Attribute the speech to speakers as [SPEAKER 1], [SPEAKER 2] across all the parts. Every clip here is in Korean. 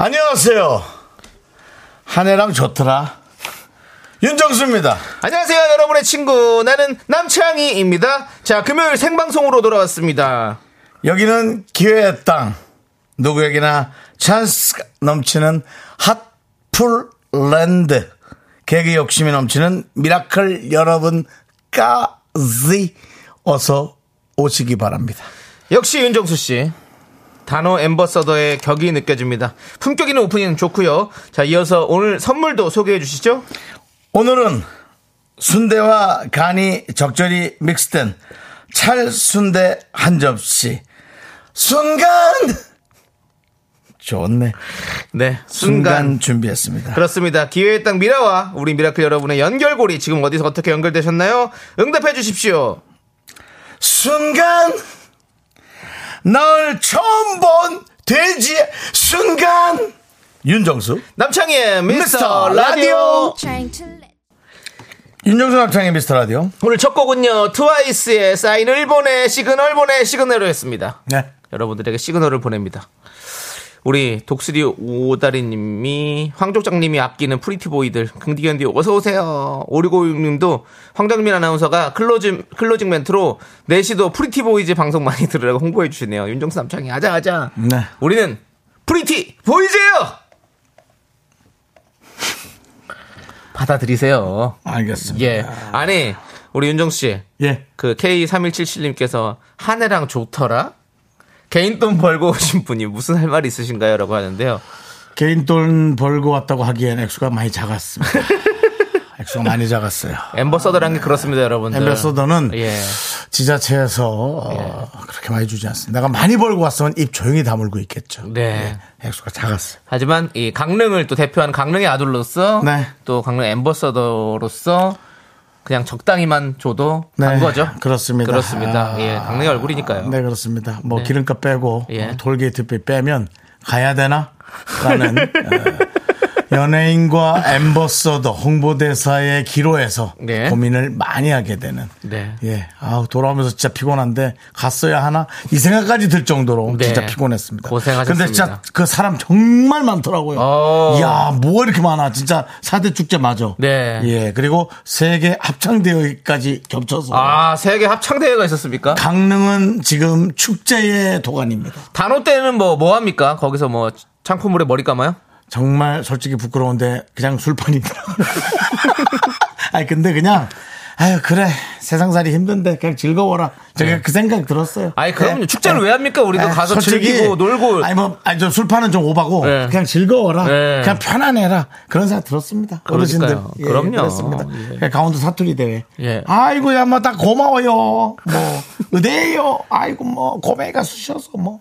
[SPEAKER 1] 안녕하세요. 한 해랑 좋더라. 윤정수입니다.
[SPEAKER 2] 안녕하세요, 여러분의 친구. 나는 남창희입니다. 자, 금요일 생방송으로 돌아왔습니다.
[SPEAKER 1] 여기는 기회의 땅. 누구에게나 찬스가 넘치는 핫풀랜드. 개그 욕심이 넘치는 미라클 여러분까지 어서 오시기 바랍니다.
[SPEAKER 2] 역시 윤정수 씨. 단어 엠버서더의 격이 느껴집니다. 품격 있는 오프닝 좋고요. 자, 이어서 오늘 선물도 소개해 주시죠.
[SPEAKER 1] 오늘은 순대와 간이 적절히 믹스된 찰순대 한 접시. 순간! 좋네.
[SPEAKER 2] 네,
[SPEAKER 1] 순간
[SPEAKER 2] 순간.
[SPEAKER 1] 준비했습니다.
[SPEAKER 2] 그렇습니다. 기회의 땅 미라와 우리 미라클 여러분의 연결고리 지금 어디서 어떻게 연결되셨나요? 응답해 주십시오.
[SPEAKER 1] 순간 널 처음 본 돼지의 순간 윤정수
[SPEAKER 2] 남창희의
[SPEAKER 1] 미스터
[SPEAKER 2] 미스터
[SPEAKER 1] 라디오.
[SPEAKER 2] 라디오.
[SPEAKER 3] trying to let
[SPEAKER 1] 윤정수 남창의 미스터 라디오
[SPEAKER 2] 오늘 첫 곡은요 트와이스의 사인을 보내 시그널 보내 시그널로 했습니다
[SPEAKER 1] 네
[SPEAKER 2] 여러분들에게 시그널을 보냅니다 우리 독수리 오다리님이 황족장님이 아끼는 프리티보이들 긍디견디 어서오세요 오리고님도 황정민 아나운서가 클로징, 클로징 멘트로 4시도 프리티보이즈 방송 많이 들으라고 홍보해주시네요 윤정수 남창이 아자아자
[SPEAKER 1] 네.
[SPEAKER 2] 우리는 프리티보이즈예요 받아들이세요
[SPEAKER 1] 알겠습니다
[SPEAKER 2] 예. 아니, 우리 윤정 씨.
[SPEAKER 1] 예.
[SPEAKER 2] 그 K3177님께서 한 해랑 좋더라? 개인 돈 벌고 오신 분이 무슨 할 말이 있으신가요? 라고 하는데요.
[SPEAKER 1] 개인 돈 벌고 왔다고 하기엔 액수가 많이 작았습니다 액수가 많이 작았어요
[SPEAKER 2] 엠버서더란
[SPEAKER 1] 아,
[SPEAKER 2] 게 그렇습니다, 여러분들.
[SPEAKER 1] 엠버서더는
[SPEAKER 2] 네. 예.
[SPEAKER 1] 지자체에서 어, 그렇게 많이 주지 않습니다 내가 많이 벌고 왔으면 입 조용히 다물고 있겠죠 예.
[SPEAKER 2] 네.
[SPEAKER 1] 액수가 작았어요
[SPEAKER 2] 하지만 이 강릉을 또 대표하는 강릉의 아들로서
[SPEAKER 1] 네.
[SPEAKER 2] 또 강릉 엠버서더로서 그냥 적당히만 줘도
[SPEAKER 1] 네,
[SPEAKER 2] 간 거죠.
[SPEAKER 1] 그렇습니다.
[SPEAKER 2] 그렇습니다.
[SPEAKER 1] 아,
[SPEAKER 2] 예, 강릉의 얼굴이니까요.
[SPEAKER 1] 네, 그렇습니다. 뭐 기름값 빼고
[SPEAKER 2] 예.
[SPEAKER 1] 어, 돌게이트비 빼면 가야 되나? 라는 어, 연예인과 엠버서더 홍보대사의 기로에서
[SPEAKER 2] 네.
[SPEAKER 1] 고민을 많이 하게 되는
[SPEAKER 2] 네.
[SPEAKER 1] 예. 아, 돌아오면서 진짜 피곤한데 갔어야 하나? 이 생각까지 들 정도로
[SPEAKER 2] 네.
[SPEAKER 1] 진짜 피곤했습니다.
[SPEAKER 2] 고생하셨습니다.
[SPEAKER 1] 근데 진짜 그 사람 정말 많더라고요.
[SPEAKER 2] 어.
[SPEAKER 1] 이야, 뭐 이렇게 많아. 진짜 사대 축제 맞아.
[SPEAKER 2] 네.
[SPEAKER 1] 예. 그리고 세계 합창대회까지 겹쳐서
[SPEAKER 2] 아, 세계 합창대회가 있었습니까?
[SPEAKER 1] 강릉은 지금 축제의 도가니입니다.
[SPEAKER 2] 단오 때는 뭐, 뭐 합니까? 거기서 뭐, 창고물에 머리 감아요?
[SPEAKER 1] 정말 솔직히 부끄러운데 그냥 술판이다. 아니 근데 그냥 아유 그래 세상살이 힘든데 그냥 즐거워라. 제가 그 생각 들었어요.
[SPEAKER 2] 네. 아니, 그럼요.
[SPEAKER 1] 예.
[SPEAKER 2] 축제를
[SPEAKER 1] 예.
[SPEAKER 2] 왜 합니까? 우리도
[SPEAKER 1] 예,
[SPEAKER 2] 가서
[SPEAKER 1] 솔직히
[SPEAKER 2] 즐기고 놀고.
[SPEAKER 1] 아니 뭐 아니 저 술판은 좀 오바고
[SPEAKER 2] 예.
[SPEAKER 1] 그냥 즐거워라.
[SPEAKER 2] 예.
[SPEAKER 1] 그냥 편안해라. 그런 생각 들었습니다.
[SPEAKER 2] 그러니까요.
[SPEAKER 1] 어르신들 예,
[SPEAKER 2] 그럼요.
[SPEAKER 1] 그렇습니다.
[SPEAKER 2] 예.
[SPEAKER 1] 그냥 강원도 사투리 대회.
[SPEAKER 2] 예.
[SPEAKER 1] 아이고야 뭐 다 고마워요. 뭐 의대요. 아이고 뭐 고매가 쑤셔서 뭐.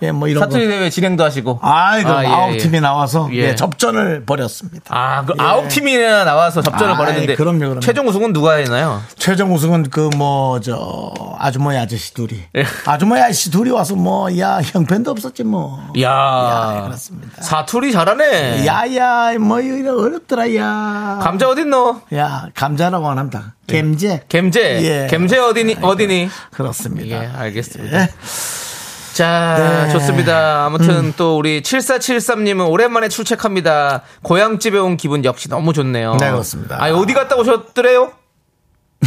[SPEAKER 1] 예, 뭐 이런 거.
[SPEAKER 2] 사투리 대회 진행도 하시고.
[SPEAKER 1] 아이 그
[SPEAKER 2] 아, 예,
[SPEAKER 1] 아홉
[SPEAKER 2] 예.
[SPEAKER 1] 팀이 나와서
[SPEAKER 2] 예.
[SPEAKER 1] 예, 접전을 벌였습니다.
[SPEAKER 2] 아, 그 아홉 팀이나 나와서 접전을
[SPEAKER 1] 예. 아,
[SPEAKER 2] 벌였는데.
[SPEAKER 1] 예, 그럼요, 그럼요.
[SPEAKER 2] 최종 우승은 누가 했나요?
[SPEAKER 1] 최종 우승은 그 뭐 저 아주머니 아저씨 둘이
[SPEAKER 2] 예.
[SPEAKER 1] 아주머니 아저씨 둘이 와서 뭐 야 형편도 없었지 뭐
[SPEAKER 2] 이야.
[SPEAKER 1] 예, 그렇습니다.
[SPEAKER 2] 사투리 잘하네.
[SPEAKER 1] 야야 뭐 이런 어렵더라 야
[SPEAKER 2] 감자 어딨노?
[SPEAKER 1] 야 감자라고 안 합니다 겜제
[SPEAKER 2] 겜제.
[SPEAKER 1] 예.
[SPEAKER 2] 겜제 어디니, 어디니?
[SPEAKER 1] 그렇습니다
[SPEAKER 2] 예, 알겠습니다. 자,
[SPEAKER 1] 네. 음.
[SPEAKER 2] 좋습니다. 아무튼 또 우리 7473님은 오랜만에 출첵합니다. 고향집에 온 기분 역시 너무 좋네요.
[SPEAKER 1] 네, 그렇습니다.
[SPEAKER 2] 아, 어디 갔다 오셨더래요?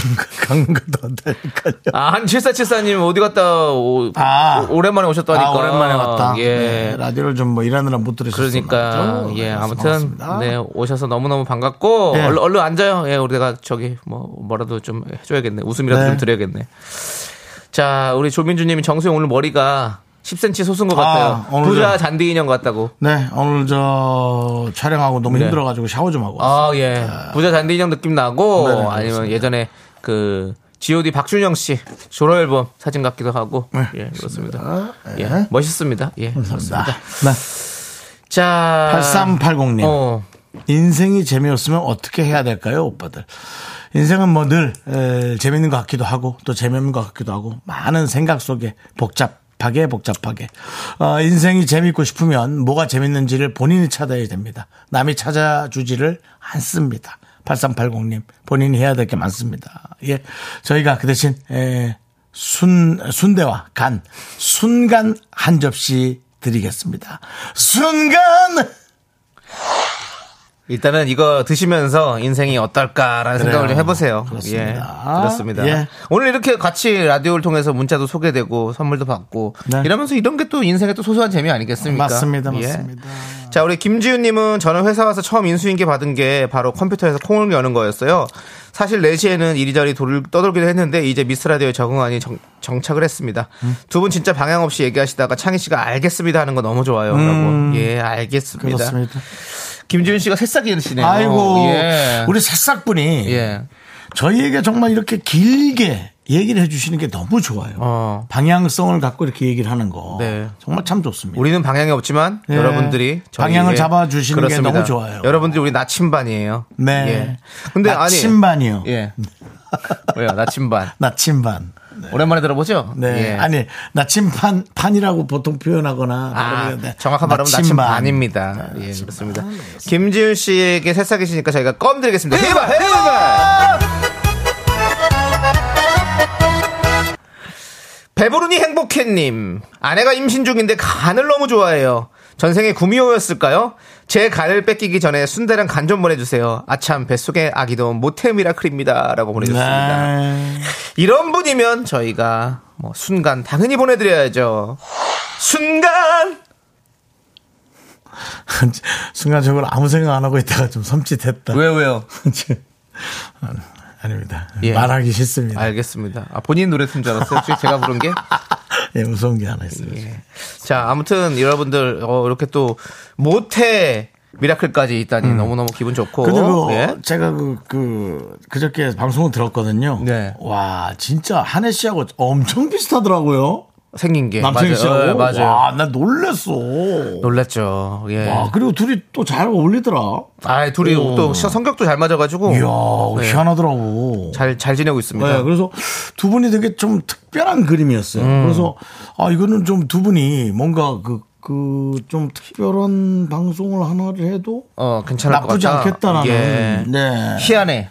[SPEAKER 1] 강릉도 안다니까요
[SPEAKER 2] 아, 한 7474님 어디 갔다 오,
[SPEAKER 1] 아.
[SPEAKER 2] 오- 오랜만에 오셨다니까.
[SPEAKER 1] 아, 오랜만에 왔다
[SPEAKER 2] 예.
[SPEAKER 1] 네, 라디오를 좀 뭐 일하느라 못 들으셨어요
[SPEAKER 2] 그러니까
[SPEAKER 1] 맞죠?
[SPEAKER 2] 예
[SPEAKER 1] 그래서
[SPEAKER 2] 아무튼
[SPEAKER 1] 반갑습니다.
[SPEAKER 2] 네 오셔서 너무 너무 반갑고
[SPEAKER 1] 예.
[SPEAKER 2] 얼른 얼른 앉아요 예 우리가 저기 뭐 뭐라도 좀 해줘야겠네 웃음이라도
[SPEAKER 1] 네.
[SPEAKER 2] 좀 드려야겠네 자 우리 조민주님이 정수영 오늘 머리가 10cm 솟은 것 같아요
[SPEAKER 1] 오늘
[SPEAKER 2] 부자
[SPEAKER 1] 저-
[SPEAKER 2] 잔디 인형 같다고
[SPEAKER 1] 네 오늘 저 촬영하고
[SPEAKER 2] 네.
[SPEAKER 1] 너무 힘들어가지고 샤워 좀 하고 왔어요.
[SPEAKER 2] 아예 부자 잔디 인형 느낌 나고
[SPEAKER 1] 네, 네,
[SPEAKER 2] 아니면
[SPEAKER 1] 그렇습니다.
[SPEAKER 2] 예전에 그 G.O.D 박준영 씨 조로 앨범 사진
[SPEAKER 1] 네,
[SPEAKER 2] 같기도 하고 예 그렇습니다 예 멋있습니다 예 그렇습니다
[SPEAKER 1] 네.
[SPEAKER 2] 자.
[SPEAKER 1] 8380님.
[SPEAKER 2] 어.
[SPEAKER 1] 인생이 재미없으면 어떻게 해야 될까요, 오빠들? 인생은 뭐 늘 재밌는 것 같기도 하고 또 재미없는 것 같기도 하고 많은 생각 속에 복잡하게 복잡하게 어, 인생이 재밌고 싶으면 뭐가 재밌는지를 본인이 찾아야 됩니다. 남이 찾아주지를 않습니다. 8380님 본인이 해야 될 게 많습니다. 예, 저희가 그 대신 에, 순 순대와 간 순간 한 접시 드리겠습니다. 순간
[SPEAKER 2] 일단은 이거 드시면서 인생이 어떨까라는 생각을 좀
[SPEAKER 1] 그래요.
[SPEAKER 2] 해보세요.
[SPEAKER 1] 그렇습니다.
[SPEAKER 2] 예, 그렇습니다.
[SPEAKER 1] 예.
[SPEAKER 2] 오늘 이렇게 같이 라디오를 통해서 문자도 소개되고 선물도 받고
[SPEAKER 1] 네.
[SPEAKER 2] 이러면서 이런 게 또 인생의 또 소소한 재미 아니겠습니까?
[SPEAKER 1] 맞습니다,
[SPEAKER 2] 예.
[SPEAKER 1] 맞습니다.
[SPEAKER 2] 자, 우리 김지윤님은 저는 회사 와서 처음 인수인계 받은 게 바로 컴퓨터에서 콩을 여는 거였어요. 사실 4시에는 이리저리 돌 떠돌기도 했는데 이제 미스라디오에 적응하니 정, 착을 했습니다.
[SPEAKER 1] 음.
[SPEAKER 2] 두 분 진짜 방향 없이 얘기하시다가 창희 씨가 알겠습니다 하는 거 너무 좋아요. 라고. 예, 알겠습니다.
[SPEAKER 1] 음. 그렇습니다.
[SPEAKER 2] 김지윤 씨가 새싹이시네요.
[SPEAKER 1] 아이고
[SPEAKER 2] 예.
[SPEAKER 1] 우리 새싹분이
[SPEAKER 2] 예.
[SPEAKER 1] 저희에게 정말 이렇게 길게 얘기를 해주시는 게 너무 좋아요.
[SPEAKER 2] 어.
[SPEAKER 1] 방향성을 갖고 이렇게 얘기를 하는 거
[SPEAKER 2] 네.
[SPEAKER 1] 정말 참 좋습니다.
[SPEAKER 2] 우리는 방향이 없지만
[SPEAKER 1] 예.
[SPEAKER 2] 여러분들이 저희의-
[SPEAKER 1] 방향을 잡아주시는 게
[SPEAKER 2] 그렇습니다.
[SPEAKER 1] 너무 좋아요.
[SPEAKER 2] 여러분들이 우리 나침반이에요.
[SPEAKER 1] 네.
[SPEAKER 2] 예. 근데 아니
[SPEAKER 1] 나침반이요.
[SPEAKER 2] 예. 왜요? 나침반.
[SPEAKER 1] 나침반.
[SPEAKER 2] 오랜만에 들어보죠?
[SPEAKER 1] 네.
[SPEAKER 2] 예.
[SPEAKER 1] 아니 나침반 판이라고 보통 표현하거나
[SPEAKER 2] 아,
[SPEAKER 1] 그러는데
[SPEAKER 2] 정확한 발음은 나침반입니다. 예, 그렇습니다. 김지윤 씨에게 새싹이시니까 저희가 껌 드리겠습니다. 해봐, 해봐! 배부르니 행복해님. 아내가 임신 중인데 간을 너무 좋아해요. 전생에 구미호였을까요? 제 간을 뺏기기 전에 순대랑 간 좀 보내주세요. 아참, 뱃속에 아기도 모태 미라클입니다. 라고 보내주셨습니다.
[SPEAKER 1] 네.
[SPEAKER 2] 이런 분이면 저희가 뭐 순간 당연히 보내드려야죠. 순간!
[SPEAKER 1] 순간적으로 아무 생각 안 하고 있다가 좀 섬찟했다.
[SPEAKER 2] 왜요, 왜요?
[SPEAKER 1] 아닙니다.
[SPEAKER 2] 예.
[SPEAKER 1] 말하기 싫습니다.
[SPEAKER 2] 알겠습니다. 아, 본인 노래 쓴 줄 알았어요. 지금 제가 부른 게.
[SPEAKER 1] 예, 무서운 게 하나 있어요.
[SPEAKER 2] 예. 자, 아무튼 여러분들, 어, 이렇게 또 모태 미라클까지 있다니 너무너무 기분 좋고.
[SPEAKER 1] 근데 음. 그
[SPEAKER 2] 예.
[SPEAKER 1] 제가 그, 그 그저께 방송을 들었거든요.
[SPEAKER 2] 네.
[SPEAKER 1] 와 진짜 한혜 씨하고 엄청 비슷하더라고요.
[SPEAKER 2] 생긴 게.
[SPEAKER 1] 남창희
[SPEAKER 2] 맞아요.
[SPEAKER 1] 씨하고.
[SPEAKER 2] 예, 맞아요.
[SPEAKER 1] 와, 나 놀랬어.
[SPEAKER 2] 놀랐죠. 예.
[SPEAKER 1] 와 그리고 둘이 또 잘 어울리더라.
[SPEAKER 2] 아, 둘이
[SPEAKER 1] 오.
[SPEAKER 2] 또 시- 성격도 잘 맞아가지고.
[SPEAKER 1] 이야
[SPEAKER 2] 예.
[SPEAKER 1] 희한하더라고.
[SPEAKER 2] 잘, 잘 지내고 있습니다.
[SPEAKER 1] 네, 그래서 두 분이 되게 좀 특별한 그림이었어요.
[SPEAKER 2] 음.
[SPEAKER 1] 그래서 아 이거는 좀 두 분이 뭔가 그 그 좀 특별한 방송을 하나를 해도
[SPEAKER 2] 어, 괜찮을 것
[SPEAKER 1] 나쁘지
[SPEAKER 2] 같다.
[SPEAKER 1] 않겠다라는
[SPEAKER 2] 예.
[SPEAKER 1] 네.
[SPEAKER 2] 희한해.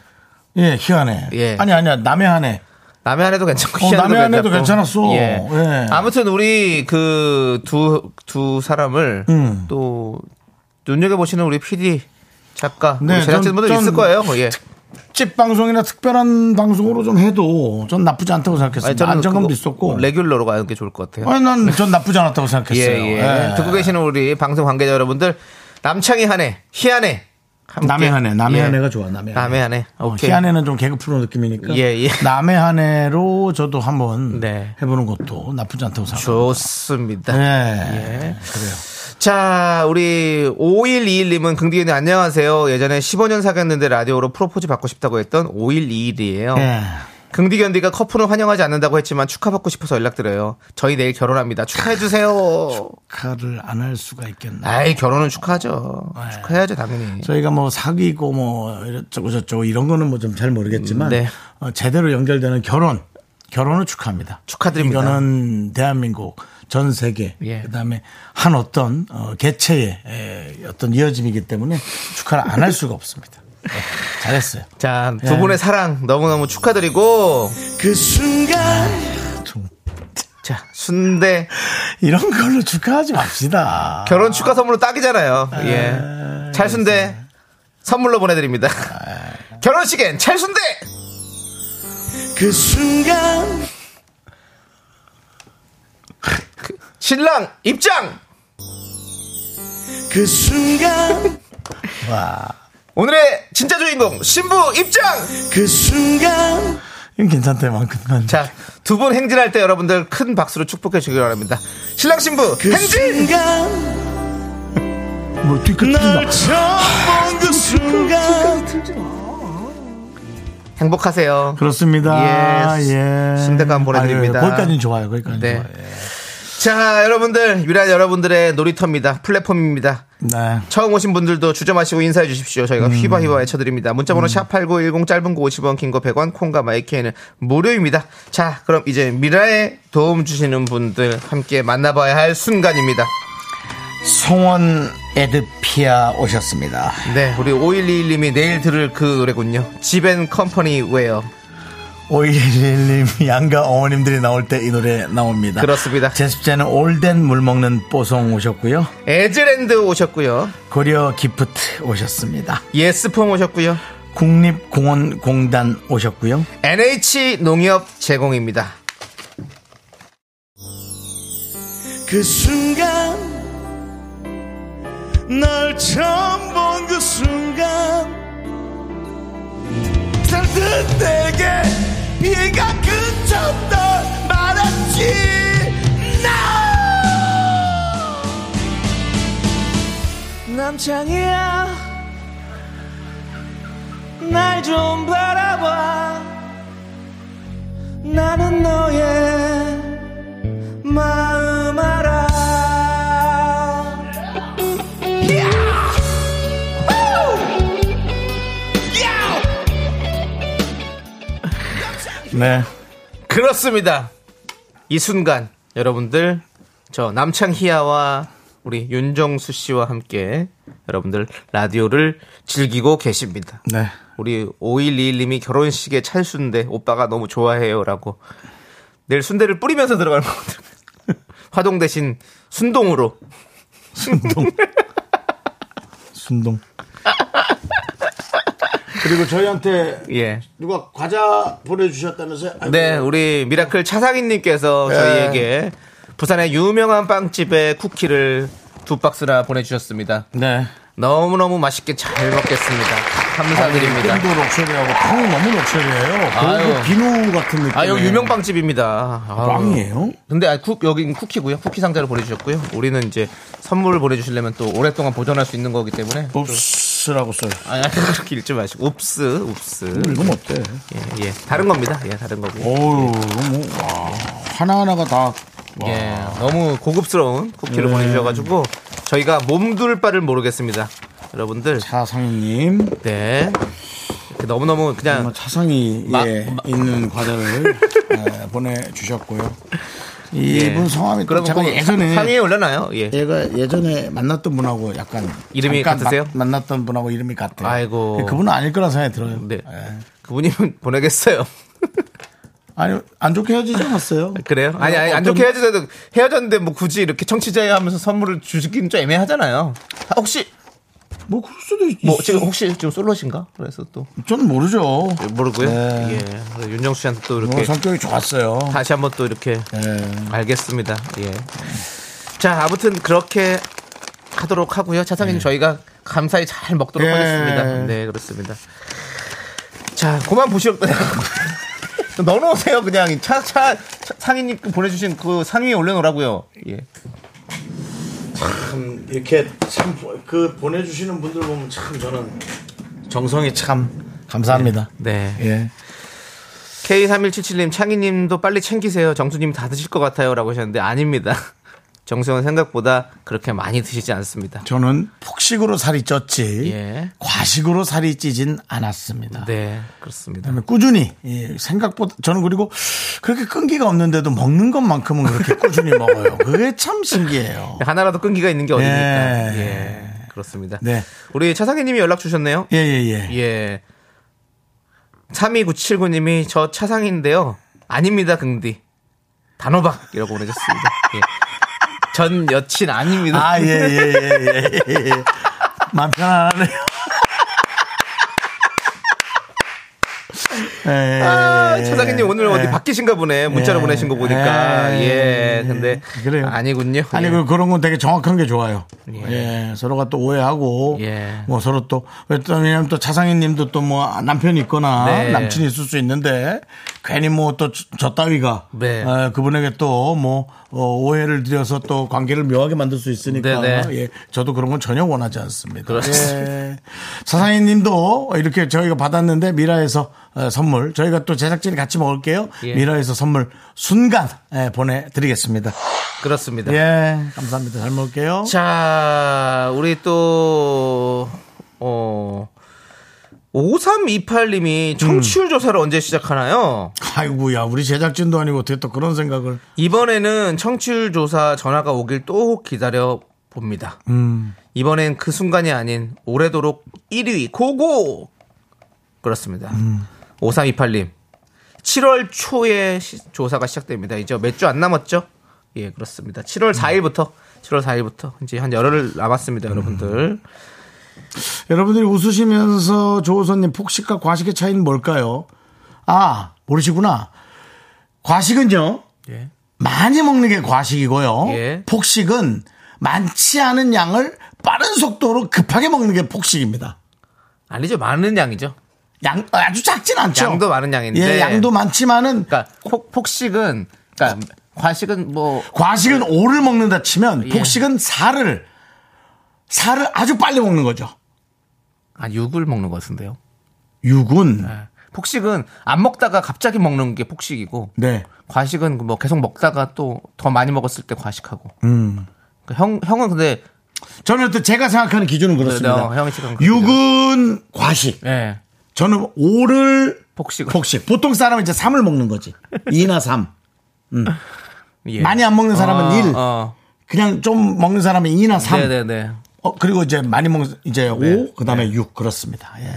[SPEAKER 1] 예, 희한해.
[SPEAKER 2] 예.
[SPEAKER 1] 아니, 아니야. 남의 한해.
[SPEAKER 2] 남의 안에도 괜찮고
[SPEAKER 1] 어,
[SPEAKER 2] 희한해도
[SPEAKER 1] 남의 안에도
[SPEAKER 2] 괜찮고.
[SPEAKER 1] 괜찮았어.
[SPEAKER 2] 예.
[SPEAKER 1] 예.
[SPEAKER 2] 아무튼 우리 그 두 두 사람을
[SPEAKER 1] 음.
[SPEAKER 2] 또 눈여겨 보시는 우리 PD 작가
[SPEAKER 1] 네,
[SPEAKER 2] 우리 제작진분들
[SPEAKER 1] 전-
[SPEAKER 2] 있을
[SPEAKER 1] 전-
[SPEAKER 2] 거예요. 예.
[SPEAKER 1] 집 방송이나 특별한 방송으로 좀 해도 전 나쁘지 않다고
[SPEAKER 2] 아니,
[SPEAKER 1] 생각했습니다.
[SPEAKER 2] 저는
[SPEAKER 1] 안정감도
[SPEAKER 2] 그거 뭐
[SPEAKER 1] 있었고.
[SPEAKER 2] 레귤러로 가는 게 좋을 것 같아요.
[SPEAKER 1] 아니, 난 전 나쁘지 않았다고 생각했어요.
[SPEAKER 2] 예, 예. 듣고 계시는 우리 방송 관계자 여러분들 남창희 한해 희한해 함께-
[SPEAKER 1] 남의 한해, 남의
[SPEAKER 2] 예.
[SPEAKER 1] 한해가 좋아, 남의 한해.
[SPEAKER 2] 남의 한해.
[SPEAKER 1] 어,
[SPEAKER 2] 오케이.
[SPEAKER 1] 희한해는 좀 개그 프로 느낌이니까.
[SPEAKER 2] 예, 예.
[SPEAKER 1] 남의 한해로 저도 한번
[SPEAKER 2] 네.
[SPEAKER 1] 해보는 것도 나쁘지 않다고 생각합니다.
[SPEAKER 2] 좋습니다.
[SPEAKER 1] 네.
[SPEAKER 2] 예. 자, 우리 5121님은 긍디견이 안녕하세요. 예전에 15년 사귀었는데 라디오로 프로포즈 받고 싶다고 했던 5121이에요.
[SPEAKER 1] 예.
[SPEAKER 2] 긍디견디가 커플은 환영하지 않는다고 했지만 축하받고 싶어서 연락드려요. 저희 내일 결혼합니다. 축하해주세요.
[SPEAKER 1] 카를 안 할 수가 있겠나.
[SPEAKER 2] 아이, 결혼은 축하하죠. 축하해야죠, 당연히.
[SPEAKER 1] 네. 저희가 뭐 사귀고 뭐 이쪽고 저쪽 이런 거는 뭐 좀 잘 모르겠지만
[SPEAKER 2] 네.
[SPEAKER 1] 어, 제대로 연결되는 결혼 결혼을 축하합니다.
[SPEAKER 2] 축하드립니다.
[SPEAKER 1] 이거는 대한민국 전 세계
[SPEAKER 2] 예.
[SPEAKER 1] 그다음에 한 어떤 어, 개체의 에, 어떤 이어짐이기 때문에 축하를 안 할 수가 없습니다. 네, 잘했어요.
[SPEAKER 2] 자, 두
[SPEAKER 1] 예.
[SPEAKER 2] 분의 사랑 너무너무 축하드리고.
[SPEAKER 1] 그 순간 좀
[SPEAKER 2] 자, 순대.
[SPEAKER 1] 이런 걸로 축하하지 맙시다.
[SPEAKER 2] 결혼 축하 선물로 딱이잖아요. 예. 찰순대 선물로 보내드립니다.
[SPEAKER 1] 아.
[SPEAKER 2] 결혼식엔 찰순대!
[SPEAKER 1] 그 순간
[SPEAKER 2] 신랑 입장!
[SPEAKER 1] 그 순간
[SPEAKER 2] 오늘의 진짜 주인공 신부 입장!
[SPEAKER 1] 그 순간 이건 괜찮대만큼만
[SPEAKER 2] 자, 두 분 행진할 때 여러분들 큰 박수로 축복해 주길 바랍니다. 신랑 신부
[SPEAKER 1] 그
[SPEAKER 2] 행진!
[SPEAKER 1] 뭐 뒤끝 날
[SPEAKER 2] 행복하세요.
[SPEAKER 1] 그렇습니다.
[SPEAKER 2] 예,
[SPEAKER 1] 예.
[SPEAKER 2] 순댓감 보내드립니다.
[SPEAKER 1] 예. 아유, 거기까지는 좋아요. 거기까지
[SPEAKER 2] 네.
[SPEAKER 1] 좋아요. 예.
[SPEAKER 2] 자, 여러분들, 유일한 여러분들의 놀이터입니다. 플랫폼입니다.
[SPEAKER 1] 네.
[SPEAKER 2] 처음 오신 분들도 주저 마시고 인사해 주십시오. 저희가 휘바휘바 외쳐드립니다. 문자번호 샵8910 짧은 거 50원, 긴 거 100원, 콩과 마이크에는 무료입니다. 자, 그럼 이제 미라에 도움 주시는 분들 함께 만나봐야 할 순간입니다.
[SPEAKER 1] 송원 에드피아 오셨습니다.
[SPEAKER 2] 네, 우리 5121님이 내일 들을 그 노래군요. 집앤 컴퍼니 웨어.
[SPEAKER 1] 5111님, 양가 어머님들이 나올 때 이 노래 나옵니다.
[SPEAKER 2] 그렇습니다.
[SPEAKER 1] 제습제는 올덴 물 먹는 뽀송 오셨고요.
[SPEAKER 2] 에즈랜드 오셨고요.
[SPEAKER 1] 고려 기프트 오셨습니다.
[SPEAKER 2] 예스폼 오셨고요.
[SPEAKER 1] 국립공원공단 오셨고요.
[SPEAKER 2] NH 농협 제공입니다.
[SPEAKER 1] 그 순간 널 처음 본 그 순간 잔뜩 내게 비가 그쳤던 말았지 나 남창이야 날 좀 바라봐 나는 너의 마음 알아 네.
[SPEAKER 2] 그렇습니다. 이 순간 여러분들 저 남창희야와 우리 윤정수 씨와 함께 여러분들 라디오를 즐기고 계십니다.
[SPEAKER 1] 네.
[SPEAKER 2] 우리 5121님이 결혼식에 찰순대 오빠가 너무 좋아해요라고 내일 순대를 뿌리면서 들어갈 것 같아요. 화동 대신 순동으로
[SPEAKER 1] 순동. 순동. 그리고 저희한테
[SPEAKER 2] 예.
[SPEAKER 1] 누가 과자 보내주셨다면서요? 아이고,
[SPEAKER 2] 네, 우리 미라클 차상인님께서
[SPEAKER 1] 예.
[SPEAKER 2] 저희에게 부산의 유명한 빵집의 쿠키를 두 박스나 보내주셨습니다.
[SPEAKER 1] 네.
[SPEAKER 2] 너무너무 맛있게 잘 먹겠습니다. 감사드립니다.
[SPEAKER 1] 도 녹초리하고 탕이 너무 녹초리해요. 그리고
[SPEAKER 2] 아유.
[SPEAKER 1] 비누 같은 느낌.
[SPEAKER 2] 아, 여기 유명 빵집입니다. 아유.
[SPEAKER 1] 네. 빵이에요?
[SPEAKER 2] 근데 아, 쿠, 여긴 쿠키고요. 쿠키 상자를 보내주셨고요. 우리는 이제 선물을 보내주시려면 또 오랫동안 보존할 수 있는 거기 때문에.
[SPEAKER 1] 어?
[SPEAKER 2] 또-
[SPEAKER 1] 봅스라고 써요.
[SPEAKER 2] 아니, 아니, 그렇게 읽지 마시고. 웁스, 웁스.
[SPEAKER 1] 아, 이건 어때?
[SPEAKER 2] 예, 예. 다른 겁니다. 예, 다른 거고.
[SPEAKER 1] 어우, 뭐, 와, 하나하나가 다.
[SPEAKER 2] 예, 너무 고급스러운 쿠키를
[SPEAKER 1] 네.
[SPEAKER 2] 보내주셔가지고 저희가 몸둘 바를 모르겠습니다. 여러분들,
[SPEAKER 1] 차상님.
[SPEAKER 2] 네. 너무너무
[SPEAKER 1] 뭐
[SPEAKER 2] 그냥
[SPEAKER 1] 차상이
[SPEAKER 2] 마-
[SPEAKER 1] 예, 있는 과자를 예, 보내주셨고요. 이분 성함이 또
[SPEAKER 2] 예. 그러면
[SPEAKER 1] 제가
[SPEAKER 2] 꼭
[SPEAKER 1] 예전에
[SPEAKER 2] 상위에 올려놔요. 예.
[SPEAKER 1] 얘가 예전에 만났던 분하고 약간
[SPEAKER 2] 이름이
[SPEAKER 1] 잠깐
[SPEAKER 2] 같으세요?
[SPEAKER 1] 마- 만났던 분하고 이름이 같아요.
[SPEAKER 2] 아이고.
[SPEAKER 1] 그분은 아닐 거란 생각이 들어요.
[SPEAKER 2] 네.
[SPEAKER 1] 예.
[SPEAKER 2] 그분이면 보내겠어요.
[SPEAKER 1] 아니 안 좋게 헤어지지 않았어요.
[SPEAKER 2] 그래요? 아니, 아니, 안
[SPEAKER 1] 어떤-
[SPEAKER 2] 좋게 헤어져도 헤어졌는데 뭐 굳이 이렇게 청취자에 하면서 선물을 주긴 좀 애매하잖아요. 아, 혹시,
[SPEAKER 1] 뭐 그럴 수도 있지.
[SPEAKER 2] 뭐, 지금 뭐 혹시 지금 솔로신가? 그래서 또.
[SPEAKER 1] 저는 모르죠.
[SPEAKER 2] 모르고요.
[SPEAKER 1] 네.
[SPEAKER 2] 예. 그래서 윤정수 씨한테 또
[SPEAKER 1] 뭐
[SPEAKER 2] 이렇게
[SPEAKER 1] 성격이 좋았어요.
[SPEAKER 2] 다시 한번 또 이렇게
[SPEAKER 1] 예.
[SPEAKER 2] 알겠습니다. 예. 자, 아무튼 그렇게 하도록 하고요. 차상인 저희가 감사히 잘 먹도록
[SPEAKER 1] 예.
[SPEAKER 2] 하겠습니다. 네, 그렇습니다. 자, 그만 보시옵다. 넣어놓으세요, 그냥. 차, 차, 차- 상인님 그 보내주신 그 상위에 올려놓으라고요. 예.
[SPEAKER 1] 참 이렇게 참 그 보내주시는 분들 보면 참 저는 정성이 참 감사합니다.
[SPEAKER 2] 네.
[SPEAKER 1] 예.
[SPEAKER 2] K3177님, 창희님도 빨리 챙기세요. 정수님 다 드실 것 같아요. 라고 하셨는데, 아닙니다. 정수영은 생각보다 그렇게 많이 드시지 않습니다.
[SPEAKER 1] 저는 폭식으로 살이 쪘지
[SPEAKER 2] 예.
[SPEAKER 1] 과식으로 살이 찌진 않았습니다.
[SPEAKER 2] 네, 그렇습니다.
[SPEAKER 1] 그다음에 꾸준히 예, 생각보다 저는 그리고 그렇게 끈기가 없는데도 먹는 것만큼은 그렇게 꾸준히 먹어요. 그게 참 신기해요.
[SPEAKER 2] 네, 하나라도 끈기가 있는 게 어딥니까?
[SPEAKER 1] 예.
[SPEAKER 2] 예. 그렇습니다.
[SPEAKER 1] 네.
[SPEAKER 2] 우리 차상희님이 연락 주셨네요.
[SPEAKER 1] 예예예. 예,
[SPEAKER 2] 예. 32979님이 저 차상인데요. 아닙니다, 긍디. 단호박이라고 보내셨습니다. 예. 전 여친 아닙니다.
[SPEAKER 1] 아 예 예 예 예. 예, 예, 예. 마음 편안하네요. 예, 예,
[SPEAKER 2] 아,
[SPEAKER 1] 예,
[SPEAKER 2] 차상희님 오늘
[SPEAKER 1] 예.
[SPEAKER 2] 어디 바뀌신가 보네. 문자로
[SPEAKER 1] 예.
[SPEAKER 2] 보내신 거 보니까.
[SPEAKER 1] 예.
[SPEAKER 2] 예. 근데
[SPEAKER 1] 그래요.
[SPEAKER 2] 아니군요.
[SPEAKER 1] 아니
[SPEAKER 2] 예.
[SPEAKER 1] 그 그런 건 되게 정확한 게 좋아요. 예, 서로가 또 오해하고
[SPEAKER 2] 예.
[SPEAKER 1] 뭐 서로 또 왜냐면 또 차상희님도 또 뭐 남편이 있거나
[SPEAKER 2] 네.
[SPEAKER 1] 남친이 있을 수 있는데 괜히 뭐 또 저 따위가
[SPEAKER 2] 네.
[SPEAKER 1] 아, 그분에게 또 뭐 오해를 드려서 또 관계를 묘하게 만들 수 있으니까
[SPEAKER 2] 네, 그렇죠. 네.
[SPEAKER 1] 예, 저도 그런 건 전혀 원하지 않습니다. 예. 사사님도 이렇게 저희가 받았는데 미라에서 어, 선물 저희가 또 제작진이 같이 먹을게요.
[SPEAKER 2] 예.
[SPEAKER 1] 미라에서 선물 순간 예, 보내드리겠습니다.
[SPEAKER 2] 그렇습니다.
[SPEAKER 1] 예, 감사합니다. 잘 먹을게요.
[SPEAKER 2] 자, 우리 또, 어, 5328님이 청취율 조사를 언제 시작하나요?
[SPEAKER 1] 아이고야, 우리 제작진도 아니고 어떻게 또 그런 생각을.
[SPEAKER 2] 이번에는 청취율 조사 전화가 오길 또 기다려 봅니다. 이번엔 그 순간이 아닌 오래도록 1위 고고! 그렇습니다. 5328님. 7월 초에 시- 조사가 시작됩니다. 이제 몇 주 안 남았죠? 예, 그렇습니다. 7월 4일부터, 7월 4일부터 이제 한 열흘 남았습니다, 여러분들.
[SPEAKER 1] 여러분들이 웃으시면서 조호선님 폭식과 과식의 차이는 뭘까요? 아, 모르시구나. 과식은요,
[SPEAKER 2] 예.
[SPEAKER 1] 많이 먹는 게 과식이고요.
[SPEAKER 2] 예.
[SPEAKER 1] 폭식은 많지 않은 양을 빠른 속도로 급하게 먹는 게 폭식입니다.
[SPEAKER 2] 아니죠, 많은 양이죠.
[SPEAKER 1] 양, 아주 작진 않죠.
[SPEAKER 2] 양도 많은 양인데.
[SPEAKER 1] 예, 양도 많지만은
[SPEAKER 2] 그러니까 폭, 폭식은, 그러니까 과식은 뭐
[SPEAKER 1] 과식은 오를 먹는다 치면
[SPEAKER 2] 예.
[SPEAKER 1] 폭식은 사를사를 아주 빨리 먹는 거죠.
[SPEAKER 2] 아, 육을 먹는 것 같은데요.
[SPEAKER 1] 육은
[SPEAKER 2] 예. 폭식은 안 먹다가 갑자기 먹는 게 폭식이고
[SPEAKER 1] 네.
[SPEAKER 2] 과식은 뭐 계속 먹다가 또 더 많이 먹었을 때 과식하고.
[SPEAKER 1] 음.
[SPEAKER 2] 그형 형은 근데
[SPEAKER 1] 저는 어떤 제가 생각하는 기준은
[SPEAKER 2] 네,
[SPEAKER 1] 그렇습니다.
[SPEAKER 2] 네, 형이 지금
[SPEAKER 1] 육은 과식.
[SPEAKER 2] 예.
[SPEAKER 1] 저는 오를
[SPEAKER 2] 폭식.
[SPEAKER 1] 폭식. 보통 사람은 이제 삼을 먹는 거지. 이나삼
[SPEAKER 2] 예.
[SPEAKER 1] 많이 안 먹는 사람은 일.
[SPEAKER 2] 어.
[SPEAKER 1] 그냥 좀 먹는 사람은 이나삼
[SPEAKER 2] 네, 네, 네.
[SPEAKER 1] 어, 그리고 이제 많이 먹는 이제 오 그다음에 육 그렇습니다. 예.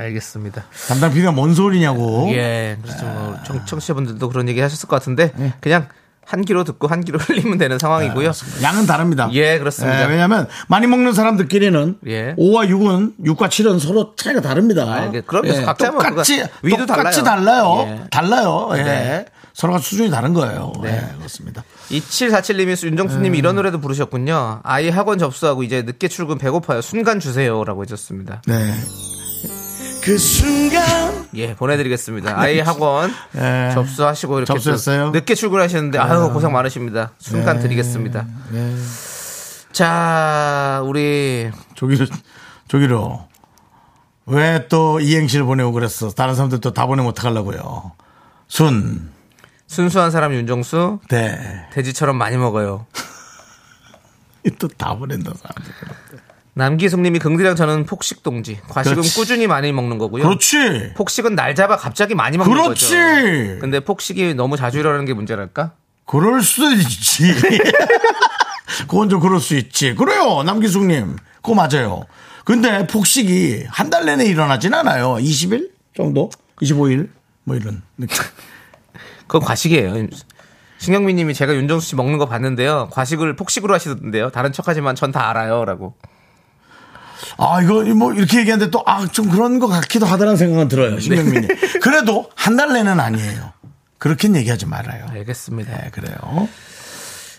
[SPEAKER 2] 알겠습니다.
[SPEAKER 1] 담당 PD가 뭔 소리냐고.
[SPEAKER 2] 예. 그렇죠. 뭐 청, 청취자분들도 그런 얘기 하셨을 것 같은데
[SPEAKER 1] 예.
[SPEAKER 2] 그냥 한 키로 듣고 한 키로 흘리면 되는 상황이고요.
[SPEAKER 1] 양은 다릅니다.
[SPEAKER 2] 예, 그렇습니다.
[SPEAKER 1] 왜냐하면 많이 먹는 사람들끼리는
[SPEAKER 2] 예.
[SPEAKER 1] 5와 6은 6과 7은 서로 차이가 다릅니다. 예,
[SPEAKER 2] 아, 이게 그럼요. 각자 뭐
[SPEAKER 1] 똑같이
[SPEAKER 2] 그거 위도
[SPEAKER 1] 똑같이
[SPEAKER 2] 달라요.
[SPEAKER 1] 달라요.
[SPEAKER 2] 예.
[SPEAKER 1] 달라요. 예.
[SPEAKER 2] 네.
[SPEAKER 1] 서로가 수준이 다른 거예요. 예, 그렇습니다.
[SPEAKER 2] 2747님이 윤정수님이 이런
[SPEAKER 1] 네.
[SPEAKER 2] 노래도 부르셨군요. 아이 학원 접수하고 이제 늦게 출근 배고파요. 순간 주세요라고 해줬습니다.
[SPEAKER 1] 네. 그 순간
[SPEAKER 2] 예, 보내드리겠습니다. 아이 학원
[SPEAKER 1] 네.
[SPEAKER 2] 네.
[SPEAKER 1] 예.
[SPEAKER 2] 접수하시고 이렇게
[SPEAKER 1] 접수했어요? 네.
[SPEAKER 2] 또 늦게 출근하시는데 아유 고생 많으십니다. 순간 드리겠습니다. 자, 우리
[SPEAKER 1] 저기로 저기로 왜 또 이행시를 보내고 그랬어? 다른 사람들 또 다 보내면 어떡하려고요? 순,
[SPEAKER 2] 순수한 사람 윤정수
[SPEAKER 1] 대,
[SPEAKER 2] 돼지처럼 많이 먹어요.
[SPEAKER 1] 또 다 보낸다 사람들.
[SPEAKER 2] 남기숙님이 긍디랑 저는 폭식 동지. 과식은
[SPEAKER 1] 그렇지.
[SPEAKER 2] 꾸준히 많이 먹는 거고요.
[SPEAKER 1] 그렇지.
[SPEAKER 2] 폭식은 날 잡아 갑자기 많이 먹는
[SPEAKER 1] 그렇지.
[SPEAKER 2] 거죠. 근데 폭식이 너무 자주 일어나는 게 문제랄까?
[SPEAKER 1] 그럴 수도 있지. 그건 좀 그럴 수 있지. 그래요, 남기숙님. 그거 맞아요. 근데 폭식이 한 달 내내 일어나진 않아요. 20일 정도? 25일? 뭐 이런 느낌.
[SPEAKER 2] 그건 과식이에요. 신경민 님이 제가 윤정수 씨 먹는 거 봤는데요. 과식을 폭식으로 하시던데요. 다른 척 하지만 전 다 알아요. 라고.
[SPEAKER 1] 아, 이거 뭐 이렇게 얘기하는데 또, 아, 좀 그런 것 같기도 하다라는 생각은 들어요.
[SPEAKER 2] 네.
[SPEAKER 1] 신경민이. 그래도 한 달 내는 아니에요. 그렇게는 얘기하지 말아요.
[SPEAKER 2] 알겠습니다.
[SPEAKER 1] 네, 그래요.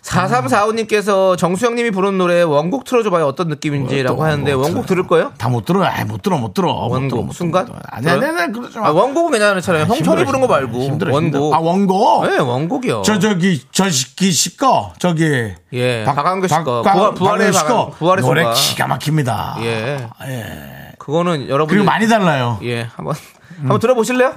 [SPEAKER 2] 4345님께서 정수영 님이 부른 노래 원곡 틀어줘봐요. 어떤 느낌인지라고 하는데 원곡 들을 거예요?
[SPEAKER 1] 다 못 들어요. 아이, 못 들어, 못 들어. 못 들어,
[SPEAKER 2] 원곡.
[SPEAKER 1] 못
[SPEAKER 2] 순간?
[SPEAKER 1] 들어. 아니, 아니,
[SPEAKER 2] 들어요?
[SPEAKER 1] 아니, 그러지 마.
[SPEAKER 2] 아, 원곡은 괜찮아요. 형
[SPEAKER 1] 힘들어,
[SPEAKER 2] 형이 부른
[SPEAKER 1] 힘들어.
[SPEAKER 2] 거 말고.
[SPEAKER 1] 힘들어,
[SPEAKER 2] 원곡.
[SPEAKER 1] 힘들어. 아, 원곡?
[SPEAKER 2] 네, 원곡이요.
[SPEAKER 1] 저 저기 저기 씨거 저기
[SPEAKER 2] 예, 박완규 씨 거. 부활- 부활의
[SPEAKER 1] 박완규 씨
[SPEAKER 2] 박완-
[SPEAKER 1] 거.
[SPEAKER 2] 부활의
[SPEAKER 1] 노래
[SPEAKER 2] 소가.
[SPEAKER 1] 기가 막힙니다.
[SPEAKER 2] 예.
[SPEAKER 1] 예.
[SPEAKER 2] 그거는 여러분.
[SPEAKER 1] 그리고 많이 음. 달라요.
[SPEAKER 2] 예, 한번 한번 들어보실래요?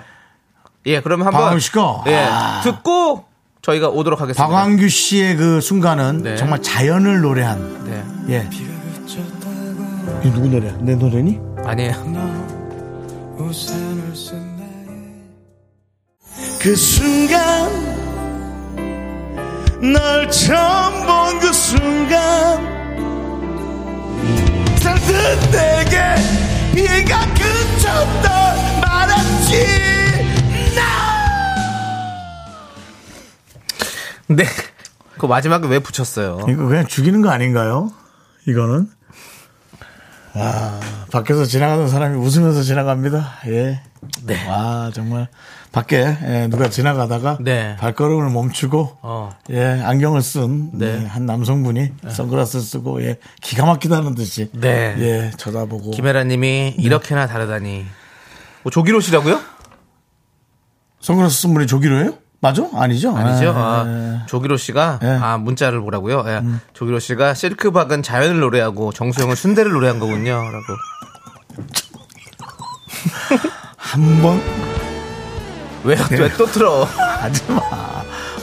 [SPEAKER 2] 예, 그러면 한번
[SPEAKER 1] 박완규 씨 거?
[SPEAKER 2] 예,
[SPEAKER 1] 아.
[SPEAKER 2] 듣고 저희가 오도록 하겠습니다.
[SPEAKER 1] 박완규 씨의 그 순간은
[SPEAKER 2] 네.
[SPEAKER 1] 정말 자연을 노래한
[SPEAKER 2] 네,
[SPEAKER 1] 예. 이 누구 노래야? 내 노래니?
[SPEAKER 2] 아니에요.
[SPEAKER 1] 그 순간 널 처음 본 그 순간 살듯 내게 비가 그쳤다 말았지
[SPEAKER 2] 네, 그 마지막에 왜 붙였어요?
[SPEAKER 1] 이거 그냥 죽이는 거 아닌가요? 이거는 아 밖에서 지나가는 사람이 웃으면서 지나갑니다. 예.
[SPEAKER 2] 네.
[SPEAKER 1] 와 정말 밖에 예, 누가 지나가다가
[SPEAKER 2] 네.
[SPEAKER 1] 발걸음을 멈추고
[SPEAKER 2] 어.
[SPEAKER 1] 예 안경을 쓴 한
[SPEAKER 2] 네.
[SPEAKER 1] 남성분이 선글라스를 쓰고 예 기가 막히다는 듯이
[SPEAKER 2] 네.
[SPEAKER 1] 예 쳐다보고 네.
[SPEAKER 2] 김혜라님이 이렇게나 다르다니. 뭐 조기로 씨라고요?
[SPEAKER 1] 선글라스 쓴 분이 조기로 해요? 맞아? 아니죠?
[SPEAKER 2] 아니죠.
[SPEAKER 1] 예.
[SPEAKER 2] 아, 조기로 씨가
[SPEAKER 1] 예.
[SPEAKER 2] 아 문자를 보라고요. 예.
[SPEAKER 1] 음.
[SPEAKER 2] 조기로 씨가 실크박은 자연을 노래하고 정수영은 순대를 노래한 거군요.라고.
[SPEAKER 1] 한 번? 네.
[SPEAKER 2] 왜왜또 틀어?
[SPEAKER 1] 하지 마.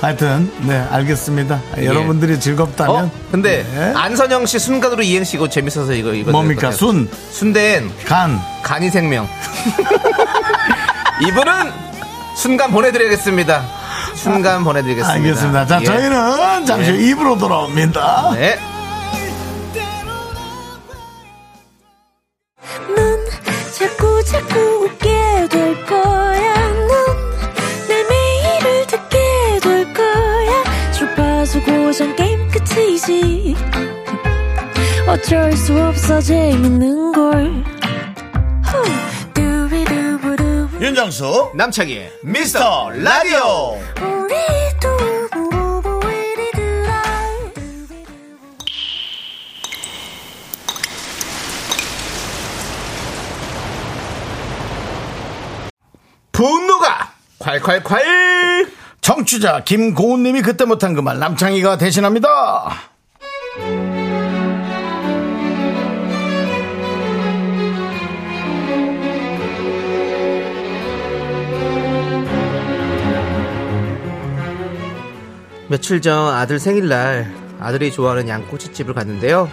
[SPEAKER 1] 하여튼, 네, 알겠습니다. 여러분들이 즐겁다면.
[SPEAKER 2] 아, 예. 어? 근데
[SPEAKER 1] 네.
[SPEAKER 2] 안선영 씨 순간으로 이행시 이거 재밌어서 이거 이거
[SPEAKER 1] 뭡니까? 순,
[SPEAKER 2] 순대엔
[SPEAKER 1] 간,
[SPEAKER 2] 간이 생명. 이분은 순간 보내드리겠습니다. 순간 보내드리겠습니다.
[SPEAKER 1] 아, 알겠습니다. 자,
[SPEAKER 2] 예.
[SPEAKER 1] 저희는 잠시 후
[SPEAKER 2] 예.
[SPEAKER 1] 입으로 돌아옵니다.
[SPEAKER 2] 네.
[SPEAKER 3] 넌 자꾸 자꾸 웃게 될 거야. 넌내 매일을 듣게 될 거야. 주파수 고정 게임 끝이지. 어쩔 수 없어 재밌는 걸. 후. 두비두부두.
[SPEAKER 1] 윤정수,
[SPEAKER 2] 남창희.
[SPEAKER 1] 미스터 라디오.
[SPEAKER 3] 우리 두부부부 우리 두라. 두비두부.
[SPEAKER 2] 분노가 콸콸콸.
[SPEAKER 1] 정취자 김고은님이 그때 못한 그 말 남창희가 대신합니다.
[SPEAKER 2] 며칠 전 아들 생일날 아들이 좋아하는 양꼬치집을 갔는데요.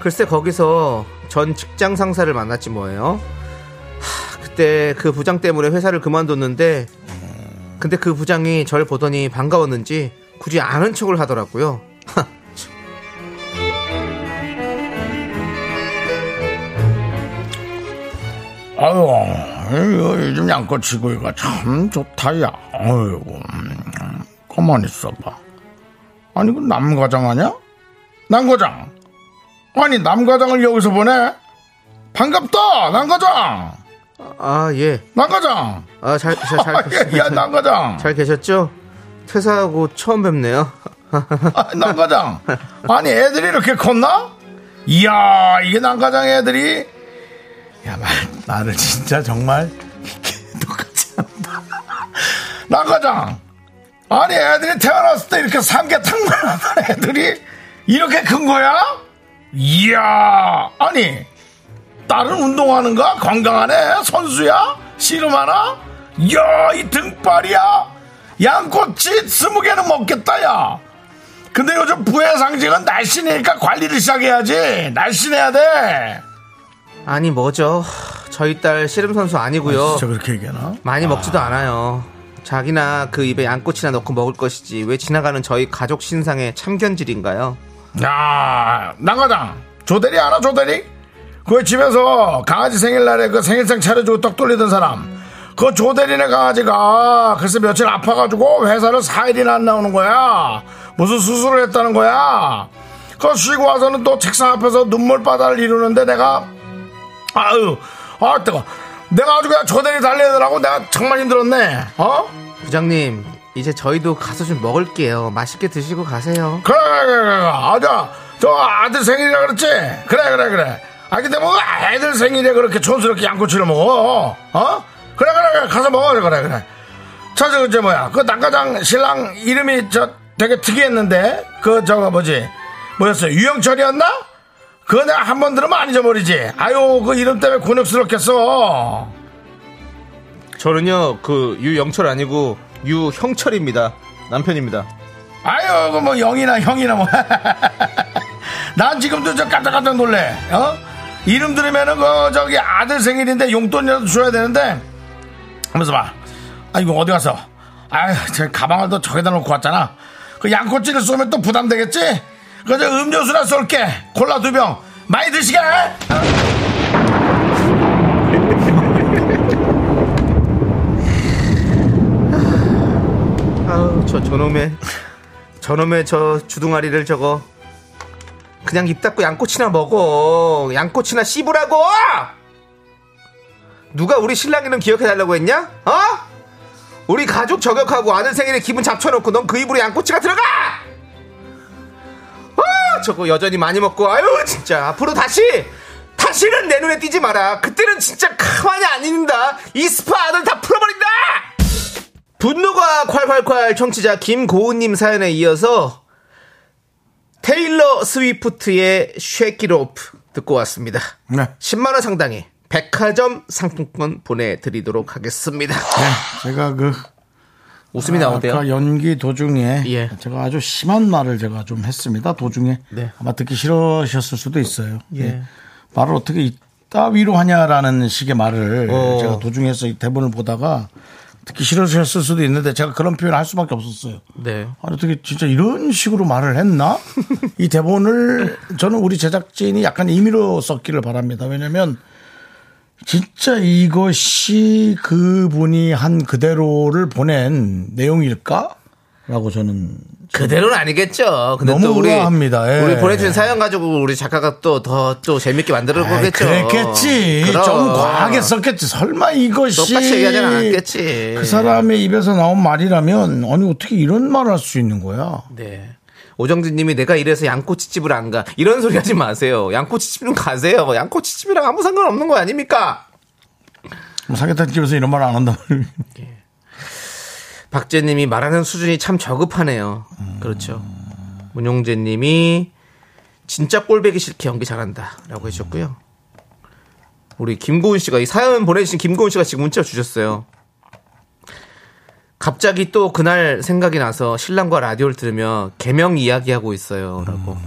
[SPEAKER 2] 글쎄 거기서 전 직장 상사를 만났지 뭐예요. 하, 그때 그 부장 때문에 회사를 그만뒀는데 근데 그 부장이 절 보더니 반가웠는지 굳이 아는 척을 하더라고요. 하, 참.
[SPEAKER 1] 아유, 이거 요즘 양꼬치고 이거 참 좋다, 야. 아이고, 음, 가만 있어봐. 아니, 그 남과장 아냐? 남과장! 아니, 남과장을 여기서 보내? 반갑다, 남과장!
[SPEAKER 2] 아 예.
[SPEAKER 1] 남과장!
[SPEAKER 2] 아 잘 잘 잘,
[SPEAKER 1] 야, 야, 남과장!
[SPEAKER 2] 잘 계셨죠? 퇴사하고 처음 뵙네요.
[SPEAKER 1] 아, 남과장! 아니, 애들이 이렇게 컸나? 이야, 이게 남과장 애들이? 야, 말, 나를 진짜 정말 이렇게 똑같이 한다. 남과장! 아니, 애들이 태어났을 때 이렇게 삼계탕만 하던 애들이 이렇게 큰 거야? 이야, 아니, 딸은 운동하는가? 건강하네? 선수야? 씨름하나? 이야, 이 등발이야? 양꼬치 스무 개는 먹겠다, 야! 근데 요즘 부의 상징은 날씬이니까 관리를 시작해야지. 날씬해야 돼.
[SPEAKER 2] 아니 뭐죠? 하, 저희 딸 씨름 선수 아니고요.
[SPEAKER 1] 진짜 그렇게 얘기하나?
[SPEAKER 2] 많이 먹지도 않아요. 자기나 그 입에 양꼬치나 넣고 먹을 것이지 왜 지나가는 저희 가족 신상에 참견질인가요?
[SPEAKER 1] 야, 나가당 조대리 알아 조대리? 그 집에서 강아지 생일날에 그 생일상 차려주고 떡 돌리던 사람. 그 조대리네 강아지가 글쎄 며칠 아파가지고 회사를 4일이나 안 나오는 거야. 무슨 수술을 했다는 거야. 그 쉬고 와서는 또 책상 앞에서 눈물바다를 이루는데 내가 아유, 아 뜨거. 내가 아주 그냥 조대리 달래느라고 내가 정말 힘들었네. 어?
[SPEAKER 2] 부장님 이제 저희도 가서 좀 먹을게요. 맛있게 드시고 가세요.
[SPEAKER 1] 그래 그래 그래 그래 아자 저 아들 생일이라 그랬지 그래 그래 그래 아 근데 뭐 애들 생일에 그렇게 촌스럽게 양꼬치를 먹어 어 그래 그래 그래 가서 먹어 그래 그래 저저 그제 뭐야 그 낙가장 신랑 이름이 저 되게 특이했는데 그 저거 뭐지 뭐였어 유영철이었나 그거 내가 한 번 들으면 안 잊어버리지 아유 그 이름 때문에 곤욕스럽겠어
[SPEAKER 2] 저는요 그 유영철 아니고 유형철입니다. 남편입니다.
[SPEAKER 1] 아유, 그뭐 영이나 형이나 뭐. 난 지금도 저 깜짝깜짝 놀래. 어? 이름 들으면은 그 저기 아들 생일인데 용돈이라도 줘야 되는데 하면서 봐. 아 이거 어디 가서? 아유, 제 가방을 또 저기다 놓고 왔잖아. 그 양꼬치를 쏘면 또 부담되겠지? 그저 음료수나 쏠게. 콜라 두 병. 많이 드시게.
[SPEAKER 2] 아우 저 저놈의 저놈의 저 주둥아리를 저거 그냥 입 닫고 양꼬치나 먹어 양꼬치나 씹으라고 누가 우리 신랑이는 기억해달라고 했냐 어 우리 가족 저격하고 아들 생일에 기분 잡쳐놓고 넌 그 입으로 양꼬치가 들어가 아 저거 여전히 많이 먹고 아유 진짜 앞으로 다시 다시는 내 눈에 띄지 마라 그때는 진짜 가만히 안 있는다 이 스파 아들 다 풀어버린다 분노가 콸콸콸 청취자 김고은님 사연에 이어서 테일러 스위프트의 쉐키로프 듣고 왔습니다.
[SPEAKER 1] 네.
[SPEAKER 2] 10만원 상당의 백화점 상품권 보내드리도록 하겠습니다.
[SPEAKER 1] 네, 제가 그
[SPEAKER 2] 웃음이
[SPEAKER 1] 아까
[SPEAKER 2] 나온대요.
[SPEAKER 1] 연기 도중에
[SPEAKER 2] 예.
[SPEAKER 1] 제가 아주 심한 말을 제가 좀 했습니다. 도중에
[SPEAKER 2] 네.
[SPEAKER 1] 아마 듣기 싫으셨을 수도 있어요.
[SPEAKER 2] 예.
[SPEAKER 1] 예. 말을 어떻게 이따위로 하냐라는 식의 말을
[SPEAKER 2] 어.
[SPEAKER 1] 제가 도중에서 이 대본을 보다가 듣기 싫으셨을 수도 있는데 제가 그런 표현을 할 수밖에 없었어요.
[SPEAKER 2] 네.
[SPEAKER 1] 아니 어떻게 진짜 이런 식으로 말을 했나? 이 대본을 저는 우리 제작진이 약간 임의로 썼기를 바랍니다. 왜냐면 진짜 이것이 그분이 한 그대로를 보낸 내용일까? 라고 저는
[SPEAKER 2] 그대로는 아니겠죠. 근데
[SPEAKER 1] 너무
[SPEAKER 2] 또 우리
[SPEAKER 1] 우아합니다. 예.
[SPEAKER 2] 우리 보내준 사연 가지고 우리 작가가 또 더 또 재밌게 만들어
[SPEAKER 1] 아이,
[SPEAKER 2] 보겠죠.
[SPEAKER 1] 그랬겠지.
[SPEAKER 2] 그럼.
[SPEAKER 1] 좀 과하게 썼겠지. 설마 이것이
[SPEAKER 2] 똑같이 얘기하진 않았겠지.
[SPEAKER 1] 그 사람의 입에서 나온 말이라면 아니 어떻게 이런 말을 할 수 있는 거야?
[SPEAKER 2] 네. 오정진님이 내가 이래서 양꼬치집을 안 가. 이런 소리 하지 마세요. 양꼬치집은 가세요. 양꼬치집이랑 아무 상관없는 거 아닙니까?
[SPEAKER 1] 뭐 사기탄 집에서 이런 말 안 한다.
[SPEAKER 2] 박재님이 말하는 수준이 참 저급하네요. 그렇죠. 문용재님이 진짜 꼴배기 싫게 연기 잘한다라고 해주셨고요. 우리 김고은 씨가 이 사연 보내주신 김고은 씨가 지금 문자 주셨어요. 갑자기 또 그날 생각이 나서 신랑과 라디오를 들으며 개명 이야기하고 있어요라고.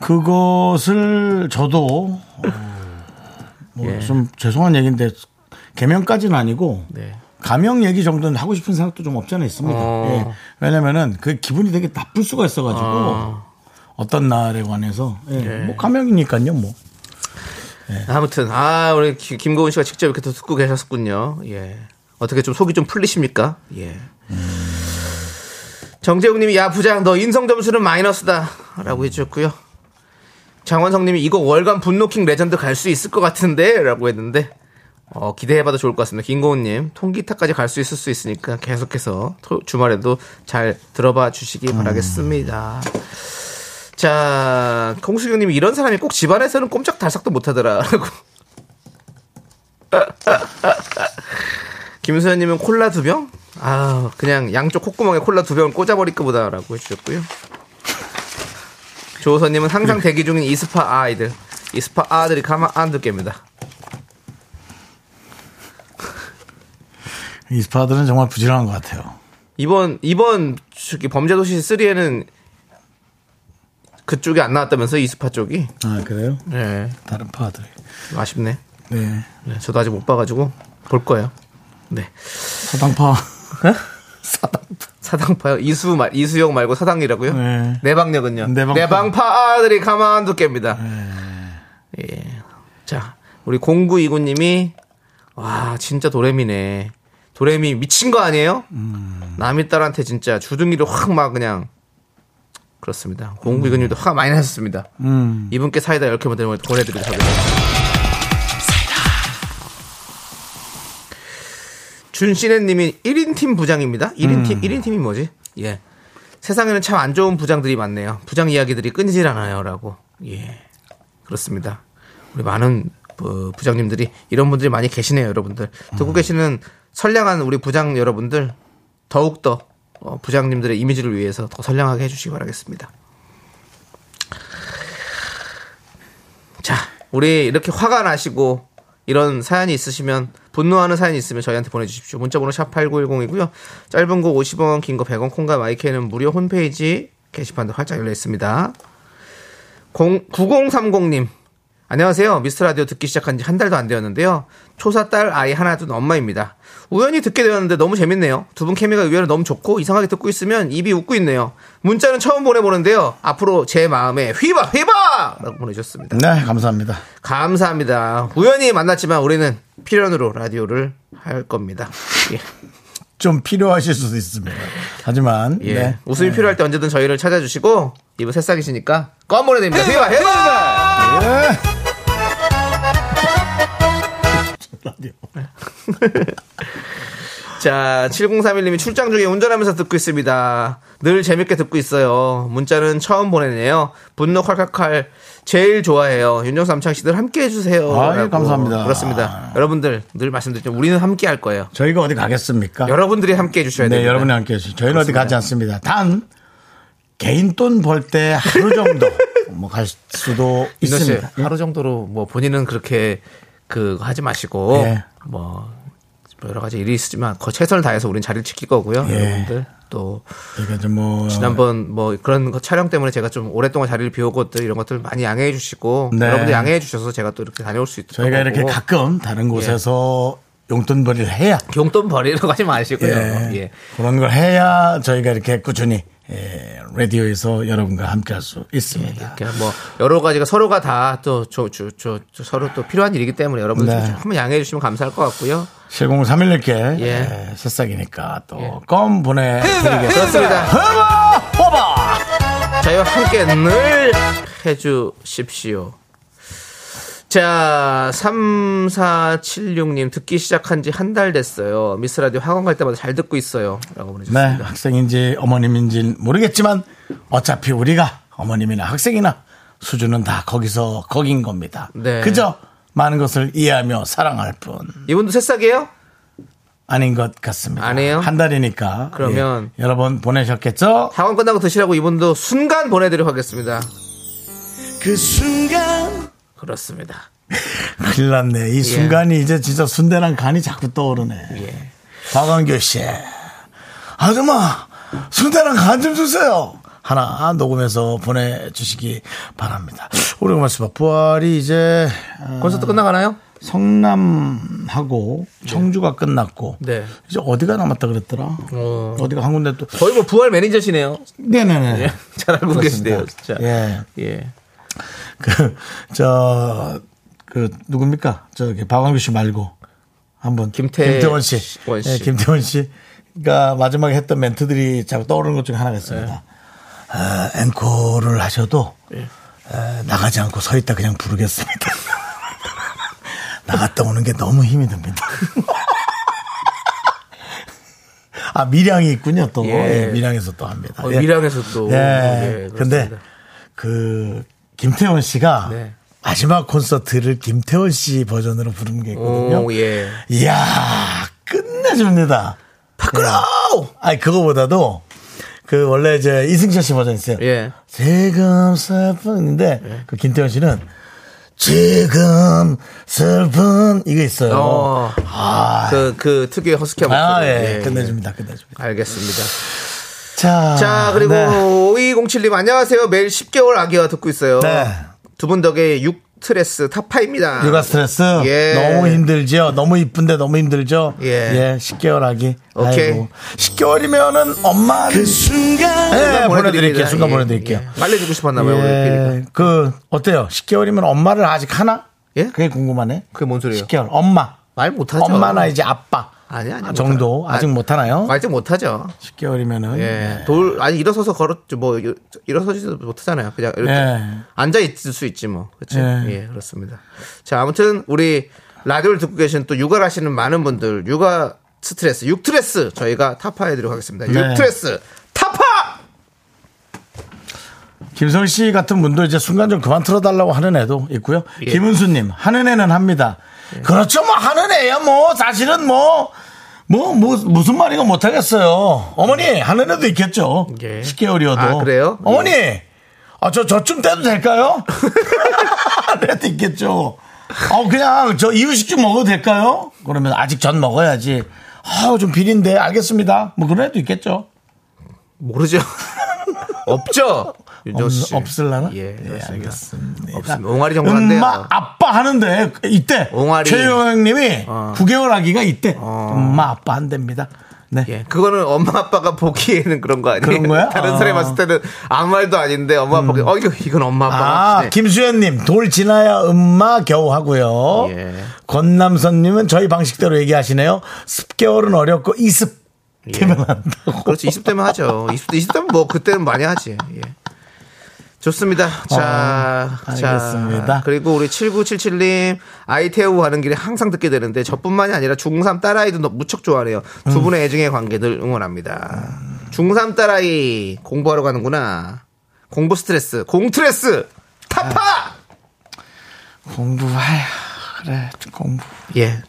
[SPEAKER 1] 그것을 저도 어,
[SPEAKER 2] 예.
[SPEAKER 1] 뭐좀 죄송한 얘기인데 개명까지는 아니고
[SPEAKER 2] 네.
[SPEAKER 1] 가명 얘기 정도는 하고 싶은 생각도 좀 없지 않아 있습니다.
[SPEAKER 2] 어.
[SPEAKER 1] 예. 왜냐면은 그 기분이 되게 나쁠 수가 있어가지고
[SPEAKER 2] 어.
[SPEAKER 1] 어. 떤 날에 관해서 예.
[SPEAKER 2] 예.
[SPEAKER 1] 뭐 가명이니까요 뭐.
[SPEAKER 2] 아무튼 아 우리 기- 김고은 씨가 직접 이렇게 또 듣고 계셨군요. 예. 어떻게 좀 속이 좀 풀리십니까? 예. 정재욱님이 야 부장 너 인성 점수는 마이너스다라고 해주셨고요. 장원성님이 이거 월간 분노킹 레전드 갈 수 있을 것 같은데라고 했는데 어, 기대해봐도 좋을 것 같습니다. 김고은님 통기타까지 갈 수 있을 수 있으니까 계속해서 토- 주말에도 잘 들어봐 주시기 바라겠습니다. 자, 공수경님이 이런 사람이 꼭 집안에서는 꼼짝달싹도 못하더라라고. 김수현님은 콜라 두 병? 아, 그냥 양쪽 콧구멍에 콜라 두 병을 꽂아버릴까 보다라고 해주셨고요. 조호선님은 항상 대기 중인 이스파 아이들. 이스파 아들이 가만 안 듣게입니다.
[SPEAKER 1] 이스파들은 정말 부지런한 것 같아요.
[SPEAKER 2] 이번 이번 저기 범죄도시 3에는 그쪽이 안 나왔다면서 이스파 쪽이?
[SPEAKER 1] 아 그래요?
[SPEAKER 2] 네,
[SPEAKER 1] 다른 파들이.
[SPEAKER 2] 아쉽네.
[SPEAKER 1] 네.
[SPEAKER 2] 네, 저도 아직 못 봐가지고 볼 거예요. 네.
[SPEAKER 1] 사당파.
[SPEAKER 2] 사당파요? 이수 말 이수영 말고 사당이라고요?
[SPEAKER 1] 네.
[SPEAKER 2] 내방역은요.
[SPEAKER 1] 내방파.
[SPEAKER 2] 내방파 아들이 가만두 깹니다.
[SPEAKER 1] 네.
[SPEAKER 2] 예. 자, 우리 공구 이구님이 와 진짜 도레미네. 도레미 미친 거 아니에요?
[SPEAKER 1] 음.
[SPEAKER 2] 남의 딸한테 진짜 주둥이를 확 막 그냥 그렇습니다. 공구 이구님도 화가 많이 나셨습니다.
[SPEAKER 1] 음.
[SPEAKER 2] 이분께 사이다 10개 보내드리도록 하겠습니다. 준씨네님이 1인 팀 부장입니다. 1인 팀, 1인 팀이 뭐지? 예. 세상에는 참 안 좋은 부장들이 많네요. 부장 이야기들이 끊이질 않아요. 라고. 예. 그렇습니다. 우리 많은 부- 부장님들이 이런 분들이 많이 계시네요. 여러분들. 듣고 계시는 선량한 우리 부장 여러분들 더욱더 어, 부장님들의 이미지를 위해서 더 선량하게 해주시기 바라겠습니다. 자, 우리 이렇게 화가 나시고 이런 사연이 있으시면 분노하는 사연이 있으면 저희한테 보내주십시오. 문자번호 샵 8910이고요. 짧은 거 50원, 긴 거 100원, 콩과 마이크는 무료 홈페이지 게시판도 활짝 열려 있습니다. 0, 9030님. 안녕하세요. 미스터 라디오 듣기 시작한 지 한 달도 안 되었는데요. 초사 딸 아이 하나 둔 엄마입니다. 우연히 듣게 되었는데 너무 재밌네요. 두 분 케미가 의외로 너무 좋고 이상하게 듣고 있으면 입이 웃고 있네요. 문자는 처음 보내보는데요. 앞으로 제 마음에 휘바 휘바! 라고 보내주셨습니다.
[SPEAKER 1] 네 감사합니다.
[SPEAKER 2] 감사합니다. 우연히 만났지만 우리는 필연으로 라디오를 할 겁니다. 예.
[SPEAKER 1] 좀 필요하실 수도 있습니다. 하지만
[SPEAKER 2] 예.
[SPEAKER 1] 네.
[SPEAKER 2] 웃음이 필요할 때 언제든 저희를 찾아주시고 이분 새싹이시니까 껌 보내드립니다. 해봐, 해봐.
[SPEAKER 1] 예. 라디오.
[SPEAKER 2] 자, 7031님이 출장 중에 운전하면서 듣고 있습니다. 늘 재밌게 듣고 있어요. 문자는 처음 보내네요. 분노 칼칼칼. 제일 좋아해요. 윤정수 남창씨들 함께 해주세요.
[SPEAKER 1] 아유,
[SPEAKER 2] 라고.
[SPEAKER 1] 감사합니다.
[SPEAKER 2] 그렇습니다. 여러분들, 늘 말씀드렸죠. 우리는 함께 할 거예요.
[SPEAKER 1] 저희가 어디 가겠습니까?
[SPEAKER 2] 여러분들이 함께 해주셔야 돼요.
[SPEAKER 1] 네, 여러분이 함께 해주시죠. 저희는 어디 가지 않습니다. 단, 개인 돈 벌 때 하루 정도 뭐 갈 수도
[SPEAKER 2] 민호 씨,
[SPEAKER 1] 있습니다. 예.
[SPEAKER 2] 하루 정도로 뭐 본인은 그렇게 그 하지 마시고
[SPEAKER 1] 예.
[SPEAKER 2] 뭐 여러 가지 일이 있지만 거 최선을 다해서 우린 자리를 지킬 거고요.
[SPEAKER 1] 예.
[SPEAKER 2] 여러분들 또
[SPEAKER 1] 그러니까 이제 뭐
[SPEAKER 2] 지난번 뭐 그런 거 촬영 때문에 제가 좀 오랫동안 자리를 비운 것들 이런 것들 많이 양해해 주시고
[SPEAKER 1] 네.
[SPEAKER 2] 여러분들 양해해 주셔서 제가 또 이렇게 다녀올 수 있도록
[SPEAKER 1] 저희가 이렇게
[SPEAKER 2] 하고. 예.
[SPEAKER 1] 가끔 다른 곳에서 용돈벌이를 해야
[SPEAKER 2] 용돈 버리러 가지 마시고요.
[SPEAKER 1] 예.
[SPEAKER 2] 예.
[SPEAKER 1] 그런 걸 해야 저희가 이렇게 꾸준히 예, 라디오에서 여러분과 함께 할 수 있습니다.
[SPEAKER 2] 이렇게 뭐 여러 가지가 서로가 다 또 저 저 저 서로 또 필요한 일이기 때문에 여러분들
[SPEAKER 1] 네.
[SPEAKER 2] 좀 한번 양해해 주시면 감사할 것 같고요.
[SPEAKER 1] 7031님께
[SPEAKER 2] 예.
[SPEAKER 1] 새싹이니까 또 껌 보내드리겠습니다.
[SPEAKER 2] 네, 그렇습니다.
[SPEAKER 1] 호바!
[SPEAKER 2] 저희와 함께 늘 해주십시오. 자, 3476님 듣기 시작한 지 한 달 됐어요. 미스 라디오 학원 갈 때마다 잘 듣고 있어요. 라고
[SPEAKER 1] 네,
[SPEAKER 2] 보내주셨습니다.
[SPEAKER 1] 학생인지 어머님인지 모르겠지만 어차피 우리가 어머님이나 학생이나 수준은 다 거기서 거긴 겁니다.
[SPEAKER 2] 네.
[SPEAKER 1] 그저 많은 것을 이해하며 사랑할 뿐
[SPEAKER 2] 이분도 새싹이에요?
[SPEAKER 1] 아닌 것 같습니다.
[SPEAKER 2] 아니에요?
[SPEAKER 1] 한 달이니까.
[SPEAKER 2] 그러면-
[SPEAKER 1] 예, 여러 번 보내셨겠죠?
[SPEAKER 2] 학원 끝나고 드시라고 이분도 순간 보내드리도록 하겠습니다.
[SPEAKER 1] 그 순간
[SPEAKER 2] 그렇습니다.
[SPEAKER 1] 큰일 났네. 이 순간이 이제 진짜 순대랑 간이 자꾸 떠오르네.
[SPEAKER 2] 예.
[SPEAKER 1] 박완규 씨. 아줌마, 순대랑 간 좀 주세요. 하나 녹음해서 보내주시기 바랍니다. 우리 고맙습니다. 부활이 이제 어,
[SPEAKER 2] 콘서트 끝나가나요?
[SPEAKER 1] 성남하고 청주가 끝났고
[SPEAKER 2] 예. 네.
[SPEAKER 1] 이제 어디가 남았다 그랬더라.
[SPEAKER 2] 어.
[SPEAKER 1] 어. 디가한 군데 또
[SPEAKER 2] 거의 뭐 부활 매니저시네요.
[SPEAKER 1] 네네네.
[SPEAKER 2] 예. 잘 알고 계시네요, 진짜.
[SPEAKER 1] 예.
[SPEAKER 2] 예.
[SPEAKER 1] 그, 저, 그, 누굽니까? 저기, 박광규 씨 말고. 한 번.
[SPEAKER 2] 김태-
[SPEAKER 1] 김태원 씨.
[SPEAKER 2] 원 씨.
[SPEAKER 1] 예, 김태원 씨가 마지막에 했던 멘트들이 자꾸 떠오르는 것 중에 하나가
[SPEAKER 2] 네.
[SPEAKER 1] 있습니다. 에, 앵콜을 하셔도
[SPEAKER 2] 예.
[SPEAKER 1] 에, 나가지 않고 서 있다 그냥 부르겠습니다. 나갔다 오는 게 너무 힘이 듭니다. 아, 미량이 있군요, 또.
[SPEAKER 2] 예.
[SPEAKER 1] 예, 미량에서 또 합니다.
[SPEAKER 2] 어,
[SPEAKER 1] 예.
[SPEAKER 2] 미량에서 또.
[SPEAKER 1] 예.
[SPEAKER 2] 예,
[SPEAKER 1] 근데
[SPEAKER 2] 그렇습니다.
[SPEAKER 1] 그 김태원 씨가
[SPEAKER 2] 네.
[SPEAKER 1] 마지막 콘서트를 김태원 씨 버전으로 부른 게 있거든요.
[SPEAKER 2] 오, 예.
[SPEAKER 1] 이야, 끝내줍니다. 파크라우! 아니, 그거보다도 그 원래 이제 이승철 씨 버전 있어요.
[SPEAKER 2] 예.
[SPEAKER 1] 지금 슬픈인데 그 김태원 씨는 지금 슬픈 이게 있어요.
[SPEAKER 2] 어.
[SPEAKER 1] 아,
[SPEAKER 2] 그, 그 특유의 허스키한
[SPEAKER 1] 아,
[SPEAKER 2] 목소리.
[SPEAKER 1] 예. 끝내줍니다. 끝내줍니다.
[SPEAKER 2] 알겠습니다.
[SPEAKER 1] 자,
[SPEAKER 2] 자, 그리고
[SPEAKER 1] 네.
[SPEAKER 2] 5207님 안녕하세요. 매일 10개월 아기와 듣고 있어요.
[SPEAKER 1] 네.
[SPEAKER 2] 두 분 덕에 6트레스 타파입니다.
[SPEAKER 1] 육아 스트레스
[SPEAKER 2] 예.
[SPEAKER 1] 너무 힘들죠. 너무 이쁜데 너무 힘들죠.
[SPEAKER 2] 예.
[SPEAKER 1] 10개월 아기.
[SPEAKER 2] 오케이.
[SPEAKER 1] 아이고. 10개월이면은 엄마 그 순간 예, 보내드릴게요. 순간
[SPEAKER 2] 예,
[SPEAKER 1] 보내드릴게요.
[SPEAKER 2] 예. 빨리 주고 싶었나 봐요.
[SPEAKER 1] 예. 그 어때요? 10개월이면 엄마를 아직 하나?
[SPEAKER 2] 예?
[SPEAKER 1] 그게 궁금하네.
[SPEAKER 2] 그게 뭔 소리예요?
[SPEAKER 1] 10개월 엄마.
[SPEAKER 2] 말 못하죠.
[SPEAKER 1] 엄마나 이제 아빠.
[SPEAKER 2] 아니, 아니,
[SPEAKER 1] 정도
[SPEAKER 2] 못하-
[SPEAKER 1] 아직
[SPEAKER 2] 아-
[SPEAKER 1] 못 하나요?
[SPEAKER 2] 아직 못하죠.
[SPEAKER 1] 10개월이면은
[SPEAKER 2] 예. 돌, 아니, 일어서서 걸었죠. 뭐, 일- 일어서지도 못하잖아요. 그냥 이렇게
[SPEAKER 1] 예.
[SPEAKER 2] 앉아있을 수 있지 뭐. 그렇죠.
[SPEAKER 1] 예.
[SPEAKER 2] 예, 그렇습니다. 자, 아무튼 우리 라디오를 듣고 계신 또 육아를 하시는 많은 분들, 육아 스트레스, 육트레스 저희가 타파해드리도록 하겠습니다.
[SPEAKER 1] 네.
[SPEAKER 2] 육트레스 타파!
[SPEAKER 1] 김성 씨 같은 분도 이제 순간 좀 그만 틀어달라고 하는 애도 있고요.
[SPEAKER 2] 예.
[SPEAKER 1] 김은수님 하는 애는 합니다. 그렇죠, 뭐 하는 애야 뭐 사실은 뭐. 뭐, 뭐, 무슨 말인가 못하겠어요. 어머니, 하는 애도 있겠죠.
[SPEAKER 2] 음. 예.
[SPEAKER 1] 10개월이어도.
[SPEAKER 2] 아, 그래요? 예.
[SPEAKER 1] 어머니, 아, 저, 저쯤 떼도 될까요? 하는 애도 있겠죠. 어, 그냥 저 이유식 좀 먹어도 될까요? 그러면 아직 전 먹어야지. 아, 좀 비린데, 알겠습니다. 뭐 그런 애도 있겠죠.
[SPEAKER 2] 모르죠. 없죠. 윤정 씨.
[SPEAKER 1] 없을라나? 네,
[SPEAKER 2] 예, 그렇습니다.
[SPEAKER 1] 알겠습니다.
[SPEAKER 2] 네, 없습니다. 옹알이 정도 안 돼요.
[SPEAKER 1] 엄마 아빠 하는데 이때
[SPEAKER 2] 옹알이.
[SPEAKER 1] 최영님이
[SPEAKER 2] 어.
[SPEAKER 1] 9개월 아기가 이때 엄마 아빠 한답니다. 네.
[SPEAKER 2] 예, 그거는 엄마 아빠가 보기에는 그런 거 아니에요?
[SPEAKER 1] 그런 거야?
[SPEAKER 2] 다른
[SPEAKER 1] 아. 음.
[SPEAKER 2] 사람이 봤을 때는 아무 말도 아닌데 엄마 아빠가 어 이거 이건 엄마 아빠.
[SPEAKER 1] 아, 김수현님, 돌 지나야 음마 겨우 하고요.
[SPEAKER 2] 예.
[SPEAKER 1] 권남선님은 저희 방식대로 얘기하시네요. 습개월은 어렵고 이습 되면 한다고.
[SPEAKER 2] 그렇죠. 그렇지 20대면 하죠. 20대 20대면 뭐 그때는 많이 하지. 예. 좋습니다. 자,
[SPEAKER 1] 어,
[SPEAKER 2] 자,
[SPEAKER 1] 아, 알겠습니다.
[SPEAKER 2] 그리고 우리 7977님, 아이태우 가는 길에 항상 듣게 되는데, 저뿐만이 아니라 중3 딸아이도 너- 무척 좋아하네요.
[SPEAKER 1] 음.
[SPEAKER 2] 두 분의 애증의 관계들 응원합니다. 중3 딸아이, 공부하러 가는구나. 공부 스트레스, 공트레스, 타파!
[SPEAKER 1] 아, 공부하야 그래 좀 공부
[SPEAKER 2] 예.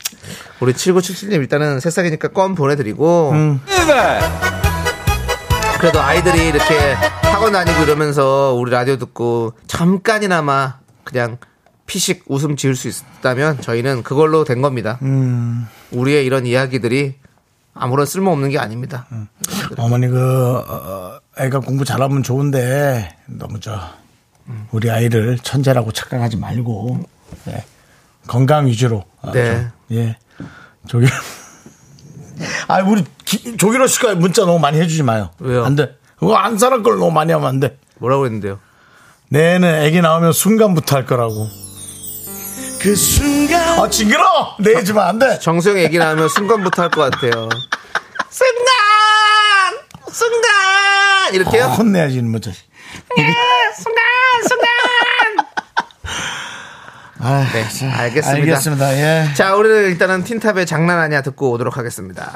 [SPEAKER 2] 우리 7977님 일단은 새싹이니까 껌 보내드리고.
[SPEAKER 1] 음.
[SPEAKER 2] 그래도 아이들이 이렇게 학원 다니고 이러면서 우리 라디오 듣고 잠깐이나마 그냥 피식 웃음 지을 수 있다면 저희는 그걸로 된 겁니다. 음. 우리의 이런 이야기들이 아무런 쓸모없는 게 아닙니다.
[SPEAKER 1] 어머니 그 어, 애가 공부 잘하면 좋은데 너무 저 우리 아이를 천재라고 착각하지 말고 예. 건강 위주로 아,
[SPEAKER 2] 네.
[SPEAKER 1] 좀, 예 조기 아 우리 기- 조기로 씨가 문자 너무 많이 해주지 마요
[SPEAKER 2] 왜요?
[SPEAKER 1] 안돼 그거 안 사는 걸 너무 많이 하면 안돼
[SPEAKER 2] 뭐라고 했는데요?
[SPEAKER 1] 내는 애기 나오면 순간부터 할 거라고 그 순간 아 징그러 내지면 안돼
[SPEAKER 2] 정수영 얘기 나오면 순간부터 할 것 같아요. 순간! 순간! 이렇게요?
[SPEAKER 1] 혼내야지 문자 순간 순간
[SPEAKER 2] 네, 알겠습니다.
[SPEAKER 1] 알겠습니다. 예.
[SPEAKER 2] 자, 우리는 일단은 틴탑의 장난 아니야 듣고 오도록 하겠습니다.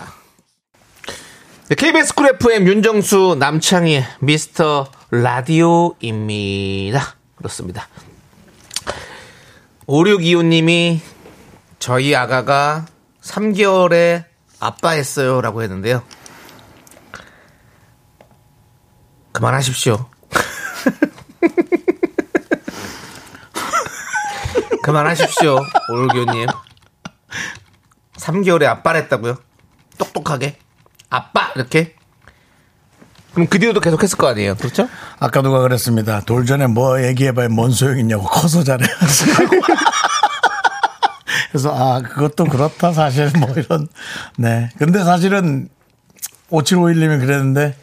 [SPEAKER 2] 네, KBS 쿨 FM 윤정수 남창희 미스터 라디오입니다. 그렇습니다. 5625님이 저희 아가가 3개월에 아빠 했어요 라고 했는데요. 그만하십시오. 그만하십시오, 오르교님. 3개월에 아빠를 했다고요? 똑똑하게? 아빠! 이렇게? 그럼 그 뒤로도 계속 했을 거 아니에요? 그렇죠?
[SPEAKER 1] 아까 누가 그랬습니다. 돌 전에 뭐 얘기해봐야 뭔 소용이냐고 커서 잘해야지. 그래서 아 그것도 그렇다 사실 뭐 이런 네 근데 사실은 5751님이 그랬는데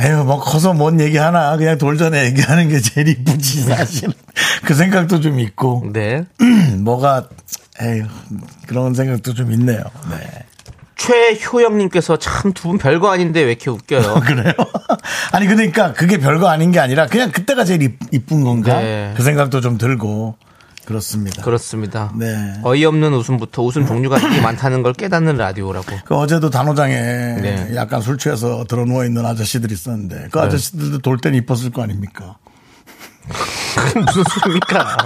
[SPEAKER 1] 에휴 뭐 커서 뭔 얘기하나 그냥 돌 전에 얘기하는 게 제일 이쁘지 사실 그 생각도 좀 있고
[SPEAKER 2] 네.
[SPEAKER 1] 뭐가 에휴 그런 생각도 좀 있네요 네
[SPEAKER 2] 최효영님께서 참 두 분 별거 아닌데 왜 이렇게 웃겨요?
[SPEAKER 1] 그래요? 아니 그러니까 그게 별거 아닌 게 아니라 그냥 그때가 제일 이- 이쁜 건가?
[SPEAKER 2] 네.
[SPEAKER 1] 그 생각도 좀 들고 그렇습니다. 그
[SPEAKER 2] 그렇습니다.
[SPEAKER 1] 네.
[SPEAKER 2] 어이없는 웃음부터 웃음 종류가 되게 많다는 걸 깨닫는 라디오라고.
[SPEAKER 1] 그 어제도 단호장에
[SPEAKER 2] 네.
[SPEAKER 1] 약간 술 취해서 들어 누워 있는 아저씨들이 있었는데 그 아저씨들도 돌 땐 이뻤을 거 아닙니까?
[SPEAKER 2] 그게 무슨 소리입니까?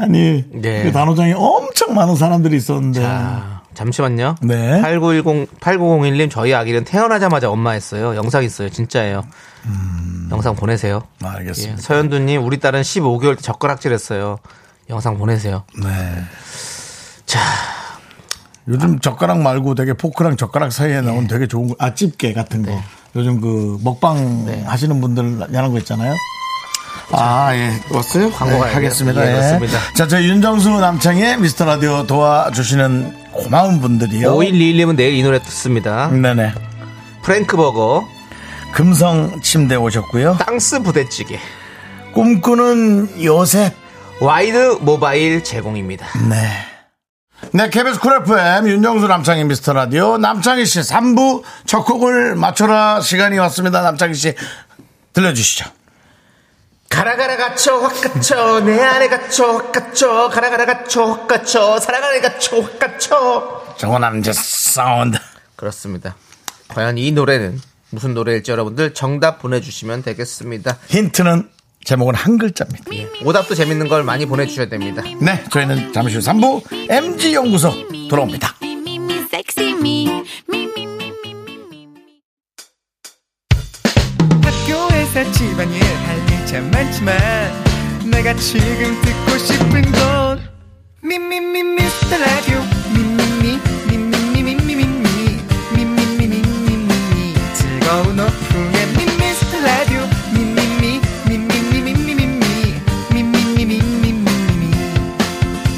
[SPEAKER 1] 아니
[SPEAKER 2] 네.
[SPEAKER 1] 그 단호장에 엄청 많은 사람들이 있었는데
[SPEAKER 2] 아, 잠시만요.
[SPEAKER 1] 네.
[SPEAKER 2] 8910, 8901님, 저희 아기는 태어나자마자 엄마 했어요. 영상 있어요. 진짜예요. 영상 보내세요. 예,
[SPEAKER 1] 아, 알겠습니다.
[SPEAKER 2] 서현두님, 우리 딸은 15개월 때 젓가락질 했어요. 영상 보내세요.
[SPEAKER 1] 네.
[SPEAKER 2] 자,
[SPEAKER 1] 요즘 젓가락 말고 되게 포크랑 젓가락 사이에 나온
[SPEAKER 2] 네.
[SPEAKER 1] 되게 좋은 거, 아 집게 같은 거. 요즘 그 먹방
[SPEAKER 2] 네.
[SPEAKER 1] 하시는 분들 하는 거 있잖아요. 아, 예.
[SPEAKER 2] 왔어요? 광고가
[SPEAKER 1] 네, 하겠습니다.
[SPEAKER 2] 예,
[SPEAKER 1] 예.
[SPEAKER 2] 그렇습니다.
[SPEAKER 1] 자, 저희 윤정수 남창의 미스터 라디오 도와주시는 고마운 분들이요.
[SPEAKER 2] 5121님은 내일 이 노래 듣습니다.
[SPEAKER 1] 네네.
[SPEAKER 2] 프랭크버거,
[SPEAKER 1] 금성 침대 오셨고요.
[SPEAKER 2] 땅스 부대찌개,
[SPEAKER 1] 꿈꾸는 요셉.
[SPEAKER 2] 와이드 모바일 제공입니다.
[SPEAKER 1] 네. 네, KBS 쿨 FM 윤정수 남창희 미스터 라디오 남창희 씨 3부 첫 곡을 맞춰라 시간이 왔습니다. 남창희 씨 들려주시죠.
[SPEAKER 2] 가라 가라 갇혀 확 갇혀 내 안에 갇혀 확 갇혀 가라 가라 갇혀 확 갇혀 사랑 안에 갇혀 확 갇혀
[SPEAKER 1] 정원남자 사운드.
[SPEAKER 2] 그렇습니다. 과연 이 노래는 무슨 노래일지 여러분들 정답 보내주시면 되겠습니다. 예,
[SPEAKER 1] 힌트는 제목은 한 글자입니다.
[SPEAKER 2] 오답도 재밌는 걸 많이 보내주셔야 됩니다.
[SPEAKER 1] 네, 저희는 잠시 후 3부 MG 연구소 돌아옵니다.
[SPEAKER 4] 학교에서 집안일 할 일 참 많지만 내가 지금 듣고 싶은 건 미미미 미스터 라디오 미미미 미미미 미미미 미미미 미미미 즐거운 오후에 미스터 라디오 미미미 미미미 미미미 미미미 미미미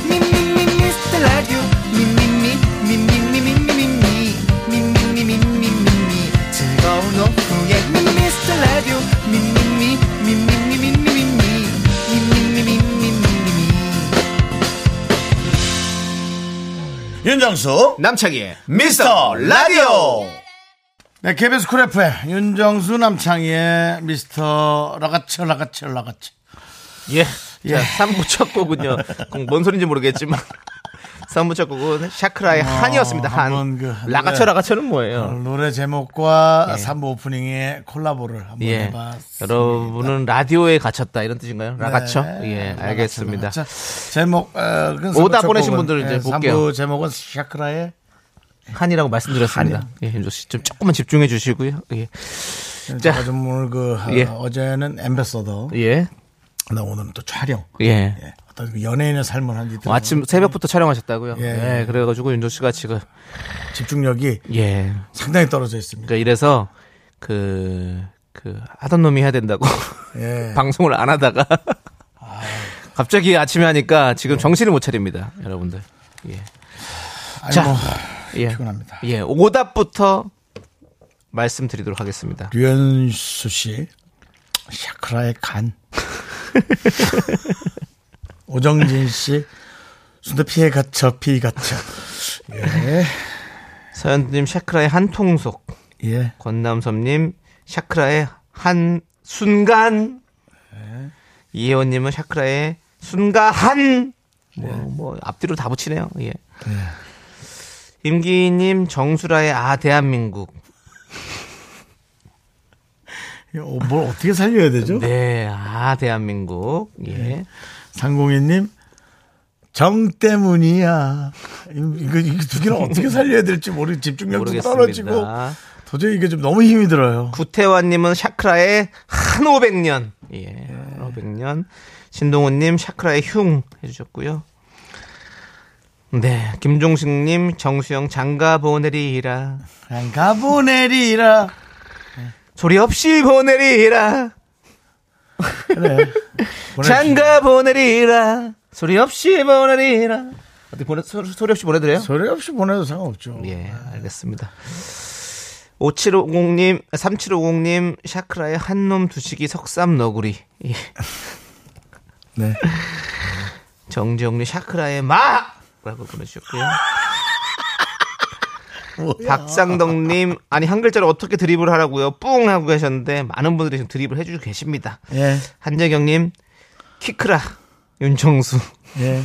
[SPEAKER 4] 미미미 미스터 라디오 미미미 미미미 미미미 미미미 미미미 즐거운 오후에 미스터 라디오 미미미 미미미 미미미 미미미 미미미
[SPEAKER 1] 윤정수
[SPEAKER 2] 남창희의
[SPEAKER 1] 미스터 라디오 네, KBS 쿨 FM 윤정수 남창희의 미스터 라가치 라가치 라가치
[SPEAKER 2] 예.
[SPEAKER 1] 예.
[SPEAKER 2] 자, 3부 첫 곡은요. 그뭔 소린지 모르겠지만. 3부 첫 곡은 샤크라의 한이었습니다. 한.
[SPEAKER 1] 어, 한번 그-
[SPEAKER 2] 라가처 라가처는 뭐예요?
[SPEAKER 1] 노래 제목과 삼부 오프닝의 콜라보를 한번
[SPEAKER 2] 예.
[SPEAKER 1] 해봤습니다.
[SPEAKER 2] 여러분은 라디오에 갇혔다 이런 뜻인가요? 라가처?
[SPEAKER 1] 네,
[SPEAKER 2] 예,
[SPEAKER 1] 라가처,
[SPEAKER 2] 알겠습니다.
[SPEAKER 1] 라가처. 제목 어, 그건 삼부
[SPEAKER 2] 오다
[SPEAKER 1] 첫
[SPEAKER 2] 보내신
[SPEAKER 1] 곡은,
[SPEAKER 2] 분들 이제
[SPEAKER 1] 예,
[SPEAKER 2] 볼게요.
[SPEAKER 1] 삼부 제목은 샤크라의
[SPEAKER 2] 한이라고 말씀드렸습니다. 예, 윤조 씨, 좀 조금만 집중해 주시고요. 예. 자.
[SPEAKER 1] 제가 좀 오늘 그 어,
[SPEAKER 2] 예.
[SPEAKER 1] 어제는 앰베서더
[SPEAKER 2] 예.
[SPEAKER 1] 나 오늘은 또 촬영
[SPEAKER 2] 예.
[SPEAKER 1] 예. 어떤 그 연예인의 삶을 한 이틀
[SPEAKER 2] 어, 아침 새벽부터 촬영하셨다고요?
[SPEAKER 1] 예.
[SPEAKER 2] 예. 그래 가지고 윤조 씨가 지금
[SPEAKER 1] 집중력이
[SPEAKER 2] 예.
[SPEAKER 1] 상당히 떨어져 있습니다.
[SPEAKER 2] 그러니까 이래서 그, 그, 하던 놈이 해야 된다고.
[SPEAKER 1] 예.
[SPEAKER 2] 그 방송을 안 하다가. 갑자기 아침에 하니까 지금 정신을 못 차립니다, 여러분들. 예.
[SPEAKER 1] 아니,
[SPEAKER 2] 자.
[SPEAKER 1] 뭐,
[SPEAKER 2] 예.
[SPEAKER 1] 피곤합니다.
[SPEAKER 2] 예. 오답부터 말씀드리도록 하겠습니다.
[SPEAKER 1] 류현수 씨 샤크라의 간 오정진 씨 순대 피해 갇혀 피 갇혀
[SPEAKER 2] 서현님 샤크라의 한 통속.
[SPEAKER 1] 예
[SPEAKER 2] 권남섭님 샤크라의 한 순간. 이혜원님은 샤크라의 순간. 뭐, 뭐, 앞뒤로 다 붙이네요. 예. 임기희님 정수라의 아 대한민국.
[SPEAKER 1] 이거 뭘 예, 어떻게 살려야 되죠?
[SPEAKER 2] 네, 아 대한민국. 예.
[SPEAKER 1] 상공인님 정 때문이야 이거, 이거 두 개는 어떻게 살려야 될지 모르 집중력도
[SPEAKER 2] 모르겠습니다.
[SPEAKER 1] 떨어지고 도저히 이게 좀 너무 힘이 들어요.
[SPEAKER 2] 구태환님은 샤크라의 한 500년. 예, 한 500년. 신동훈님 샤크라의 흉 해주셨고요. 네, 김종식님 정수영 장가 보내리라
[SPEAKER 1] 그냥 가보내리라
[SPEAKER 2] 소리 없이 보내리라
[SPEAKER 1] 그래
[SPEAKER 2] 장가 보내리라 소리 없이 보내리라 어떻게 보내 소, 소리 없이 보내드려요?
[SPEAKER 1] 소리 없이 보내도 상관없죠.
[SPEAKER 2] 예, 알겠습니다. 5750님, 3750님, 샤크라의 한놈 두식이 석삼 너구리. 예.
[SPEAKER 1] 네.
[SPEAKER 2] 정지영님, 샤크라의 마! 라고 보내주셨고요. 박상덕님, 아니, 한 글자를 어떻게 드립을 하라고요? 뿡! 하고 계셨는데, 많은 분들이 지금 드립을 해주고 계십니다.
[SPEAKER 1] 예.
[SPEAKER 2] 한재경님, 키크라, 윤정수.
[SPEAKER 1] 예.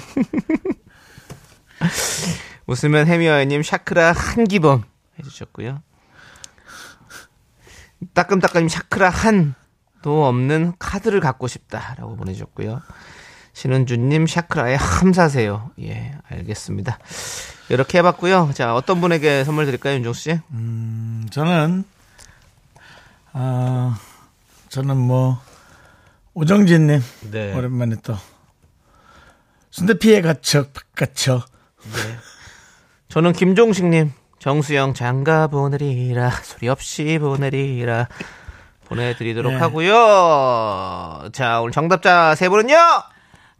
[SPEAKER 2] 웃으면 해미어님 샤크라 한기범 해주셨고요. 따끔따끔님 샤크라 한도 없는 카드를 갖고 싶다라고 보내주셨고요. 신은주님 샤크라의 함사세요. 예, 알겠습니다. 이렇게 해봤고요. 자, 어떤 분에게 선물 드릴까요, 윤종 씨?
[SPEAKER 1] 저는 아 저는 뭐 오정진님
[SPEAKER 2] 네.
[SPEAKER 1] 오랜만에 또 순대 피해 갇혀 갇혀
[SPEAKER 2] 저는 김종식님 정수영 장가 보내리라 소리 없이 보내리라 보내드리도록
[SPEAKER 1] 네.
[SPEAKER 2] 하고요. 자, 오늘 정답자 세 분은요.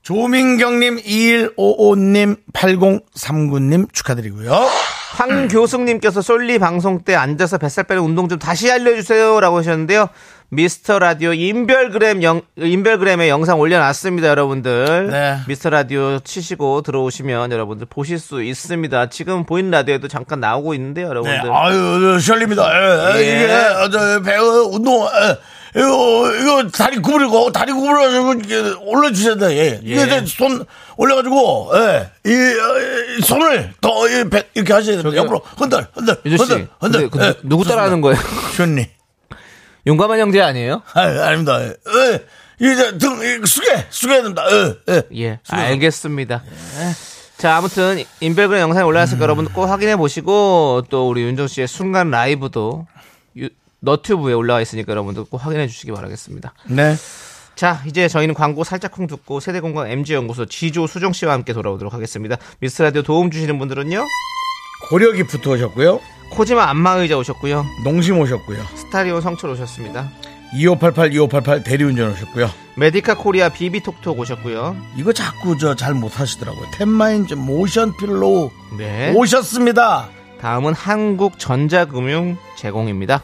[SPEAKER 1] 조민경님 2155님 8039님 축하드리고요. 음.
[SPEAKER 2] 황교숙님께서 솔리 방송 때 앉아서 뱃살 빼는 운동 좀 다시 알려주세요라고 하셨는데요. 미스터 라디오 인별그램 영, 인별그램에 영상 올려놨습니다, 여러분들.
[SPEAKER 1] 네.
[SPEAKER 2] 미스터 라디오 치시고 들어오시면 여러분들 보실 수 있습니다. 지금 보이는 라디오에도 잠깐 나오고 있는데요,
[SPEAKER 1] 네,
[SPEAKER 2] 여러분들.
[SPEAKER 1] 아유 셜리입니다. 예, 예,
[SPEAKER 2] 예.
[SPEAKER 1] 이게 저 배우 운동 예, 이거 이거 다리 구부리고 다리 구부려가지고 이렇게 올려주셔야 돼. 예. 이게 저손 올려가지고 예, 이, 어, 이 손을 더 이, 배- 이렇게 하셔야 됩니다. 옆으로 흔들 흔들
[SPEAKER 2] 윤조 씨,
[SPEAKER 1] 흔들 네, 흔들.
[SPEAKER 2] 근데- 근데 누구 따라하는 거예요?
[SPEAKER 1] 션니.
[SPEAKER 2] 용감한 형제 아니에요?
[SPEAKER 1] 아, 아닙니다. 예. 예. 이제 등 이, 숙여 숙여야 된다. 예, 예.
[SPEAKER 2] 예, 알겠습니다. 예. 자, 아무튼 인별그램 영상이 올라왔으니까 여러분 꼭 확인해 보시고 또 우리 윤정 씨의 순간 라이브도 유- 너튜브에 올라와 있으니까 여러분들 꼭 확인해 주시기 바라겠습니다.
[SPEAKER 1] 네.
[SPEAKER 2] 자, 이제 저희는 광고 살짝쿵 듣고 세대공감 MG연구소 지조 수정 씨와 함께 돌아오도록 하겠습니다. 미스 라디오 도움 주시는 분들은요.
[SPEAKER 1] 고려 기프트 오셨고요.
[SPEAKER 2] 코지마 안마의자 오셨고요.
[SPEAKER 1] 농심 오셨고요.
[SPEAKER 2] 스타리온 성철 오셨습니다.
[SPEAKER 1] 2588 2588 대리운전 오셨고요.
[SPEAKER 2] 메디카 코리아 비비톡톡 오셨고요.
[SPEAKER 1] 이거 자꾸 저 잘 못하시더라고요. 텐마인 좀 모션 필로우
[SPEAKER 2] 네.
[SPEAKER 1] 오셨습니다.
[SPEAKER 2] 다음은 한국전자금융 제공입니다.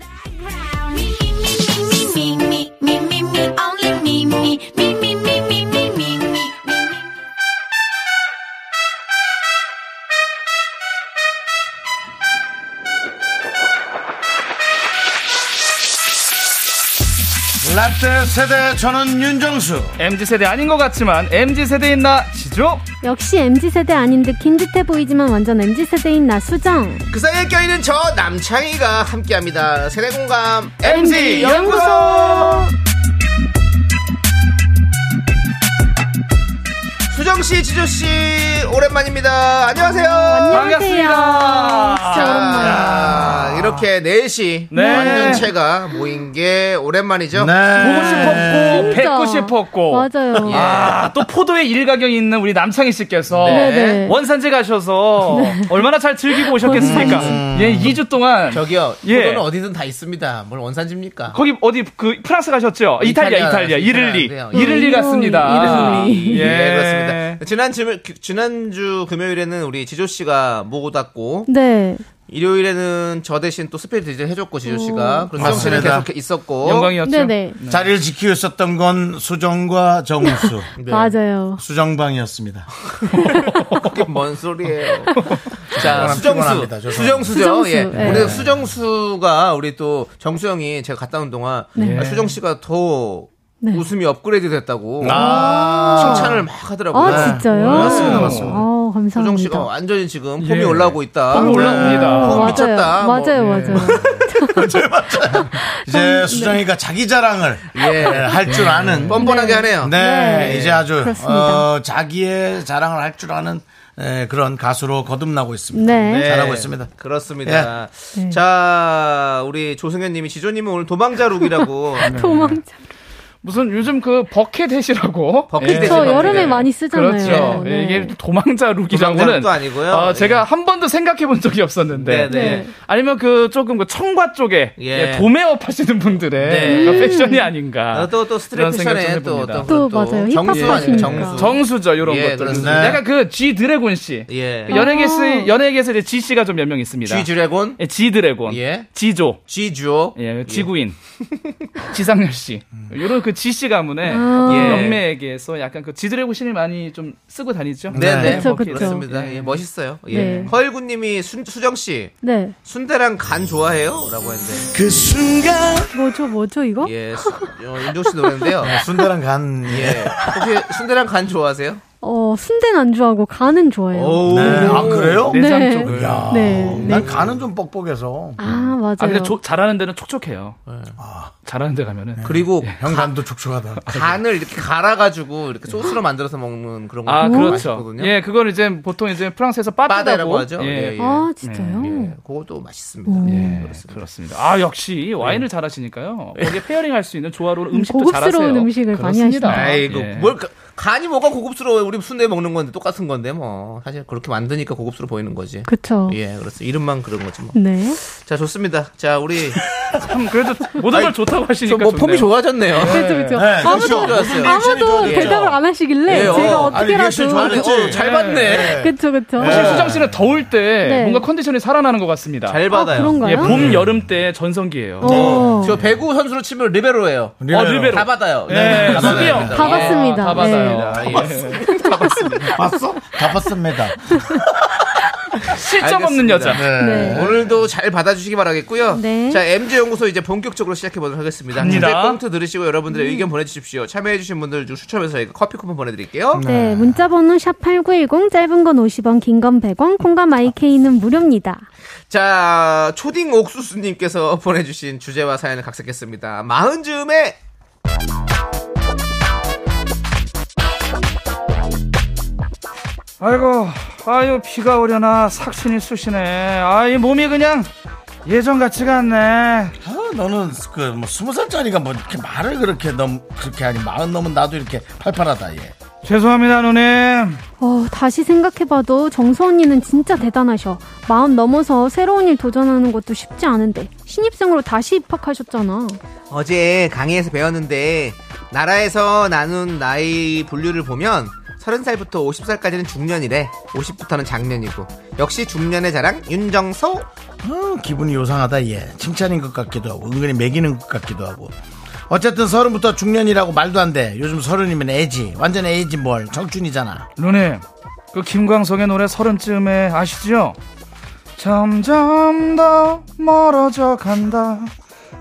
[SPEAKER 3] Me, me, me, me, me, me, me, only me, me, me, me, me, me, me, me, me, me.
[SPEAKER 1] 라떼 세대 저는 윤정수
[SPEAKER 4] MZ세대 아닌 것 같지만 MZ세대인 나 지조
[SPEAKER 5] 역시 MZ세대 아닌 듯 긴 듯해 보이지만 완전 MZ세대인 나 수정.
[SPEAKER 2] 그 사이에 껴있는 저 남창희가 함께합니다. 세대공감 MZ 연구소.
[SPEAKER 4] 연구소!
[SPEAKER 2] 수정 씨, 지조 씨, 오랜만입니다. 안녕하세요.
[SPEAKER 4] 반갑습니다.
[SPEAKER 5] 진짜 오랜만이야.
[SPEAKER 2] 자, 아, 이렇게 넷이
[SPEAKER 4] 네.
[SPEAKER 2] 완전체가 모인 게 오랜만이죠.
[SPEAKER 4] 보고 싶었고
[SPEAKER 5] 진짜.
[SPEAKER 4] 뵙고 싶었고
[SPEAKER 5] 맞아요.
[SPEAKER 2] 예.
[SPEAKER 4] 아, 또 포도의 일가경이 있는 우리 남창희 씨께서
[SPEAKER 5] 네네. 네.
[SPEAKER 4] 원산지 가셔서 얼마나 잘 즐기고
[SPEAKER 5] 음.
[SPEAKER 4] 오셨겠습니까? 예, 2주 동안
[SPEAKER 2] 저기요,
[SPEAKER 4] 예.
[SPEAKER 2] 포도는 어디든 다 있습니다. 뭘 원산지입니까?
[SPEAKER 4] 거기 어디 그 프랑스 가셨죠? 이탈리아, 이탈리아,
[SPEAKER 2] 이탈리아,
[SPEAKER 4] 이를리,
[SPEAKER 2] 이탈리아, 그래요.
[SPEAKER 4] 이를리
[SPEAKER 5] 음,
[SPEAKER 1] 아,
[SPEAKER 4] 갔습니다.
[SPEAKER 5] 이를리.
[SPEAKER 4] 예,
[SPEAKER 2] 네, 그렇습니다. 지난 주, 지난주 금요일에는 우리 지조 씨가 모고 닦고
[SPEAKER 5] 네.
[SPEAKER 2] 일요일에는 저 대신 또 스페셜 디제를 해줬고 지조 씨가 그리고 수정 씨는
[SPEAKER 1] 맞습니다.
[SPEAKER 2] 계속 있었고
[SPEAKER 4] 영광이었죠.
[SPEAKER 5] 네네.
[SPEAKER 1] 자리를 지키고 있었던 건 수정과 정수
[SPEAKER 2] 네.
[SPEAKER 5] 맞아요.
[SPEAKER 1] 수정방이었습니다
[SPEAKER 2] 그게 어, 뭔 소리예요? 자 수정수,
[SPEAKER 1] 피곤합니다. 죄송합니다.
[SPEAKER 2] 수정수죠.
[SPEAKER 5] 수정수,
[SPEAKER 2] 예.
[SPEAKER 5] 네.
[SPEAKER 2] 우리 수정수가 우리 또 정수 형이 제가 갔다 온 동안 아, 수정 씨가 더
[SPEAKER 5] 네.
[SPEAKER 2] 웃음이 업그레이드 됐다고
[SPEAKER 1] 아
[SPEAKER 2] 칭찬을 막 하더라고요.
[SPEAKER 5] 아 진짜요?
[SPEAKER 2] 네. 맞습니다,
[SPEAKER 4] 맞습니다.
[SPEAKER 5] 아, 감사합니다.
[SPEAKER 2] 수정 씨가 완전히 지금 폼이
[SPEAKER 4] 예.
[SPEAKER 2] 올라오고 있다. 네.
[SPEAKER 4] 폼이 올라옵니다.
[SPEAKER 2] 폼
[SPEAKER 5] 맞아요.
[SPEAKER 2] 미쳤다. 뭐.
[SPEAKER 5] 맞아요,
[SPEAKER 4] 뭐.
[SPEAKER 5] 맞아요.
[SPEAKER 1] 이제 수정이가 자기 자랑을
[SPEAKER 2] 예.
[SPEAKER 1] 할 줄 아는
[SPEAKER 2] 뻔뻔하게 하네요.
[SPEAKER 1] 네, 이제 아주
[SPEAKER 5] 그렇습니다.
[SPEAKER 1] 어, 자기의 자랑을 할 줄 아는 에, 그런 가수로 거듭나고 있습니다.
[SPEAKER 5] 네.
[SPEAKER 2] 네,
[SPEAKER 1] 잘하고 있습니다.
[SPEAKER 2] 그렇습니다. 예. 자, 우리 조승현 님이 지조님은 오늘 도망자룩이라고.
[SPEAKER 5] 네. 도망자.
[SPEAKER 4] 무슨 요즘 그 버켓햇이라고
[SPEAKER 2] 버킷햇.
[SPEAKER 5] 저
[SPEAKER 2] 대신합니다.
[SPEAKER 5] 예. 여름에 많이 쓰잖아요.
[SPEAKER 4] 그렇죠.
[SPEAKER 5] 네.
[SPEAKER 4] 이게 도망자 룩이라고는
[SPEAKER 2] 도망자룩도 아니고요.
[SPEAKER 4] 어,
[SPEAKER 2] 예.
[SPEAKER 4] 제가 한 번도 생각해 본 적이 없었는데
[SPEAKER 2] 네, 네.
[SPEAKER 4] 아니면 그 조금 그 청과 쪽에
[SPEAKER 2] 예.
[SPEAKER 4] 예, 도매업 하시는 분들의
[SPEAKER 2] 네.
[SPEAKER 4] 그 패션이 아닌가.
[SPEAKER 2] 또 또
[SPEAKER 4] 그런 생각 좀
[SPEAKER 2] 스트랩션에 또
[SPEAKER 4] 해봅니다.
[SPEAKER 2] 어떤
[SPEAKER 5] 또
[SPEAKER 2] 그런
[SPEAKER 5] 맞아요.
[SPEAKER 2] 정수
[SPEAKER 5] 힙합
[SPEAKER 2] 아니에요?
[SPEAKER 5] 하시니까.
[SPEAKER 2] 정수.
[SPEAKER 4] 정수죠 이런
[SPEAKER 2] 예,
[SPEAKER 4] 것들.
[SPEAKER 2] 그렇습니다.
[SPEAKER 4] 약간 그 G 드래곤 씨.
[SPEAKER 2] 예.
[SPEAKER 4] 그 연예계 씨 연예계에서 이제 G 씨가 좀 몇 명 있습니다.
[SPEAKER 2] G 드래곤,
[SPEAKER 4] 예, G 드래곤.
[SPEAKER 2] 예.
[SPEAKER 4] G조.
[SPEAKER 2] G 주오.
[SPEAKER 4] 예, 지구인. 지상렬 씨.
[SPEAKER 2] 음.
[SPEAKER 4] 요런 그 G 씨 가문의
[SPEAKER 5] 아.
[SPEAKER 2] 예.
[SPEAKER 4] 영매에게서 약간 그 지드래곤 신을 많이 좀 쓰고 다니죠.
[SPEAKER 2] 네, 네.
[SPEAKER 5] 그쵸, 그쵸.
[SPEAKER 2] 그렇습니다. 예, 멋있어요. 예.
[SPEAKER 5] 네.
[SPEAKER 2] 허일구 님이 수, 수정 씨
[SPEAKER 5] 네.
[SPEAKER 2] 순대랑 간 좋아해요라고 했는데.
[SPEAKER 1] 그 순간
[SPEAKER 5] 뭐죠, 뭐죠, 이거?
[SPEAKER 2] 예. 수- 어, 윤종 씨 노래인데요.
[SPEAKER 1] 아,
[SPEAKER 5] 네.
[SPEAKER 1] 순대랑 간
[SPEAKER 2] 예. 혹시 순대랑 간 좋아하세요?
[SPEAKER 5] 어, 순대는 안 좋아하고 간은 좋아해요.
[SPEAKER 2] 오.
[SPEAKER 1] 네. 아 그래요?
[SPEAKER 4] 내장
[SPEAKER 5] 네.
[SPEAKER 4] 쪽을.
[SPEAKER 1] 야,
[SPEAKER 5] 네,
[SPEAKER 1] 난
[SPEAKER 5] 네.
[SPEAKER 1] 간은 좀 뻑뻑해서
[SPEAKER 5] 아, 맞아요.
[SPEAKER 4] 아, 근데 조- 잘하는 데는 촉촉해요.
[SPEAKER 2] 네.
[SPEAKER 4] 아.
[SPEAKER 2] 아.
[SPEAKER 4] 잘하는 데 가면은.
[SPEAKER 2] 그리고
[SPEAKER 4] 예.
[SPEAKER 1] 형 간도 촉촉하다.
[SPEAKER 2] 간을 이렇게 갈아가지고 이렇게 소스로 만들어서 먹는 그런 거
[SPEAKER 4] 아,
[SPEAKER 2] 되게
[SPEAKER 4] 그렇죠.
[SPEAKER 2] 맛있거든요.
[SPEAKER 4] 예, 그걸 이제 보통 이제 프랑스에서 빠따다고
[SPEAKER 2] 빠데라고 하죠. 예,
[SPEAKER 4] 예.
[SPEAKER 2] 예.
[SPEAKER 5] 아, 진짜요?
[SPEAKER 4] 네.
[SPEAKER 2] 예, 그것도 맛있습니다. 예, 그렇습니다.
[SPEAKER 4] 그렇습니다. 아, 역시
[SPEAKER 2] 예.
[SPEAKER 4] 이 와인을 잘하시니까요. 거기에 페어링 할 수 있는 조화로운 음식도
[SPEAKER 5] 고급스러운
[SPEAKER 4] 잘하세요.
[SPEAKER 5] 음식을 많이
[SPEAKER 4] 그렇습니다.
[SPEAKER 5] 하시네요.
[SPEAKER 2] 아이고
[SPEAKER 4] 예.
[SPEAKER 2] 뭘 가- 간이 뭐가 고급스러워 우리 순대 먹는 건데 똑같은 건데 뭐 사실 그렇게 만드니까 고급스러워 보이는 거지.
[SPEAKER 5] 그쵸.
[SPEAKER 2] 예, 그렇습니다. 이름만 그런 거지 뭐.
[SPEAKER 5] 네.
[SPEAKER 2] 자, 좋습니다. 자, 우리
[SPEAKER 4] 참 음, 그래도 모든 걸 그러니까 좋다고 하시니까
[SPEAKER 2] 뭐
[SPEAKER 4] 좋네요.
[SPEAKER 2] 폼이 좋아졌네요.
[SPEAKER 5] 그렇죠, 그렇죠.
[SPEAKER 1] 네,
[SPEAKER 5] 아무도,
[SPEAKER 2] 좋았어요.
[SPEAKER 5] 아무도
[SPEAKER 2] 예.
[SPEAKER 5] 대답을 안 하시길래
[SPEAKER 2] 예, 어.
[SPEAKER 5] 제가
[SPEAKER 1] 아니, 리액션 좋아하네.
[SPEAKER 4] 예.
[SPEAKER 5] 어떻게라도.
[SPEAKER 1] 좋았지?
[SPEAKER 2] 어, 잘 받네.
[SPEAKER 5] 그쵸, 그쵸.
[SPEAKER 4] 사실 수정 씨는 더울 때
[SPEAKER 5] 네.
[SPEAKER 4] 뭔가 컨디션이 살아나는 것 같습니다.
[SPEAKER 2] 잘
[SPEAKER 5] 아,
[SPEAKER 2] 받아요. 네.
[SPEAKER 4] 예,
[SPEAKER 5] 그런가요?
[SPEAKER 4] 봄 여름 때 전성기예요.
[SPEAKER 5] 어.
[SPEAKER 2] 저 배구 선수로 치면 리베로예요.
[SPEAKER 4] 어, 리베로.
[SPEAKER 2] 다 받아요.
[SPEAKER 4] 네,
[SPEAKER 2] 다
[SPEAKER 4] 수비
[SPEAKER 2] 받아요. 예.
[SPEAKER 4] 형.
[SPEAKER 5] 다
[SPEAKER 4] 네.
[SPEAKER 5] 받습니다.
[SPEAKER 4] 다 받아요.
[SPEAKER 5] 네.
[SPEAKER 4] 다 받습니다.
[SPEAKER 1] 봤어? 다 봤습니다.
[SPEAKER 4] 실점 없는
[SPEAKER 2] 알겠습니다.
[SPEAKER 4] 여자.
[SPEAKER 5] 네.
[SPEAKER 2] 오늘도 잘 받아주시기 바라겠고요.
[SPEAKER 5] 네.
[SPEAKER 2] 자, MG 연구소 이제 본격적으로 시작해 보도록 하겠습니다.
[SPEAKER 4] 갑니다.
[SPEAKER 2] 주제 꽁트 들으시고 여러분들의
[SPEAKER 5] 음.
[SPEAKER 2] 의견 보내주십시오. 참여해주신 분들 중 추첨해서 저희가 커피 쿠폰 보내드릴게요.
[SPEAKER 5] 네, 문자번호 샵8910, 짧은 건 50원, 긴 건 100원, 콩과 마이케이는 무료입니다.
[SPEAKER 2] 자, 초딩 옥수수님께서 보내주신 주제와 사연을 각색했습니다. 마흔 즈음에
[SPEAKER 4] 아이고, 아유 비가 오려나 삭신이 쑤시네. 아이 몸이 그냥 예전 같지가 않네.
[SPEAKER 1] 아, 너는 그뭐 스무 살짜리가 뭐 이렇게 말을 그렇게 너무 그렇게 하니 마흔 넘은 나도 이렇게 팔팔하다 얘.
[SPEAKER 4] 죄송합니다 누님.
[SPEAKER 5] 어, 다시 생각해봐도 정서 언니는 진짜 대단하셔. 마음 넘어서 새로운 일 도전하는 것도 쉽지 않은데 신입생으로 다시 입학하셨잖아.
[SPEAKER 2] 어제 강의에서 배웠는데 나라에서 나눈 나이 분류를 보면 30살부터 50살까지는 중년이래 50부터는 장년이고 역시 중년의 자랑 윤정소
[SPEAKER 1] 음, 기분이 요상하다 얘. 칭찬인 것 같기도 하고 은근히 매기는 것 같기도 하고. 어쨌든 서른부터 중년이라고 말도 안 돼. 요즘 서른이면 애지. 완전 애지 뭘. 청춘이잖아.
[SPEAKER 4] 누님, 그 김광석의 노래 서른쯤에 아시죠? 점점 더 멀어져 간다.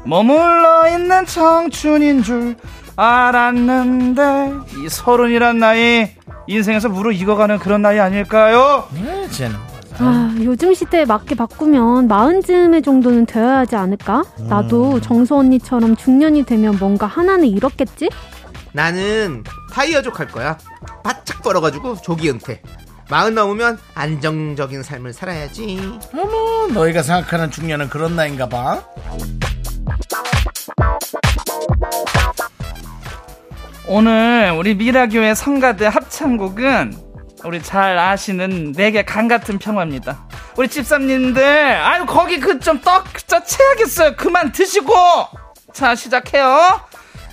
[SPEAKER 4] 머물러 있는 청춘인 줄 알았는데 이 서른이란 나이 인생에서 무르 익어가는 그런 나이 아닐까요?
[SPEAKER 1] 예, 쟤는.
[SPEAKER 5] 아, 요즘 시대에 맞게 바꾸면 마흔 즈음의 정도는 되어야 하지 않을까? 나도 정서 언니처럼 중년이 되면 뭔가 하나는 잃었겠지?
[SPEAKER 2] 나는 타이어족 할 거야 바짝 벌어가지고 조기 은퇴 마흔 넘으면 안정적인 삶을 살아야지
[SPEAKER 1] 어머, 너희가 생각하는 중년은 그런 나이인가 봐.
[SPEAKER 4] 오늘 우리 미라교회 성가대 합창곡은 우리 잘 아시는 내게 강 같은 평화입니다. 우리 집사님들, 아유 거기 그 좀 떡 진짜 채하겠어요. 그만 드시고 자 시작해요.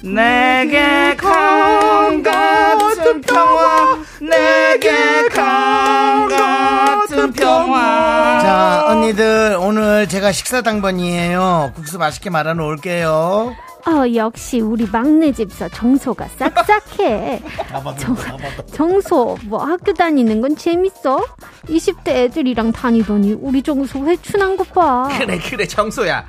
[SPEAKER 4] 내게 강 같은 평화, 내게 강 같은 평화.
[SPEAKER 1] 자, 언니들, 오늘 제가 식사 당번이에요. 국수 맛있게 말아 놓을게요.
[SPEAKER 5] 어, 역시 우리 막내 집사 정소가 싹싹해. 정, 정소, 뭐 학교 다니는 건 재밌어? 20대 애들이랑 다니더니 우리 정소 회춘한 것 봐.
[SPEAKER 2] 그래 그래 정소야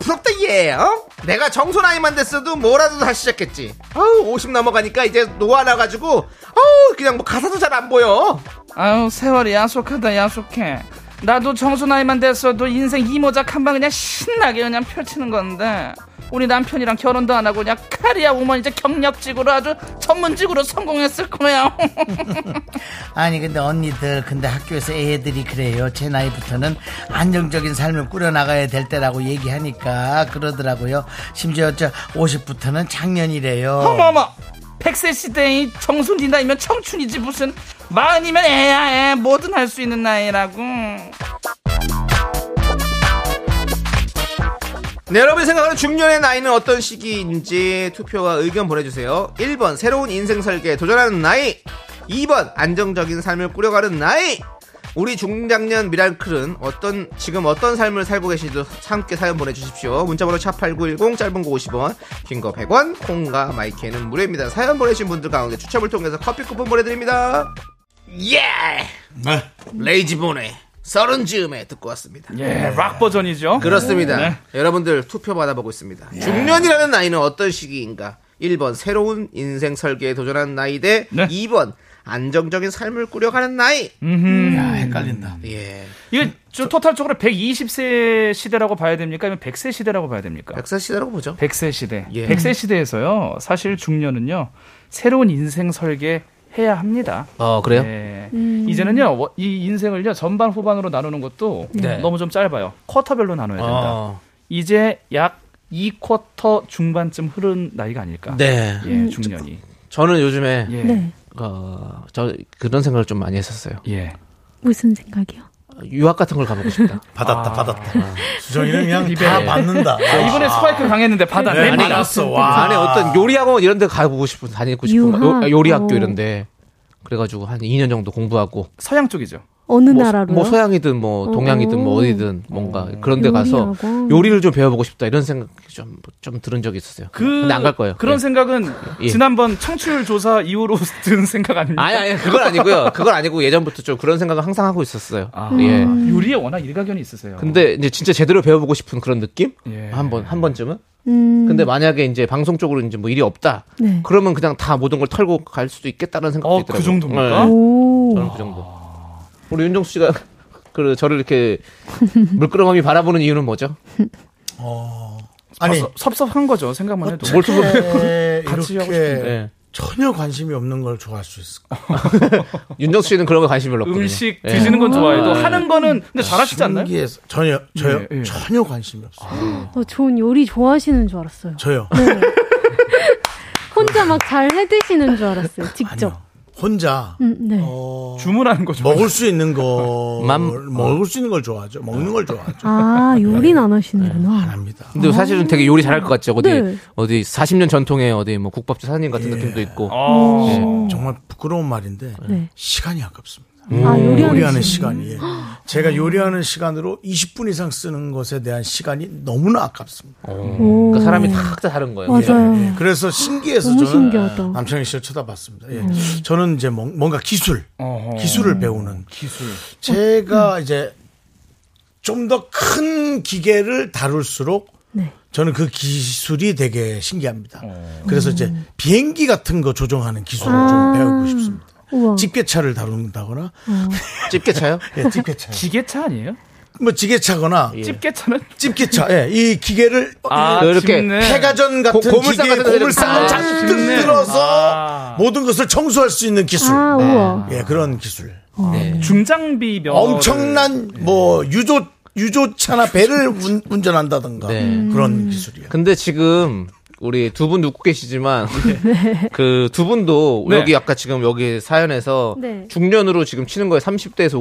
[SPEAKER 2] 부럽다 얘 어? 내가 정소 나이만 됐어도 뭐라도 다시 시작했지 어우 50 넘어가니까 이제 노안와가지고 어우 그냥 뭐 가사도 잘 안 보여
[SPEAKER 4] 아유 세월이 야속하다 야속해 나도 정수 나이만 됐어도 인생 이모작 한 방 그냥 신나게 그냥 펼치는 건데 우리 남편이랑 결혼도 안 하고 그냥 카리아 우먼 이제 경력직으로 아주 전문직으로 성공했을
[SPEAKER 2] 어.
[SPEAKER 4] 거야
[SPEAKER 1] 아니, 근데 언니들, 근데 학교에서 애들이 그래요. 제 나이부터는 안정적인 삶을 꾸려나가야 될 때라고 얘기하니까 그러더라고요. 심지어 저 50부터는 작년이래요.
[SPEAKER 4] 어머머 100세 시대의 정수 니 나이면 청춘이지 무슨 마흔이면 애야 애 뭐든 할 수 있는 나이라고
[SPEAKER 2] 네, 여러분이 생각하는 중년의 나이는 어떤 시기인지 투표와 의견 보내주세요 1번 새로운 인생 설계에 도전하는 나이 2번 안정적인 삶을 꾸려가는 나이 우리 중장년 미라클은 어떤 지금 어떤 삶을 살고 계신지도 함께 사연 보내주십시오 문자번호 샵8910 짧은 거 50원 긴 거 100원 콩과 마이크는 무료입니다 사연 보내신 분들 가운데 추첨을 통해서 커피 쿠폰 보내드립니다 예 레이지본의 서른 즈음에 듣고 왔습니다
[SPEAKER 4] 예락 버전이죠 네.
[SPEAKER 2] 그렇습니다. 여러분들 투표 받아보고 있습니다.
[SPEAKER 4] 예.
[SPEAKER 2] 중년이라는 나이는 어떤 시기인가? 1번 새로운 인생 설계에 도전하는 나이 대
[SPEAKER 4] 네.
[SPEAKER 2] 2번 안정적인 삶을 꾸려가는 나이.
[SPEAKER 1] 야, 헷갈린다.
[SPEAKER 2] 예.
[SPEAKER 4] 이거 저, 토탈적으로 120세 시대라고 봐야 됩니까 아니면 100세 시대라고 봐야 됩니까
[SPEAKER 2] 백사 시대라고 보죠.
[SPEAKER 4] 100세 시대.
[SPEAKER 2] 예.
[SPEAKER 4] 100세 시대에서요. 사실 중년은요. 새로운 인생 설계 해야 합니다.
[SPEAKER 2] 어, 그래요?
[SPEAKER 4] 예. 이제는요. 워- 이 인생을요. 전반 후반으로 나누는 것도
[SPEAKER 2] 네.
[SPEAKER 4] 너무 좀 짧아요. 쿼터별로 나눠야 된다.
[SPEAKER 2] 어.
[SPEAKER 4] 이제 약 2쿼터 중반쯤 흐른 나이가 아닐까?
[SPEAKER 2] 네.
[SPEAKER 4] 예, 중년이.
[SPEAKER 2] 저는 요즘에
[SPEAKER 4] 예.
[SPEAKER 2] 어, 저 그런 생각을 좀 많이 했었어요.
[SPEAKER 4] 예.
[SPEAKER 5] 무슨 생각이요?
[SPEAKER 2] 유학 같은 걸 가보고 싶다.
[SPEAKER 1] 받았다, 받았다. 아. 수정이는 그냥 다 받는다.
[SPEAKER 4] 아, 이번에 스파이크 강했는데 받았네.
[SPEAKER 1] 아니, 알았어. 와.
[SPEAKER 2] 안에 어떤 요리학원 이런 데 가보고 싶은 다니고 싶은 거. 요-
[SPEAKER 5] 유학?
[SPEAKER 2] 요리학교
[SPEAKER 5] 오.
[SPEAKER 2] 이런 데. 그래가지고 한 2년 정도 공부하고
[SPEAKER 4] 서양 쪽이죠.
[SPEAKER 5] 어느
[SPEAKER 2] 뭐,
[SPEAKER 5] 나라로요?
[SPEAKER 2] 뭐 서양이든 뭐 동양이든 뭐
[SPEAKER 5] 어.
[SPEAKER 2] 어디든 뭔가 그런 데 가서
[SPEAKER 5] 요리하고.
[SPEAKER 2] 요리를 좀 배워보고 싶다 이런 생각 좀좀 들은 적이 있었어요. 근데 안 갈 거예요.
[SPEAKER 4] 그런
[SPEAKER 2] 네.
[SPEAKER 4] 생각은
[SPEAKER 2] 예.
[SPEAKER 4] 지난번 청취율 조사 이후로 든 생각 아닙니까?
[SPEAKER 2] 아니 아니 그건 아니고요. 그건 아니고 예전부터 좀 그런 생각을 항상 하고 있었어요.
[SPEAKER 4] 아.
[SPEAKER 2] 예.
[SPEAKER 4] 요리에 워낙 일가견이 있으세요.
[SPEAKER 2] 근데 이제 진짜 제대로 배워보고 싶은 그런 느낌
[SPEAKER 4] 예.
[SPEAKER 2] 한번 한 번쯤은.
[SPEAKER 5] 음,
[SPEAKER 2] 근데 만약에 이제 방송 쪽으로 이제 뭐 일이 없다.
[SPEAKER 5] 네.
[SPEAKER 2] 그러면 그냥 다 모든 걸 털고 갈 수도 있겠다는 생각도
[SPEAKER 4] 어, 그
[SPEAKER 2] 있더라고요.
[SPEAKER 4] 정도입니까?
[SPEAKER 2] 네,
[SPEAKER 5] 오.
[SPEAKER 2] 저는 그 정도. 우리 윤정수 씨가 그 저를 이렇게 물끄러미 바라보는 이유는 뭐죠?
[SPEAKER 1] 아니 네,
[SPEAKER 4] 아, 섭- 섭섭한 거죠 생각만 해도.
[SPEAKER 2] 뭘 뭐- 털고
[SPEAKER 1] 그 이렇게
[SPEAKER 4] 같이 하고
[SPEAKER 1] 이렇게
[SPEAKER 2] 네.
[SPEAKER 1] 전혀 관심이 없는 걸 좋아할 수 있을까?
[SPEAKER 2] 윤정수 씨는 그런 거 관심이 별로 없거든요.
[SPEAKER 4] 음식
[SPEAKER 2] 예.
[SPEAKER 4] 드시는 건 좋아해도
[SPEAKER 2] 아, 예.
[SPEAKER 4] 하는 거는 근데 잘하시지 않나요?
[SPEAKER 1] 신기해서 전혀 저요
[SPEAKER 4] 예, 예.
[SPEAKER 1] 전혀 관심이 없어요.
[SPEAKER 5] 어, 전 요리 좋아하시는 줄 알았어요.
[SPEAKER 1] 저요
[SPEAKER 2] 그,
[SPEAKER 5] 혼자 막 잘 해드시는 줄 알았어요. 직접.
[SPEAKER 1] 아니요 혼자
[SPEAKER 5] 음, 네.
[SPEAKER 1] 어,
[SPEAKER 4] 주문하는 거죠.
[SPEAKER 1] 먹을 수 있는 거
[SPEAKER 2] 맘-
[SPEAKER 1] 먹을 수 있는 걸 좋아하죠. 먹는 걸 좋아하죠.
[SPEAKER 5] 아, 요리는 안
[SPEAKER 1] 안
[SPEAKER 5] 하시는구나.
[SPEAKER 1] 합니다.
[SPEAKER 2] 근데 사실은 되게 요리 잘할 것 같죠. 어디
[SPEAKER 5] 아. 네.
[SPEAKER 2] 어디 40년 전통의 어디 뭐 국밥집 사장님 같은 느낌도 있고.
[SPEAKER 4] 예.
[SPEAKER 2] 네.
[SPEAKER 4] 아,
[SPEAKER 1] 정말 부끄러운 말인데
[SPEAKER 5] 네.
[SPEAKER 1] 시간이 아깝습니다.
[SPEAKER 2] 음,
[SPEAKER 5] 아,
[SPEAKER 1] 요리하는
[SPEAKER 5] 요리하는 시
[SPEAKER 1] 시간이 예. 제가 요리하는 시간으로 20분 이상 쓰는 것에 대한 시간이 너무나 아깝습니다.
[SPEAKER 2] 그러니까 사람이 다 각자 다른 거예요.
[SPEAKER 5] 맞아요.
[SPEAKER 1] 예, 그래서 신기해서
[SPEAKER 5] 너무
[SPEAKER 1] 저는
[SPEAKER 5] 신기하다. 음.
[SPEAKER 1] 남창희 씨를 쳐다봤습니다. 예. 저는 이제 뭔- 뭔가 기술,
[SPEAKER 4] 어허.
[SPEAKER 1] 기술을 배우는.
[SPEAKER 4] 기술.
[SPEAKER 1] 제가
[SPEAKER 5] 음.
[SPEAKER 1] 이제 좀 더 큰 기계를 다룰수록
[SPEAKER 5] 네.
[SPEAKER 1] 저는 그 기술이 되게 신기합니다.
[SPEAKER 2] 어.
[SPEAKER 1] 그래서 이제 비행기 같은 거 조종하는 기술을 좀
[SPEAKER 5] 음. 아.
[SPEAKER 1] 배우고 싶습니다.
[SPEAKER 5] 우와.
[SPEAKER 1] 집게차를 다룬다거나
[SPEAKER 2] 집게 차요?
[SPEAKER 1] 예, 집게차.
[SPEAKER 4] 기계차 아니에요?
[SPEAKER 1] 뭐 지게차거나
[SPEAKER 2] 예.
[SPEAKER 4] 집게차는
[SPEAKER 1] 집게차. 예, 이 기계를
[SPEAKER 4] 예. 아,
[SPEAKER 1] 이
[SPEAKER 2] 이렇게
[SPEAKER 4] 집네.
[SPEAKER 1] 폐가전 같은
[SPEAKER 2] 고- 고물상
[SPEAKER 1] 기계
[SPEAKER 2] 같은 데를
[SPEAKER 1] 고물상을
[SPEAKER 2] 아,
[SPEAKER 1] 잔뜩
[SPEAKER 4] 쉽네.
[SPEAKER 1] 들어서
[SPEAKER 4] 아.
[SPEAKER 1] 모든 것을 청소할 수 있는 기술.
[SPEAKER 5] 아, 우와.
[SPEAKER 2] 네.
[SPEAKER 1] 예, 그런 기술.
[SPEAKER 4] 중장비 면
[SPEAKER 1] 엄청난 뭐 유조 유조차나 배를 운, 운전한다든가
[SPEAKER 2] 네.
[SPEAKER 1] 그런 기술이요.
[SPEAKER 2] 근데 지금 우리 두 분 웃고 계시지만
[SPEAKER 5] 네.
[SPEAKER 2] 그 두 분도
[SPEAKER 4] 네.
[SPEAKER 2] 여기 아까 지금 여기 사연에서
[SPEAKER 5] 네.
[SPEAKER 2] 중년으로 지금 치는 거예요. 30대에서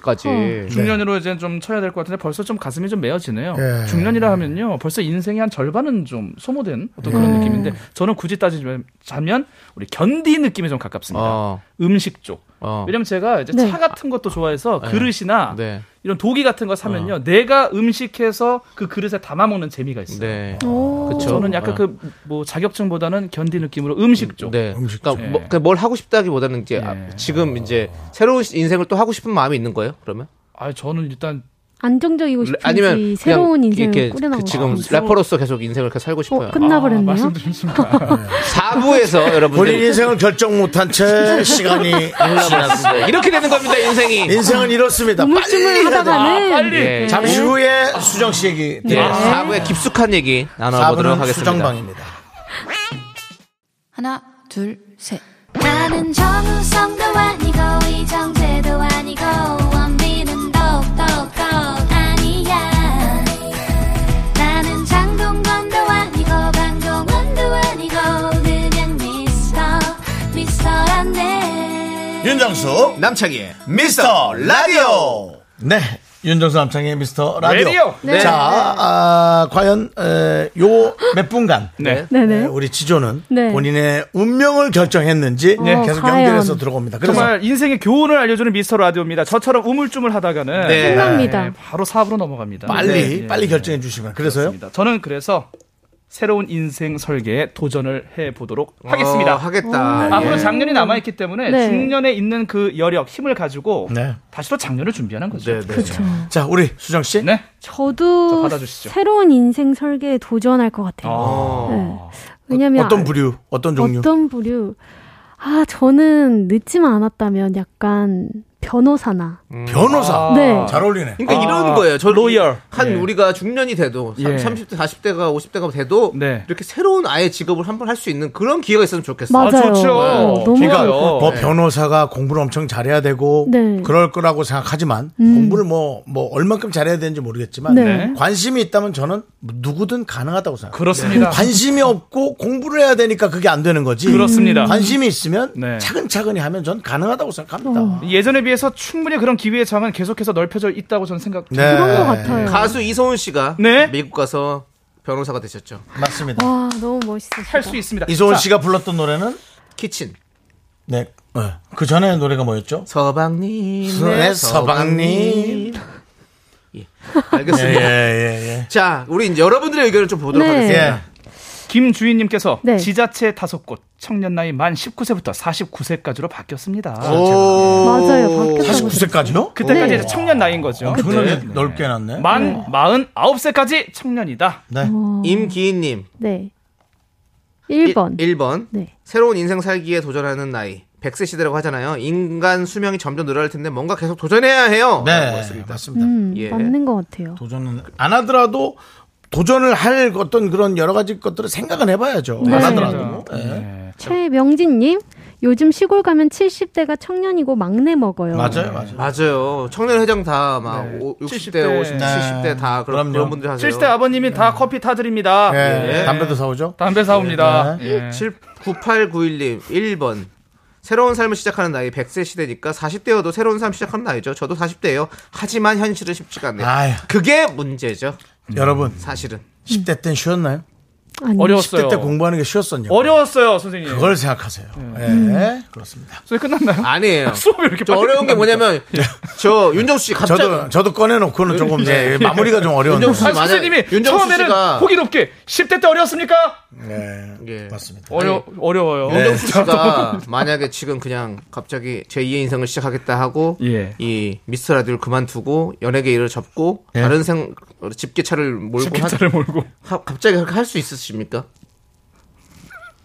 [SPEAKER 2] 50대까지.
[SPEAKER 4] 중년으로 이제 좀 쳐야 될 것 같은데 벌써 좀 가슴이 좀 메어지네요.
[SPEAKER 1] 예.
[SPEAKER 4] 중년이라 하면요. 벌써 인생의 한 절반은 좀 소모된 어떤 그런 느낌인데 저는 굳이 따지자면 우리 견디 느낌에 좀 가깝습니다.
[SPEAKER 2] 어.
[SPEAKER 4] 음식 쪽.
[SPEAKER 2] 어.
[SPEAKER 4] 왜냐면 제가 이제
[SPEAKER 5] 네.
[SPEAKER 4] 차 같은 것도 좋아해서 그릇이나
[SPEAKER 2] 네.
[SPEAKER 4] 이런 도기 같은 거 사면요. 내가 음식해서 그 그릇에 담아 먹는 재미가 있어요.
[SPEAKER 2] 네.
[SPEAKER 5] 오.
[SPEAKER 2] 그쵸.
[SPEAKER 4] 저는 약간
[SPEAKER 2] 어.
[SPEAKER 4] 그 뭐 자격증보다는 견디 느낌으로 음식 쪽.
[SPEAKER 2] 네.
[SPEAKER 1] 음식
[SPEAKER 2] 그러니까
[SPEAKER 4] 쪽.
[SPEAKER 2] 뭐, 그냥 뭘 하고 싶다기보다는 이제 아,
[SPEAKER 4] 네.
[SPEAKER 2] 지금 이제 새로운 시- 인생을 또 하고 싶은 마음이 있는 거예요. 그러면
[SPEAKER 4] 아, 저는 일단
[SPEAKER 5] 그러니까 안정적이고 싶은지
[SPEAKER 2] 아니면
[SPEAKER 5] 새로운
[SPEAKER 2] 그냥
[SPEAKER 5] 인생을
[SPEAKER 2] 이렇게
[SPEAKER 5] 꾸려나고
[SPEAKER 2] 그 지금 아,
[SPEAKER 5] 싶은지.
[SPEAKER 2] 래퍼로서 계속 인생을 이렇게 살고 싶어요.
[SPEAKER 5] 어, 끝나버렸네요.
[SPEAKER 4] 말씀드린 순간
[SPEAKER 2] 사부에서
[SPEAKER 1] 본인
[SPEAKER 2] 여러분들
[SPEAKER 1] 인생을 결정 못한 채 시간이
[SPEAKER 2] 올라버렸습니다. 이렇게 되는 겁니다 인생이.
[SPEAKER 1] 인생은 이렇습니다. 빨리
[SPEAKER 5] 우물쭈물
[SPEAKER 1] 해야 돼.
[SPEAKER 5] 하다가는 네.
[SPEAKER 4] 빨리
[SPEAKER 2] 예.
[SPEAKER 1] 잠시 후에 수정 씨 얘기
[SPEAKER 2] 예,
[SPEAKER 1] 들어요.
[SPEAKER 2] 사부의 깊숙한 얘기 나눠보도록
[SPEAKER 1] 사부는
[SPEAKER 2] 하겠습니다.
[SPEAKER 1] 수정방입니다.
[SPEAKER 6] 하나, 둘, 셋.
[SPEAKER 3] 나는 정우성도 아니고 이정재도 아니고 원빈은 더욱더 아니야 나는 장동건도 아니고 강동원도 아니고 그냥 미스터 미스터란데
[SPEAKER 1] 윤정수 남창희 미스터 라디오. 네. 윤정수 남창희 미스터 라디오.
[SPEAKER 4] 라디오.
[SPEAKER 5] 네.
[SPEAKER 1] 자, 아, 과연 에, 요 몇 분간
[SPEAKER 4] 네.
[SPEAKER 1] 네,
[SPEAKER 5] 네네.
[SPEAKER 1] 우리 지조는
[SPEAKER 5] 네.
[SPEAKER 1] 본인의 운명을 결정했는지
[SPEAKER 5] 네.
[SPEAKER 1] 계속
[SPEAKER 5] 과연.
[SPEAKER 1] 연결해서 들어갑니다. 그래서
[SPEAKER 4] 정말 아, 인생의 교훈을 알려주는 미스터 라디오입니다. 저처럼 우물쭈물 하다가는
[SPEAKER 2] 네.
[SPEAKER 5] 끝납니다.
[SPEAKER 4] 바로 사업으로 넘어갑니다.
[SPEAKER 1] 빨리
[SPEAKER 4] 예,
[SPEAKER 1] 빨리
[SPEAKER 4] 예,
[SPEAKER 1] 결정해 주시면 그래서요.
[SPEAKER 4] 그렇습니다. 저는 그래서 새로운 인생 설계에 도전을 해 보도록 하겠습니다.
[SPEAKER 2] 어,
[SPEAKER 5] 음.
[SPEAKER 2] 하겠다.
[SPEAKER 1] 네.
[SPEAKER 4] 앞으로 작년이 남아 있기 때문에
[SPEAKER 5] 네.
[SPEAKER 4] 중년에 있는 그 여력, 힘을 가지고
[SPEAKER 1] 네.
[SPEAKER 4] 다시 또 작년을 준비하는 거죠. 네.
[SPEAKER 1] 자, 우리 수정 씨.
[SPEAKER 4] 저
[SPEAKER 5] 저도
[SPEAKER 4] 받아주시죠.
[SPEAKER 5] 새로운 인생 설계에 도전할 것 같아요. 네. 왜냐면
[SPEAKER 1] 어떤 부류, 어떤 종류?
[SPEAKER 5] 어떤 부류? 아, 저는 늦지만 않았다면 약간 변호사나.
[SPEAKER 1] 변호사.
[SPEAKER 5] 네.
[SPEAKER 1] 잘 어울리네.
[SPEAKER 2] 그러니까
[SPEAKER 4] 아,
[SPEAKER 2] 이런 거예요. 저
[SPEAKER 4] 로열.
[SPEAKER 2] 한
[SPEAKER 4] 예.
[SPEAKER 2] 우리가 중년이 돼도
[SPEAKER 4] 예.
[SPEAKER 2] 30, 대 40대가 50대가 돼도
[SPEAKER 4] 네.
[SPEAKER 2] 이렇게 새로운 아예 직업을 한번 할 수 있는 그런 기회가 있으면 좋겠어요.
[SPEAKER 5] 맞아요.
[SPEAKER 4] 좋죠.
[SPEAKER 7] 네.
[SPEAKER 5] 어, 너무
[SPEAKER 4] 제가-
[SPEAKER 5] 좋을 것 같아요.
[SPEAKER 4] 네.
[SPEAKER 1] 뭐 변호사가 공부를 엄청 잘해야 되고
[SPEAKER 5] 네.
[SPEAKER 1] 그럴 거라고 생각하지만 공부를 뭐, 뭐 얼만큼 잘해야 되는지 모르겠지만
[SPEAKER 5] 네.
[SPEAKER 1] 관심이 있다면 저는 누구든 가능하다고 생각합니다.
[SPEAKER 4] 그렇습니다.
[SPEAKER 1] 관심이 없고 공부를 해야 되니까 그게 안 되는 거지.
[SPEAKER 4] 그렇습니다.
[SPEAKER 1] 관심이 있으면
[SPEAKER 4] 네.
[SPEAKER 1] 차근차근히 하면 전 가능하다고 생각합니다.
[SPEAKER 7] 어.
[SPEAKER 4] 예전에 비해서 충분히 그런 기회의 장은 계속해서 넓혀져 있다고 저는 생각합니다.
[SPEAKER 1] 네.
[SPEAKER 5] 그런 것 같아요.
[SPEAKER 2] 가수 이소은 씨가
[SPEAKER 4] 네.
[SPEAKER 2] 미국 가서 변호사가 되셨죠.
[SPEAKER 1] 맞습니다.
[SPEAKER 5] 와, 너무 아, 멋있으시다.
[SPEAKER 4] 할 수 있습니다.
[SPEAKER 1] 이소은
[SPEAKER 4] 자,
[SPEAKER 1] 씨가 불렀던 노래는
[SPEAKER 2] 키친.
[SPEAKER 1] 네. 네. 그 전에 노래가 뭐였죠?
[SPEAKER 2] 서방님.
[SPEAKER 1] 네, 서방님.
[SPEAKER 2] 예. 알겠습니다.
[SPEAKER 1] 예,
[SPEAKER 2] 자, 우리 이제 여러분들의 의견을 좀 보도록
[SPEAKER 5] 네.
[SPEAKER 1] 예.
[SPEAKER 2] 하겠습니다.
[SPEAKER 1] 예.
[SPEAKER 4] 김주인님께서 그
[SPEAKER 5] 네.
[SPEAKER 4] 지자체 다섯 곳 청년 나이 만 19세부터 49세까지로
[SPEAKER 1] 어.
[SPEAKER 4] 바뀌었습니다.
[SPEAKER 2] 오.
[SPEAKER 5] 맞아요. 바뀌었다고.
[SPEAKER 1] 49세까지요?
[SPEAKER 4] 그때까지
[SPEAKER 5] 네.
[SPEAKER 4] 이제 청년 나이인 거죠.
[SPEAKER 1] 어. 그거는 넓게 해놨네.
[SPEAKER 4] 만 49세까지 청년이다.
[SPEAKER 1] 네.
[SPEAKER 5] 어.
[SPEAKER 2] 임기인님.
[SPEAKER 5] 네. 1번.
[SPEAKER 2] 1번.
[SPEAKER 5] 네.
[SPEAKER 2] 새로운 인생 살기에 도전하는 나이. 100세 시대라고 하잖아요. 인간 수명이 점점 늘어날 텐데 뭔가 계속 도전해야 해요.
[SPEAKER 1] 네.
[SPEAKER 2] 라고 했습니다.
[SPEAKER 1] 맞습니다.
[SPEAKER 5] 음,
[SPEAKER 2] 예.
[SPEAKER 5] 맞는 것 같아요.
[SPEAKER 1] 도전은 안 하더라도 도전을 할 어떤 그런 여러 가지 것들을 생각은 해봐야죠. 안 하더라도.
[SPEAKER 5] 네.
[SPEAKER 1] 예.
[SPEAKER 5] 최명진님, 요즘 시골 가면 70대가 청년이고 막내 먹어요.
[SPEAKER 1] 맞아요, 맞아요.
[SPEAKER 2] 맞아요. 청년 회장 다 막
[SPEAKER 1] 네.
[SPEAKER 2] 60대,
[SPEAKER 4] 70대,
[SPEAKER 2] 50대, 70대 다 그런
[SPEAKER 1] 그럼요.
[SPEAKER 2] 그런 분들 하세요.
[SPEAKER 4] 70대 아버님이 다
[SPEAKER 1] 네.
[SPEAKER 4] 커피 타드립니다.
[SPEAKER 1] 예. 담배도 사오죠?
[SPEAKER 4] 담배
[SPEAKER 1] 네.
[SPEAKER 4] 사옵니다.
[SPEAKER 2] 네.
[SPEAKER 4] 예.
[SPEAKER 2] 9891님 1번. 새로운 삶을 시작하는 나이 100세 시대니까 40대여도 새로운 삶 시작하는 나이죠. 저도 40대예요. 하지만 현실은 쉽지가 않네요.
[SPEAKER 1] 아휴.
[SPEAKER 2] 예.
[SPEAKER 1] 음.
[SPEAKER 2] 그게 문제죠.
[SPEAKER 1] 여러분,
[SPEAKER 2] 사실은.
[SPEAKER 1] 10대 땐 쉬었나요?
[SPEAKER 5] 아니,
[SPEAKER 4] 어려웠어요.
[SPEAKER 1] 10대 때 공부하는 게 쉬웠었냐?
[SPEAKER 4] 어려웠어요, 선생님.
[SPEAKER 1] 그걸 생각하세요.
[SPEAKER 5] 음.
[SPEAKER 1] 예, 그렇습니다.
[SPEAKER 4] 수업 끝났나요?
[SPEAKER 2] 아니에요.
[SPEAKER 4] 수업이 이렇게
[SPEAKER 2] 저
[SPEAKER 4] 빨리
[SPEAKER 2] 어려운
[SPEAKER 4] 끝납니까?
[SPEAKER 2] 게 뭐냐면 저 윤정수 씨 갑자기
[SPEAKER 1] 네.
[SPEAKER 2] 네.
[SPEAKER 1] 저도, 저도 꺼내놓고는 조금, 예, 마무리가 좀 어려운데.
[SPEAKER 2] 윤정수
[SPEAKER 4] 아,
[SPEAKER 2] 맞아요.
[SPEAKER 4] 선생님이
[SPEAKER 2] 윤정수
[SPEAKER 4] 처음에는
[SPEAKER 2] 씨가-
[SPEAKER 4] 호기 높게 10대 때 어려웠습니까?
[SPEAKER 1] 예,
[SPEAKER 2] 예.
[SPEAKER 1] 맞습니다.
[SPEAKER 4] 어려, 어려워요. 네,
[SPEAKER 2] 윤정수 씨가 네, 만약에 지금 그냥 갑자기 제2의 인생을 시작하겠다 하고
[SPEAKER 4] 예.
[SPEAKER 2] 이 미스터 라디오를 그만두고 연예계 일을 접고
[SPEAKER 1] 예.
[SPEAKER 2] 다른 생 집게차를 몰고
[SPEAKER 4] 기차를 몰고.
[SPEAKER 2] 하- 하- 갑자기 그렇게 할 수 있으십니까?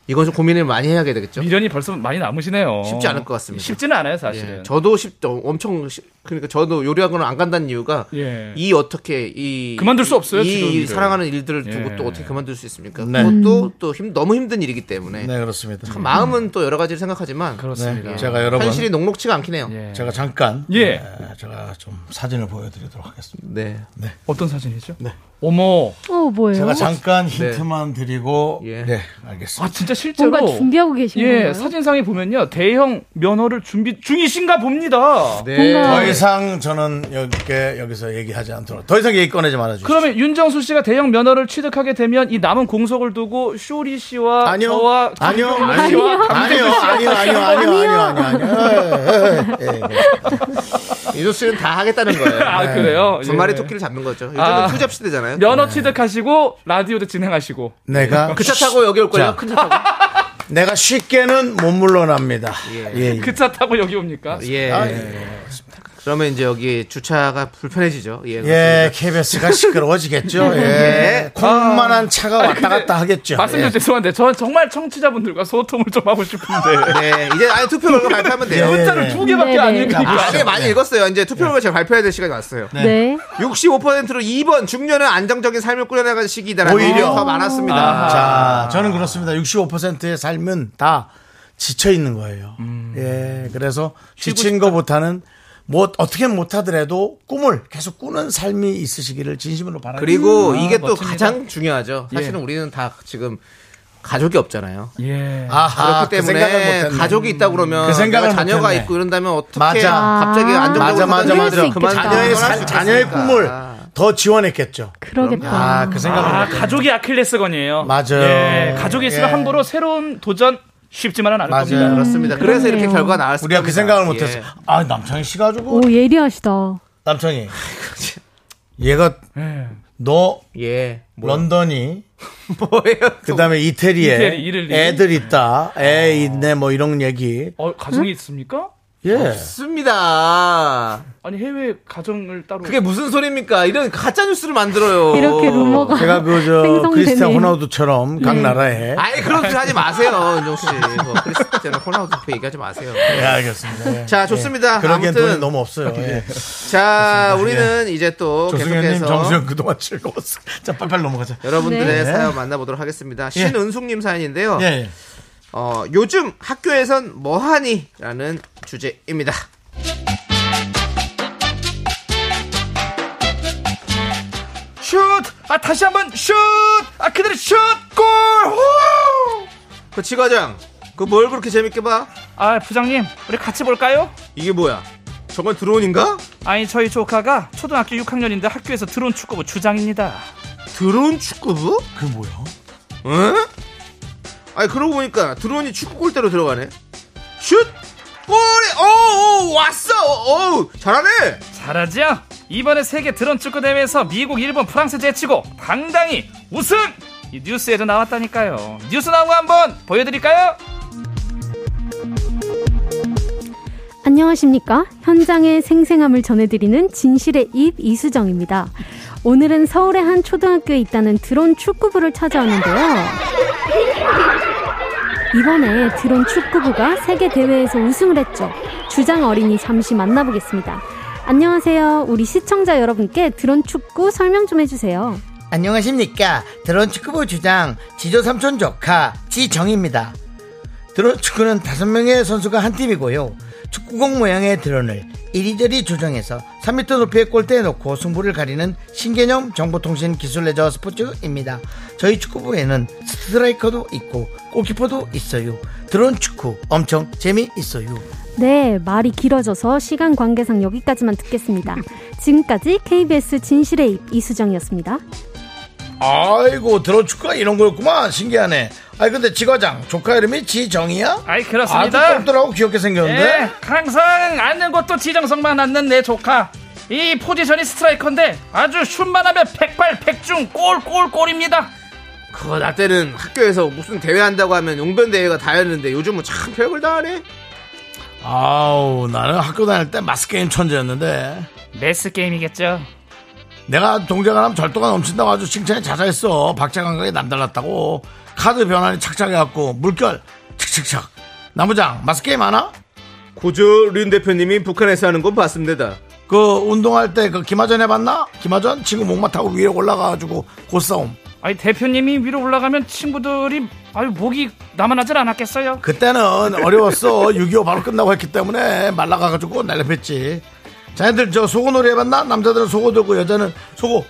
[SPEAKER 2] 이건 좀 고민을 많이 해야 되겠죠.
[SPEAKER 4] 미련이 벌써 많이 남으시네요.
[SPEAKER 2] 쉽지 않을 것 같습니다.
[SPEAKER 4] 쉽지는 않아요,
[SPEAKER 2] 예.
[SPEAKER 4] 사실은.
[SPEAKER 2] 저도 쉽 어, 엄청 쉽- 그러니까 저도 요리학원을 안 간다는 이유가
[SPEAKER 4] 예.
[SPEAKER 2] 이 어떻게 이
[SPEAKER 4] 그만둘 수 없어요, 지금
[SPEAKER 2] 이
[SPEAKER 4] 일을.
[SPEAKER 2] 사랑하는 일들을 두고
[SPEAKER 4] 예.
[SPEAKER 2] 또 어떻게 그만둘 수 있습니까?
[SPEAKER 1] 네.
[SPEAKER 2] 그것도 또 힘, 너무 힘든 일이기 때문에
[SPEAKER 1] 네, 그렇습니다.
[SPEAKER 2] 예. 참 마음은 또 여러 가지를 생각하지만 예.
[SPEAKER 4] 그렇습니다.
[SPEAKER 1] 네, 제가 여러분, 네,
[SPEAKER 2] 현실이 녹록치가 않긴 해요.
[SPEAKER 4] 예.
[SPEAKER 1] 제가 잠깐,
[SPEAKER 4] 예.
[SPEAKER 1] 예, 제가 좀 사진을 보여드리도록 하겠습니다.
[SPEAKER 2] 네.
[SPEAKER 4] 어떤 사진이죠?
[SPEAKER 1] 네.
[SPEAKER 4] 어머.
[SPEAKER 5] 어, 뭐예요?
[SPEAKER 1] 제가 잠깐 힌트만 드리고,
[SPEAKER 2] 네. 예.
[SPEAKER 1] 네, 알겠습니다.
[SPEAKER 4] 아, 진짜 실제로.
[SPEAKER 5] 뭔가 준비하고 계신
[SPEAKER 4] 예,
[SPEAKER 5] 건가요?
[SPEAKER 4] 사진상에 보면요. 대형 면허를 준비 중이신가 봅니다.
[SPEAKER 5] 뭔가-
[SPEAKER 1] 더 이상 저는 여기, 여기서 얘기하지 않도록, 더 이상 얘기 꺼내지 말아주십시오.
[SPEAKER 4] 그러면 윤정수 씨가 대형 면허를 취득하게 되면 이 남은 공석을 두고 쇼리 씨와
[SPEAKER 1] 아니요.
[SPEAKER 4] 저와
[SPEAKER 1] 아니요.
[SPEAKER 4] 강민정
[SPEAKER 1] 아니요.
[SPEAKER 4] 씨와
[SPEAKER 1] 아니요. 아니요. 아니요. 아니요. 아니요. 아니요.
[SPEAKER 2] 네.
[SPEAKER 1] 아니요. 예, 예, 예.
[SPEAKER 2] 이조 씨는 다 하겠다는 거예요.
[SPEAKER 4] 아,
[SPEAKER 1] 네.
[SPEAKER 4] 그래요?
[SPEAKER 2] 두 마리
[SPEAKER 4] 예.
[SPEAKER 2] 토끼를 잡는 거죠. 요즘은
[SPEAKER 4] 아.
[SPEAKER 2] 투잡 시대잖아요.
[SPEAKER 4] 면허 취득하시고 라디오도 진행하시고
[SPEAKER 1] 내가
[SPEAKER 2] 그 차 타고 여기 올 거예요.
[SPEAKER 1] 자.
[SPEAKER 2] 큰 차 타고.
[SPEAKER 1] 내가 쉽게는 못 물러납니다.
[SPEAKER 2] 예.
[SPEAKER 1] 예. 예.
[SPEAKER 4] 그 차 타고 여기 옵니까?
[SPEAKER 2] 예.
[SPEAKER 1] 아, 예.
[SPEAKER 2] 그러면 이제 여기 주차가 불편해지죠. 예.
[SPEAKER 1] 예, KBS가 시끄러워지겠죠. 예. 콩만한 차가 왔다 갔다 하겠죠.
[SPEAKER 4] 말씀드려 죄송한데 저는 정말 청취자분들과 소통을 좀 하고 싶은데
[SPEAKER 2] 그렇습니다. 네. 이제 아니 투표 결과 발표하면 돼요.
[SPEAKER 1] 예.
[SPEAKER 4] 문자를 두 개밖에
[SPEAKER 5] 네,
[SPEAKER 4] 안
[SPEAKER 5] 네.
[SPEAKER 4] 읽으니까
[SPEAKER 2] 아, 니 많이 읽었어요. 이제 투표 결과 제가 발표해야 될 시간이 왔어요.
[SPEAKER 5] 네.
[SPEAKER 2] 65%로 2번 중년은 안정적인 삶을 꾸려나가는 시기다라는
[SPEAKER 1] 오히려. 아.
[SPEAKER 2] 의견이 더 많았습니다.
[SPEAKER 1] 자, 저는 그렇습니다. 65%의 삶은 다 지쳐 있는 거예요. 예. 그래서 지친 거보다는 뭐 어떻게 못 하더라도 꿈을 계속 꾸는 삶이 있으시기를 진심으로 바랍니다.
[SPEAKER 2] 그리고 이게 또 가장 중요하죠. 사실은 우리는 다 지금 가족이 없잖아요.
[SPEAKER 4] 예.
[SPEAKER 1] 아하, 그
[SPEAKER 2] 그렇기
[SPEAKER 1] 생각을
[SPEAKER 2] 때문에
[SPEAKER 1] 못했네.
[SPEAKER 2] 가족이 있다 그러면
[SPEAKER 1] 그 생각을
[SPEAKER 2] 내가 자녀가
[SPEAKER 1] 못했네.
[SPEAKER 2] 있고 이런다면 어떻게
[SPEAKER 1] 맞아.
[SPEAKER 2] 갑자기 안정적으로
[SPEAKER 1] 맞아 맞아
[SPEAKER 5] 그럴 수
[SPEAKER 1] 맞아.
[SPEAKER 5] 있겠다.
[SPEAKER 1] 그만 자녀의
[SPEAKER 2] 떠날
[SPEAKER 1] 살,
[SPEAKER 2] 수
[SPEAKER 1] 자녀의
[SPEAKER 2] 있겠습니까?
[SPEAKER 1] 꿈을 더 지원했겠죠.
[SPEAKER 5] 그러겠다.
[SPEAKER 1] 아 그 생각은
[SPEAKER 4] 아,
[SPEAKER 1] 못했네.
[SPEAKER 4] 가족이 아킬레스건이에요.
[SPEAKER 1] 맞아요.
[SPEAKER 4] 예, 가족이 있으면
[SPEAKER 1] 예.
[SPEAKER 4] 함부로 새로운 도전 쉽지만은 않을
[SPEAKER 1] 맞아요.
[SPEAKER 4] 겁니다.
[SPEAKER 2] 그렇습니다. 그래서
[SPEAKER 5] 그렇네요.
[SPEAKER 2] 이렇게 결과가 나왔습니다.
[SPEAKER 1] 우리가 그 생각을 못했어. 아 남창희 씨 가지고
[SPEAKER 5] 오, 예리하시다.
[SPEAKER 1] 남창희 얘가 너
[SPEAKER 2] 예. 예. 뭐야.
[SPEAKER 1] 런던이
[SPEAKER 2] 뭐예요?
[SPEAKER 1] 그다음에 이태리에
[SPEAKER 4] 이태리, 이를
[SPEAKER 1] 애들 있다 애 있네 뭐 이런 얘기
[SPEAKER 4] 어, 가정이 있습니까?
[SPEAKER 1] 예
[SPEAKER 2] 없습니다.
[SPEAKER 4] 아니 해외 가정을 따로
[SPEAKER 2] 그게 무슨 소리입니까? 이런 가짜 뉴스를 만들어요.
[SPEAKER 5] 이렇게 루머가.
[SPEAKER 1] 제가 그 저
[SPEAKER 5] 아. 생성되네요.
[SPEAKER 1] 크리스티안 호나우두처럼 각 나라에
[SPEAKER 2] 아니 그런 소리 하지 마세요, 윤정 씨. 뭐, 크리스티아나 호나우드 그 얘기하지 마세요.
[SPEAKER 1] 예 알겠습니다 예.
[SPEAKER 2] 자, 좋습니다.
[SPEAKER 1] 그러기엔 돈이
[SPEAKER 2] 아무튼
[SPEAKER 1] 너무 없어요 예.
[SPEAKER 2] 자, 우리는 이제 또
[SPEAKER 1] 조승현님
[SPEAKER 2] 계속해서
[SPEAKER 1] 정수영 그동안 즐거웠어요 자 빨빨 넘어가자
[SPEAKER 2] 여러분들의
[SPEAKER 1] 네.
[SPEAKER 2] 사연 만나보도록 하겠습니다. 신은숙님 사연인데요.
[SPEAKER 1] 예, 예.
[SPEAKER 2] 어, 요즘 학교에선 뭐하니? 라는 주제입니다.
[SPEAKER 4] 슛! 아 다시 한번 슛! 아 그대로 슛! 골! 호!
[SPEAKER 2] 그 지과장, 그 뭘 그렇게 재밌게 봐?
[SPEAKER 4] 아 부장님 우리 같이 볼까요?
[SPEAKER 2] 이게 뭐야? 정말 드론인가?
[SPEAKER 4] 아니 저희 조카가 초등학교 6학년인데 학교에서 드론 축구부 주장입니다.
[SPEAKER 2] 드론 축구부?
[SPEAKER 1] 그 뭐야
[SPEAKER 2] 응? 아니, 그러고 보니까 드론이 축구 골대로 들어가네. 슛! 골! 오, 오 왔어! 오, 잘하네!
[SPEAKER 4] 잘하죠? 이번에 세계 드론 축구 대회에서 미국, 일본, 프랑스 제치고 당당히 우승! 이 뉴스에도 나왔다니까요. 뉴스 나온 거 한번 보여드릴까요?
[SPEAKER 5] 안녕하십니까. 현장의 생생함을 전해드리는 진실의 입 이수정입니다. 오늘은 서울의 한 초등학교에 있다는 드론 축구부를 찾아왔는데요. 이번에 드론 축구부가 세계 대회에서 우승을 했죠. 주장 어린이 잠시 만나보겠습니다. 안녕하세요. 우리 시청자 여러분께 드론 축구 설명 좀 해주세요.
[SPEAKER 6] 안녕하십니까 드론 축구부 주장 지조 삼촌 조카 지정입니다. 드론 축구는 다섯 명의 선수가 한 팀이고요. 축구공 모양의 드론을 이리저리 조정해서 3m 높이의 골대에 놓고 승부를 가리는 신개념 정보통신 기술 레저 스포츠입니다. 저희 축구부에는 스트라이커도 있고 골키퍼도 있어요. 드론 축구 엄청 재미있어요.
[SPEAKER 5] 네, 말이 길어져서 시간 관계상 여기까지만 듣겠습니다. 지금까지 KBS 진실의 입 이수정이었습니다.
[SPEAKER 6] 아이고 드론 축구가 이런 거였구만 신기하네. 아니 근데 지과장 조카 이름이 지정이야?
[SPEAKER 4] 아이,
[SPEAKER 6] 아주
[SPEAKER 4] 그렇습니다.
[SPEAKER 6] 똘똘하고 귀엽게 생겼는데.
[SPEAKER 4] 예, 항상 앉는 곳도 지정성만 앉는 내 조카. 이 포지션이 스트라이커인데 아주 슛만 하면 108, 100중 꼴꼴꼴입니다.
[SPEAKER 2] 그거 나 때는 학교에서 무슨 대회 한다고 하면 용변 대회가 다였는데 요즘은 참 별걸 다 하네.
[SPEAKER 1] 아우 나는 학교 다닐 때 마스게임 천재였는데
[SPEAKER 4] 메스 게임이겠죠.
[SPEAKER 1] 내가 동작을 하면 절도가 넘친다고 아주 칭찬이 자자했어 박자 감각이 남달랐다고 카드 변환이 착착해갖고 물결 착착착 나무장 마스게임 하나?
[SPEAKER 2] 고조 린 대표님이 북한에서 하는 건 봤습니다.
[SPEAKER 1] 그 운동할 때 그 김하전 해봤나? 김하전 친구 목마 타고 위로 올라가가지고 고싸움
[SPEAKER 4] 아니 대표님이 위로 올라가면 친구들이 아유 목이 남아나질 않았겠어요.
[SPEAKER 1] 그때는 어려웠어 6.25 바로 끝나고 했기 때문에 말라가가지고 날렵했지 자네들 저 소고놀이 해봤나? 남자들은 소고 들고 여자는 소고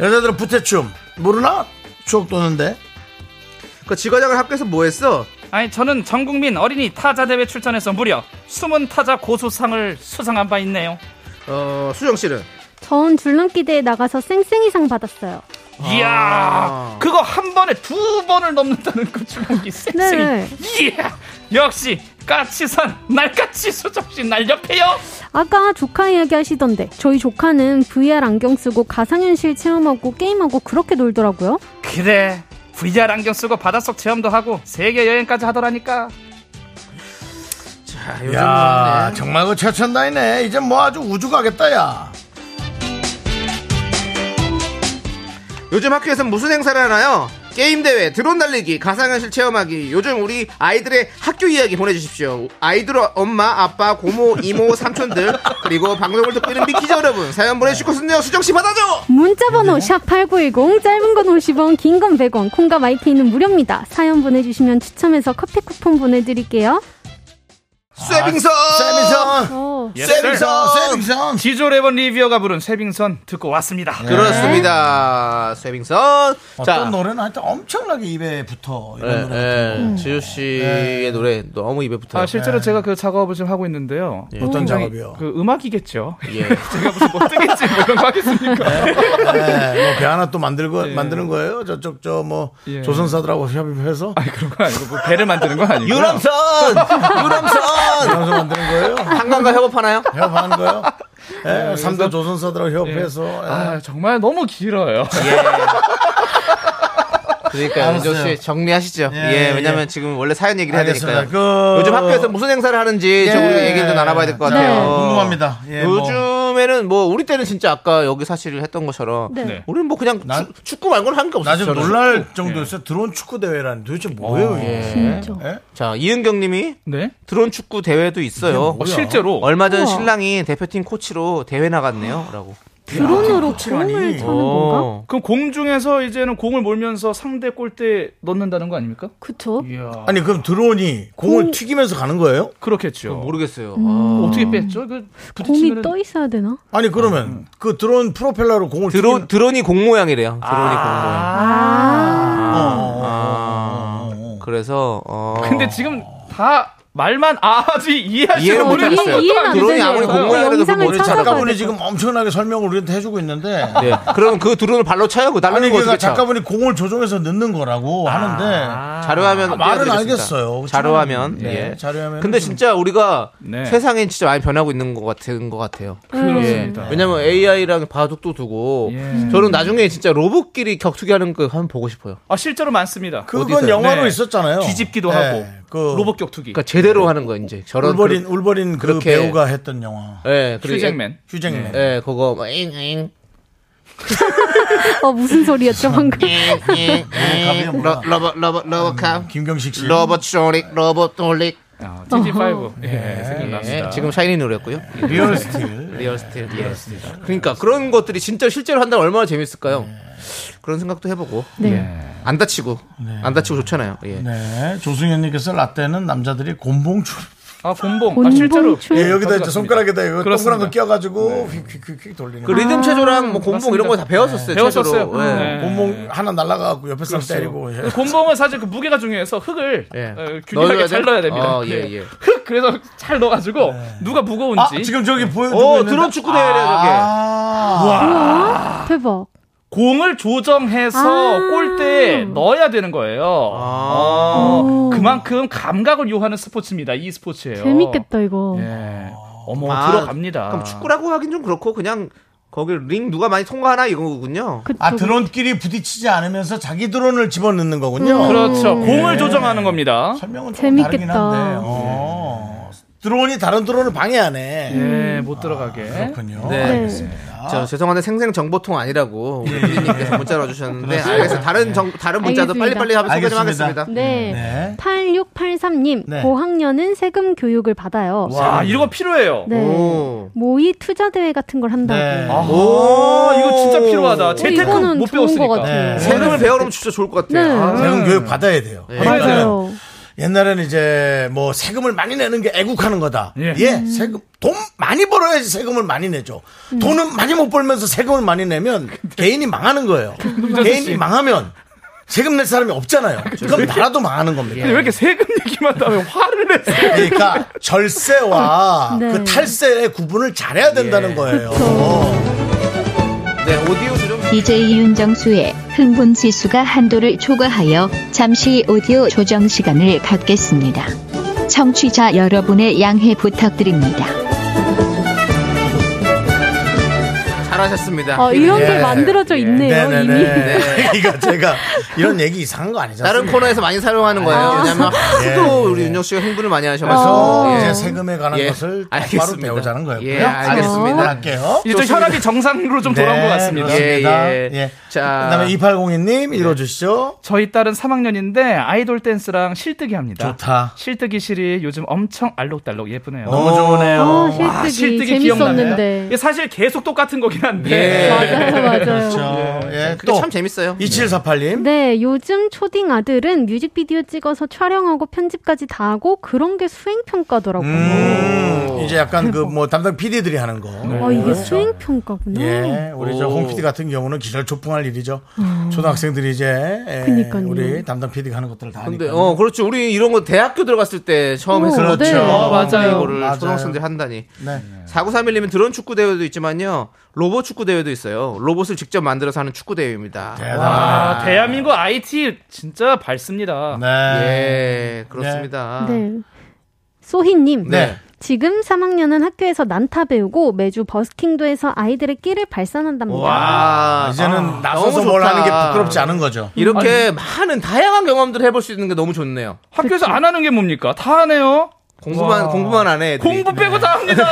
[SPEAKER 1] 여자들은 부채춤 모르나? 추억 도는데
[SPEAKER 2] 그 지과장은 학교에서 뭐 했어?
[SPEAKER 4] 아니 저는 전국민 어린이 타자 대회 출전해서 무려 숨은 타자 고수상을 수상한 바 있네요.
[SPEAKER 2] 어, 수정 씨는
[SPEAKER 5] 전 줄넘기 대회 나가서 쌩쌩이상 받았어요.
[SPEAKER 1] 아.
[SPEAKER 4] 이야 그거 한 번에 두 번을 넘는다는 그 주먹이 쌩쌩이.
[SPEAKER 5] 네.
[SPEAKER 4] 이야 역시 까치산 날까치 수정씨 날렵해요.
[SPEAKER 5] 아까 조카 이야기 하시던데 저희 조카는 VR 안경 쓰고 가상현실 체험하고 게임하고 그렇게 놀더라고요.
[SPEAKER 4] 그래 VR 안경 쓰고 바닷속 체험도 하고 세계 여행까지 하더라니까.
[SPEAKER 2] 자, 요즘 네.
[SPEAKER 1] 야 정말 그 최첨단이네 이제 뭐 아주 우주 가겠다 야
[SPEAKER 2] 요즘 학교에서 무슨 행사를 하나요? 게임 대회, 드론 날리기, 가상현실 체험하기. 요즘 우리 아이들의 학교 이야기 보내주십시오. 아이들 엄마, 아빠, 고모, 이모, 삼촌들 그리고 방송을 듣고 있는 미키즈 여러분 사연 보내주실 것은요 수정 씨 받아줘.
[SPEAKER 5] 문자번호 샵8910 짧은 건 50원 긴 건 100원 콩과 마이크는 무료입니다. 사연 보내주시면 추첨해서 커피 쿠폰 보내드릴게요.
[SPEAKER 2] 쇠빙선.
[SPEAKER 1] 세빈선
[SPEAKER 5] 어,
[SPEAKER 1] 세빈선 세빈선
[SPEAKER 4] 지조 레번 리뷰어가 부른 쇠빙선 듣고 왔습니다.
[SPEAKER 1] 네.
[SPEAKER 2] 네. 그렇습니다. 쇠빙선.
[SPEAKER 1] 어떤 노래는 하여튼 엄청나게 입에 붙어 이런 네. 노래
[SPEAKER 2] 예, 지효 씨의 노래 너무 입에
[SPEAKER 4] 음.
[SPEAKER 2] 붙어요.
[SPEAKER 4] 아 실제로 제가 그 작업을 지금 하고 있는데요.
[SPEAKER 1] 네. 예. 어떤
[SPEAKER 4] 굉장히
[SPEAKER 1] 작업이요?
[SPEAKER 4] 그 음악이겠죠.
[SPEAKER 2] 예.
[SPEAKER 4] 제가 무슨 못 뜨겠지 뭐 그런 거 하겠습니까?
[SPEAKER 1] 네, 뭐배 하나 또 만들고 만드는 거예요. 저쪽 저 뭐
[SPEAKER 4] 예.
[SPEAKER 1] 조선사들하고 협의해서
[SPEAKER 4] 아니 그런 거 아니고 뭐 배를 만드는 건 아니고.
[SPEAKER 2] 유람선, 유람선.
[SPEAKER 1] 조선사 만드는 거예요.
[SPEAKER 2] 한강과 협업하나요?
[SPEAKER 1] 협업하는 거예요.
[SPEAKER 2] 네,
[SPEAKER 1] 예, 삼 3대 조선사들하고 협업해서 예.
[SPEAKER 4] 아 정말 너무 길어요.
[SPEAKER 2] 그러니까 윤정 씨 정리하시죠. 예,
[SPEAKER 1] 예, 예.
[SPEAKER 2] 왜냐면 지금 원래 사연 얘기를 해야
[SPEAKER 1] 알겠습니다.
[SPEAKER 2] 되니까요.
[SPEAKER 1] 그-
[SPEAKER 2] 요즘 학교에서 무슨 행사를 하는지
[SPEAKER 1] 예.
[SPEAKER 2] 좀 우리 얘기를 좀 나눠봐야 될 것 같아요.
[SPEAKER 5] 네.
[SPEAKER 1] 궁금합니다. 예, 뭐.
[SPEAKER 2] 요즘에는 뭐 우리 때는 진짜 아까 여기 사실 했던 것처럼
[SPEAKER 5] 네.
[SPEAKER 4] 네.
[SPEAKER 2] 우리는 뭐 그냥
[SPEAKER 1] 난-
[SPEAKER 2] 축- 축구 말고는 하는 네. 어, 게 없어요.
[SPEAKER 1] 나 좀 놀랄 정도였어요. 드론 축구 대회라는 도대체 뭐예요? 이게?
[SPEAKER 5] 진짜.
[SPEAKER 1] 예?
[SPEAKER 2] 자 이은경님이
[SPEAKER 4] 네.
[SPEAKER 2] 드론 축구 대회도 있어요.
[SPEAKER 4] 어, 실제로
[SPEAKER 2] 얼마 전
[SPEAKER 5] 우와.
[SPEAKER 2] 신랑이 대표팀 코치로 대회 나갔네요라고. 어, 그러니까
[SPEAKER 5] 드론으로
[SPEAKER 1] 코치라니.
[SPEAKER 5] 공을 차는 건가? 그러니까.
[SPEAKER 4] 그럼 공중에서 이제는 공을 몰면서 상대 골대에 넣는다는 거 아닙니까?
[SPEAKER 5] 그쵸?
[SPEAKER 4] 이야.
[SPEAKER 1] 아니 그럼 드론이 공을 튀기면서 가는 거예요?
[SPEAKER 5] 음.
[SPEAKER 4] 그렇겠죠.
[SPEAKER 2] 모르겠어요. 아.
[SPEAKER 4] 어떻게 뺐죠? 그
[SPEAKER 5] 공이
[SPEAKER 4] 부딪히면은-
[SPEAKER 5] 떠 있어야 되나?
[SPEAKER 1] 아니 그러면 그 드론 프로펠러로 공을
[SPEAKER 2] 음, 드론
[SPEAKER 1] 튀기면-
[SPEAKER 2] 드론이 공 모양이래요. 드론이 공 모양.
[SPEAKER 5] 아,
[SPEAKER 1] 어, 어, 어, 어, 어.
[SPEAKER 2] 그래서 아. 어.
[SPEAKER 4] 아. 근데 지금 다 말만 아하지 이해하지
[SPEAKER 2] 이해를
[SPEAKER 5] 못
[SPEAKER 4] 못하는
[SPEAKER 2] 못하겠어요.
[SPEAKER 5] 이해- 이해는 안
[SPEAKER 2] 드론이
[SPEAKER 5] 되네요.
[SPEAKER 2] 아무리 공모해도
[SPEAKER 5] 영상을
[SPEAKER 2] 모르는 작가분.
[SPEAKER 5] 찾아봐야 돼.
[SPEAKER 6] 작가분이 지금 엄청나게 설명을 우리한테 해주고 있는데
[SPEAKER 2] 네. 그럼 그 드론을 발로 차요. 그
[SPEAKER 6] 아니
[SPEAKER 2] 날리는 거
[SPEAKER 6] 그러니까
[SPEAKER 2] 어떻게 아, 차?
[SPEAKER 6] 작가분이 공을 조종해서 넣는 거라고 하는데
[SPEAKER 2] 자료화면
[SPEAKER 6] 아, 말은
[SPEAKER 2] 띄워드리겠습니다.
[SPEAKER 6] 알겠어요.
[SPEAKER 2] 자료화면.
[SPEAKER 6] 네,
[SPEAKER 2] 예.
[SPEAKER 6] 자료화면은
[SPEAKER 2] 근데
[SPEAKER 6] 좀-
[SPEAKER 2] 진짜 우리가
[SPEAKER 4] 네.
[SPEAKER 2] 세상엔 진짜 많이 변하고 있는 것 같은 것 같아요.
[SPEAKER 4] 그렇습니다.
[SPEAKER 2] 예. 왜냐면 AI랑 바둑도 두고
[SPEAKER 4] 예.
[SPEAKER 2] 저는 나중에 진짜 로봇끼리 격투기 하는 거 한번 보고 싶어요.
[SPEAKER 4] 아 실제로 많습니다.
[SPEAKER 6] 그건
[SPEAKER 2] 어디서요?
[SPEAKER 6] 영화로
[SPEAKER 4] 네.
[SPEAKER 6] 있었잖아요.
[SPEAKER 4] 뒤집기도
[SPEAKER 6] 네,
[SPEAKER 4] 하고
[SPEAKER 6] 그
[SPEAKER 4] 로봇 격투기.
[SPEAKER 2] 그러니까
[SPEAKER 4] 네.
[SPEAKER 2] 제대로 하는 거 이제 저런
[SPEAKER 6] 울버린 울버린 그
[SPEAKER 2] 그렇게-
[SPEAKER 6] 배우가 했던 영화
[SPEAKER 2] 그- 예, 그리고
[SPEAKER 4] 휴잭맨.
[SPEAKER 6] 휴잭맨.
[SPEAKER 2] 예, 예, 그거 뭐 잉잉
[SPEAKER 5] 어, 무슨 소리였죠, 방금?
[SPEAKER 6] 갑이야, 뭐야.
[SPEAKER 2] 러- 러버 러버 러버캅
[SPEAKER 6] 김경식 씨.
[SPEAKER 2] 러버 트롤릭 러버 돌릭
[SPEAKER 4] 아, TG5 예, 생각납니다.
[SPEAKER 2] 예, 지금 샤이니 노래였고요.
[SPEAKER 6] 네. 리얼스틸.
[SPEAKER 2] 리얼스틸. 예. 그러니까 그런 것들이 진짜 실제로 한다면 얼마나 재밌을까요? 그런 생각도 해보고
[SPEAKER 5] 네.
[SPEAKER 2] 안 다치고 안 다치고 좋잖아요. 예.
[SPEAKER 1] 네.
[SPEAKER 6] 조승현님께서 라떼는 남자들이 곰봉춤.
[SPEAKER 4] 아 곰봉. 아 실제로.
[SPEAKER 5] 본봉출.
[SPEAKER 6] 예, 여기다 이제
[SPEAKER 4] 가져갔습니다.
[SPEAKER 6] 손가락에다 이거 동그란
[SPEAKER 4] 그렇습니다.
[SPEAKER 6] 거 끼워가지고 휙휙휙 돌리는
[SPEAKER 2] 그
[SPEAKER 6] 거.
[SPEAKER 2] 리듬 체조랑 뭐 공봉 이런 거 다 배웠었어요.
[SPEAKER 4] 아, 배웠었어요.
[SPEAKER 2] 체조로. 예.
[SPEAKER 4] 네.
[SPEAKER 6] 곰봉 하나 날라가고 옆에 사람 때리고. 예.
[SPEAKER 4] 곰봉은 사실 그 무게가 중요해서 흙을
[SPEAKER 2] 예.
[SPEAKER 4] 어, 균일하게
[SPEAKER 2] 넣어줘야
[SPEAKER 4] 잘
[SPEAKER 2] 돼요?
[SPEAKER 4] 넣어야 아, 됩니다. 네.
[SPEAKER 2] 어, 예, 예.
[SPEAKER 4] 흙 그래서 잘 넣어가지고 누가 네. 무거운지.
[SPEAKER 6] 아, 지금 저기 보여주고
[SPEAKER 2] 어,
[SPEAKER 6] 있는데.
[SPEAKER 2] 드론 축구 대회래 저게.
[SPEAKER 4] 아,
[SPEAKER 5] 아, 대박.
[SPEAKER 4] 공을 조정해서
[SPEAKER 5] 아.
[SPEAKER 4] 골대에 넣어야 되는 거예요.
[SPEAKER 7] 아.
[SPEAKER 4] 어, 그만큼 감각을 요하는 스포츠입니다. 이 스포츠예요.
[SPEAKER 5] 재밌겠다, 이거.
[SPEAKER 4] 예. 어머
[SPEAKER 2] 아,
[SPEAKER 4] 들어갑니다.
[SPEAKER 2] 그럼 축구라고 하긴 좀 그렇고 그냥 거기 링 누가 많이 통과하나 이거군요.
[SPEAKER 5] 그쵸.
[SPEAKER 1] 아, 드론끼리 부딪히지 않으면서 자기 드론을 집어넣는 거군요.
[SPEAKER 4] 그렇죠.
[SPEAKER 6] 네.
[SPEAKER 5] 음.
[SPEAKER 4] 공을 조정하는 겁니다.
[SPEAKER 1] 설명은 조금
[SPEAKER 5] 재밌겠다.
[SPEAKER 1] 다르긴 한데. 어. 드론이 다른 드론을 방해하네.
[SPEAKER 4] 예, 못 들어가게.
[SPEAKER 1] 그렇군요.
[SPEAKER 2] 네.
[SPEAKER 5] 네.
[SPEAKER 2] 저 죄송한데 생생 정보통 아니라고 우리 님께서 문자를 와주셨는데 알겠어요. 다른 정 다른 문자도
[SPEAKER 5] 알겠습니다.
[SPEAKER 2] 빨리빨리 하면 소개 좀
[SPEAKER 1] 알겠습니다.
[SPEAKER 2] 하겠습니다.
[SPEAKER 5] 네.
[SPEAKER 6] 음,
[SPEAKER 1] 네.
[SPEAKER 5] 8683님,
[SPEAKER 1] 네.
[SPEAKER 5] 고학년은 세금 교육을 받아요.
[SPEAKER 4] 와, 이런 거 필요해요.
[SPEAKER 5] 네.
[SPEAKER 2] 오.
[SPEAKER 5] 모의 투자 대회 같은 걸 한다고.
[SPEAKER 1] 네.
[SPEAKER 4] 아, 이거 진짜 필요하다.
[SPEAKER 5] 어,
[SPEAKER 4] 재테크
[SPEAKER 5] 이거는
[SPEAKER 4] 못
[SPEAKER 5] 좋은 것
[SPEAKER 4] 배웠으니까.
[SPEAKER 5] 같아요.
[SPEAKER 2] 세금을 배우면 진짜 좋을 것 같아요.
[SPEAKER 5] 네.
[SPEAKER 2] 아,
[SPEAKER 6] 세금 교육 받아야 돼요.
[SPEAKER 5] 맞아요.
[SPEAKER 6] 옛날에는 이제 뭐 세금을 많이 내는 게 애국하는 거다.
[SPEAKER 4] 예.
[SPEAKER 6] 예, 세금 돈 많이 벌어야지 세금을 많이 내죠. 돈은 많이 못 벌면서 세금을 많이 내면 개인이 망하는 거예요. 개인이 망하면 세금 낼 사람이 없잖아요. 그럼 나라도 망하는 겁니다.
[SPEAKER 4] 근데 왜 이렇게 세금 얘기만 하면 화를 내세요?
[SPEAKER 6] 그러니까 절세와
[SPEAKER 5] 네.
[SPEAKER 6] 그 탈세의 구분을 잘해야 된다는 거예요. 어.
[SPEAKER 2] 네, 오디오 조정
[SPEAKER 8] DJ 윤정수의 흥분 지수가 한도를 초과하여 잠시 오디오 조정 시간을 갖겠습니다. 청취자 여러분의 양해 부탁드립니다.
[SPEAKER 2] 잘하셨습니다. 네.
[SPEAKER 5] 아, 이런
[SPEAKER 6] 예.
[SPEAKER 5] 게 만들어져 있네요, 이미.
[SPEAKER 6] 네네네. 그러니까 제가 이런 얘기 이상한 거 아니잖아요.
[SPEAKER 2] 다른 코너에서 많이 사용하는 거예요. 왜냐면 하도 우리 윤정 씨가 흥분을 많이 하셔가지고.
[SPEAKER 6] 그래서
[SPEAKER 5] 아. 어.
[SPEAKER 6] 이제 세금에 관한
[SPEAKER 2] 예.
[SPEAKER 6] 것을 바로
[SPEAKER 2] 알겠습니다.
[SPEAKER 6] 배우자는 거예요. 아,
[SPEAKER 2] 예, 알겠습니다.
[SPEAKER 6] 할게요.
[SPEAKER 4] 이제 혈압이 정상으로 좀 돌아온 것 같습니다.
[SPEAKER 2] 그렇습니다.
[SPEAKER 6] 예,
[SPEAKER 2] 예. 자.
[SPEAKER 6] 자. 그다음에 2802님 읽어주시죠.
[SPEAKER 4] 저희 딸은 3학년인데 아이돌 댄스랑 실뜨기
[SPEAKER 2] 네.
[SPEAKER 4] 합니다.
[SPEAKER 2] 아,
[SPEAKER 6] 좋다.
[SPEAKER 4] 실뜨기 실이 요즘 엄청 알록달록 예쁘네요.
[SPEAKER 6] 너무 좋으네요.
[SPEAKER 5] 아,
[SPEAKER 4] 와,
[SPEAKER 5] 실뜨기
[SPEAKER 4] 기억나네.
[SPEAKER 5] 재밌었는데.
[SPEAKER 4] 이게 사실 계속 똑같은 거긴
[SPEAKER 2] 예.
[SPEAKER 4] 한데.
[SPEAKER 5] 맞아요, 맞아요.
[SPEAKER 6] 어, 예,
[SPEAKER 2] 네. 그게
[SPEAKER 6] 또
[SPEAKER 2] 참 재밌어요.
[SPEAKER 6] 2748님.
[SPEAKER 5] 네, 요즘 초딩 아들은 뮤직비디오 찍어서 촬영하고 편집까지 다 하고 그런 게 수행평가더라고요.
[SPEAKER 6] 음, 이제 약간 그 뭐 담당 PD들이 하는 거.
[SPEAKER 2] 네.
[SPEAKER 6] 어,
[SPEAKER 5] 아, 이게 수행평가구나.
[SPEAKER 6] 예, 우리 저 홍 PD 같은 경우는 기절초풍할 일이죠.
[SPEAKER 2] 음.
[SPEAKER 6] 초등학생들이 이제 예,
[SPEAKER 5] 그니까요.
[SPEAKER 6] 우리 담당 PD가 하는 것들을 다
[SPEAKER 2] 근데
[SPEAKER 6] 하니까.
[SPEAKER 2] 어 그렇죠. 우리 이런 거 대학교 들어갔을 때 처음
[SPEAKER 5] 오,
[SPEAKER 2] 했었죠.
[SPEAKER 5] 네.
[SPEAKER 6] 어,
[SPEAKER 4] 맞아요.
[SPEAKER 2] 이거를
[SPEAKER 6] 맞아요.
[SPEAKER 2] 초등학생들 한다니.
[SPEAKER 6] 네.
[SPEAKER 2] 4931님은 드론 축구 대회도 있지만요. 로봇 축구 대회도 있어요. 로봇을 직접 만들어서 하는 축구 대회입니다.
[SPEAKER 4] 아, 대한민국 IT 진짜 밝습니다.
[SPEAKER 6] 네.
[SPEAKER 2] 예, 그렇습니다.
[SPEAKER 5] 네. 소희님.
[SPEAKER 6] 네.
[SPEAKER 5] 지금 3학년은 학교에서 난타 배우고 매주 버스킹도 해서 아이들의 끼를 발산한답니다.
[SPEAKER 2] 와,
[SPEAKER 6] 이제는
[SPEAKER 2] 아,
[SPEAKER 6] 나서서
[SPEAKER 2] 너무
[SPEAKER 6] 뭘
[SPEAKER 2] 좋다.
[SPEAKER 6] 하는 게 부끄럽지 않은 거죠.
[SPEAKER 2] 이렇게 많은 다양한 경험들을 해볼 수 있는 게 너무 좋네요.
[SPEAKER 4] 학교에서 안 하는 게 뭡니까? 다 하네요.
[SPEAKER 2] 공부만
[SPEAKER 4] 와.
[SPEAKER 2] 공부만 안 해. 애들이.
[SPEAKER 4] 공부 빼고 다 합니다.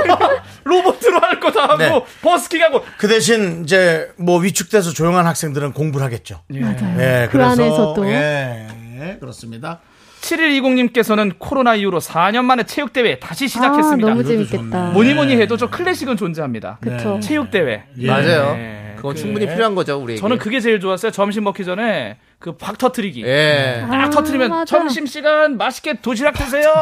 [SPEAKER 4] 로봇으로 할 거 다 하고
[SPEAKER 6] 네.
[SPEAKER 4] 버스킹하고
[SPEAKER 6] 그 대신 이제 뭐 위축돼서 조용한 학생들은 공부를 하겠죠. 예,
[SPEAKER 5] 그 안에서 또.
[SPEAKER 6] 예, 예, 그렇습니다.
[SPEAKER 4] 7120님께서는 코로나 이후로 4년 만에 체육대회 다시 시작했습니다.
[SPEAKER 5] 아, 너무 재밌겠다.
[SPEAKER 4] 뭐니 뭐니 해도 저 클래식은 존재합니다.
[SPEAKER 5] 그쵸.
[SPEAKER 4] 체육대회.
[SPEAKER 6] 네.
[SPEAKER 2] 맞아요.
[SPEAKER 4] 예,
[SPEAKER 2] 그건
[SPEAKER 4] 그-
[SPEAKER 2] 충분히 필요한 거죠, 우리.
[SPEAKER 4] 저는 그게 제일 좋았어요. 점심 먹기 전에
[SPEAKER 7] 그 팍 터트리기.
[SPEAKER 2] 예.
[SPEAKER 4] 네.
[SPEAKER 7] 딱 터트리면
[SPEAKER 5] 맞아.
[SPEAKER 7] 점심 시간 맛있게 도시락 드세요.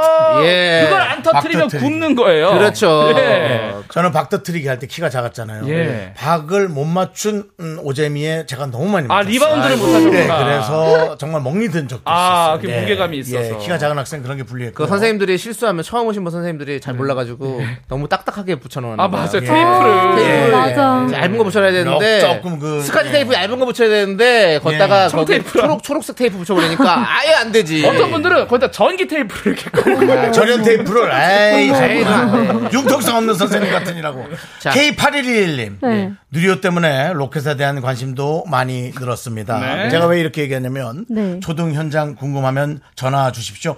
[SPEAKER 2] 예.
[SPEAKER 7] 그걸 안 터트리면
[SPEAKER 6] 박 터트리기.
[SPEAKER 7] 굶는 거예요.
[SPEAKER 2] 그렇죠.
[SPEAKER 4] 네.
[SPEAKER 7] 예.
[SPEAKER 6] 저는 박 터트리기 할 때 키가 작았잖아요.
[SPEAKER 7] 예.
[SPEAKER 6] 박을 못 맞춘 음, 오재미에 제가 너무 많이
[SPEAKER 7] 아,
[SPEAKER 6] 맞췄어요.
[SPEAKER 7] 리바운드를 못
[SPEAKER 6] 네,
[SPEAKER 7] 하셨구나.
[SPEAKER 6] 그래서 정말 멍이 든 적도
[SPEAKER 7] 아,
[SPEAKER 6] 있었어요.
[SPEAKER 7] 그 무게감이 있어서.
[SPEAKER 6] 예, 키가 작은 학생 그런 게 불리했고.
[SPEAKER 2] 그 선생님들이 실수하면 처음 오신 분 선생님들이
[SPEAKER 6] 네.
[SPEAKER 2] 잘 몰라가지고
[SPEAKER 4] 네.
[SPEAKER 2] 너무 딱딱하게 붙여놓는.
[SPEAKER 7] 아, 맞아요. 테이프를.
[SPEAKER 2] 테이프를
[SPEAKER 5] 네, 맞아.
[SPEAKER 2] 얇은 거 붙여야 되는데
[SPEAKER 6] 조금 그- 예.
[SPEAKER 2] 스카치 테이프 얇은 거 붙여야 되는데 걷다가 거기
[SPEAKER 7] 청테이프랑.
[SPEAKER 2] 초록 초록색 테이프 붙여버리니까 아예 안 되지.
[SPEAKER 7] 어떤 분들은 거기다 전기 테이프를 이렇게 꽂고
[SPEAKER 6] 아, 절연 테이프를 에이
[SPEAKER 2] 에이, 안 돼.
[SPEAKER 6] 융통성 없는 선생님 같으니라고.
[SPEAKER 2] 자.
[SPEAKER 6] K8111님.
[SPEAKER 5] 네.
[SPEAKER 6] 누리호 때문에 로켓에 대한 관심도 많이 늘었습니다.
[SPEAKER 7] 네.
[SPEAKER 6] 제가 왜 이렇게 얘기하냐면
[SPEAKER 5] 네.
[SPEAKER 6] 초등 현장 궁금하면 전화 주십시오.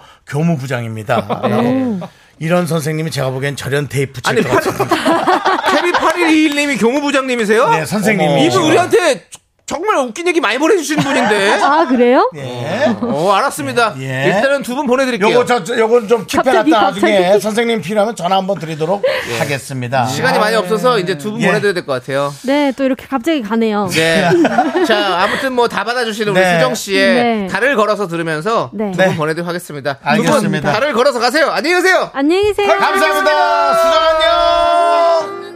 [SPEAKER 6] 교무부장입니다.
[SPEAKER 5] 네.
[SPEAKER 6] 라고. 이런 선생님이 제가 보기엔 절연 테이프
[SPEAKER 2] 아니 뭐,
[SPEAKER 6] 칠것 같아요.
[SPEAKER 2] 케미 8121님이 교무부장님이세요?
[SPEAKER 6] 네, 선생님이.
[SPEAKER 2] 이분 우리한테 정말 웃긴 얘기 많이 보내주시는 분인데.
[SPEAKER 5] 아, 그래요?
[SPEAKER 6] 예.
[SPEAKER 2] 어 알았습니다.
[SPEAKER 6] 예.
[SPEAKER 2] 일단은 두 분 보내드릴게요.
[SPEAKER 6] 요거 저, 저 요건 좀 킵해놨다
[SPEAKER 5] 갑자기, 갑자기.
[SPEAKER 6] 나중에 선생님 필요하면 전화 한번 드리도록 하겠습니다.
[SPEAKER 2] 예. 시간이 많이 없어서 이제 두 분
[SPEAKER 6] 아, 예.
[SPEAKER 2] 보내드려야 될 것 같아요.
[SPEAKER 5] 네, 또 이렇게 갑자기 가네요.
[SPEAKER 2] 네. 자, 아무튼 뭐 다 받아주시는 우리
[SPEAKER 6] 예. 네.
[SPEAKER 2] 수정 씨의
[SPEAKER 5] 네.
[SPEAKER 2] 달을 걸어서 들으면서
[SPEAKER 5] 네.
[SPEAKER 2] 두 분
[SPEAKER 6] 네.
[SPEAKER 2] 보내드리도록 하겠습니다. 두분
[SPEAKER 6] 알겠습니다.
[SPEAKER 2] 달을 걸어서 가세요. 안녕히 계세요.
[SPEAKER 5] 안녕히 계세요.
[SPEAKER 6] 네, 감사합니다. 수정 안녕.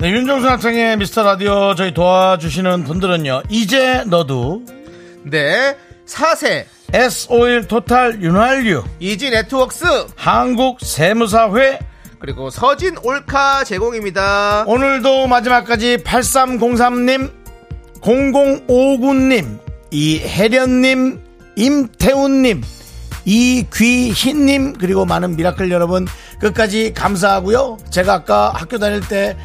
[SPEAKER 6] 네, 윤종수 학생의 미스터 라디오 저희 도와주시는 분들은요. 이제 너도
[SPEAKER 2] 네. 사세
[SPEAKER 6] S5일 토탈 윤활유
[SPEAKER 2] 이지 네트웍스
[SPEAKER 6] 한국 세무사회
[SPEAKER 2] 그리고 서진 올카 제공입니다.
[SPEAKER 6] 오늘도 마지막까지 8303님, 0059님, 이혜련님, 임태훈님, 이귀희님, 그리고 많은 미라클 여러분, 끝까지 감사하고요. 제가 아까 학교 다닐 때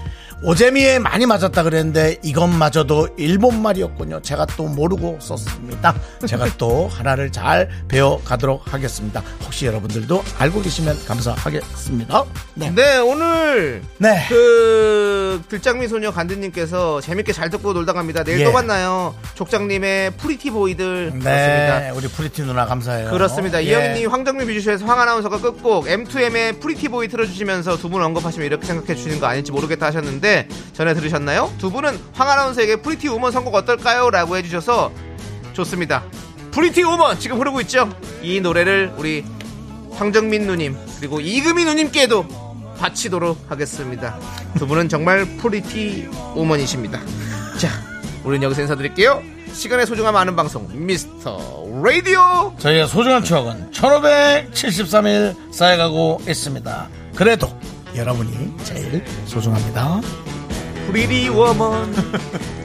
[SPEAKER 6] 오재미에 많이 맞았다 그랬는데 이것마저도 일본 말이었군요. 제가 또 모르고 썼습니다. 제가 또 하나를 잘 배워가도록 하겠습니다. 혹시 여러분들도 알고 계시면 감사하겠습니다. 네.
[SPEAKER 2] 네, 오늘
[SPEAKER 6] 네.
[SPEAKER 2] 그 들장미 소녀 간드님께서 재밌게 잘 듣고 놀다 갑니다. 내일
[SPEAKER 6] 예.
[SPEAKER 2] 또 만나요. 족장님의 프리티 보이들
[SPEAKER 6] 네,
[SPEAKER 2] 그렇습니다.
[SPEAKER 6] 우리 프리티 누나 감사해요.
[SPEAKER 2] 그렇습니다.
[SPEAKER 6] 예.
[SPEAKER 2] 이영희님 황정민 뮤지션에서 황 아나운서가 끝곡 M2M의 프리티 보이 틀어주시면서 두 분 언급하시면 이렇게 생각해 주시는 거 아닐지 모르겠다 하셨는데 전에 들으셨나요? 두 분은 황 아나운서에게 프리티 우먼 선곡 어떨까요?라고 해주셔서 좋습니다. 프리티 우먼 지금 흐르고 있죠? 이 노래를 우리 황정민 누님 그리고 이금희 누님께도 바치도록 하겠습니다. 두 분은 정말 프리티 우먼이십니다. 자, 우리는 여기서 인사드릴게요. 시간의 소중함 아는 방송 미스터 라디오.
[SPEAKER 6] 저희의 소중한 추억은 1573일 쌓여가고 있습니다. 그래도 여러분이 제일 소중합니다.
[SPEAKER 2] 프리티 우먼.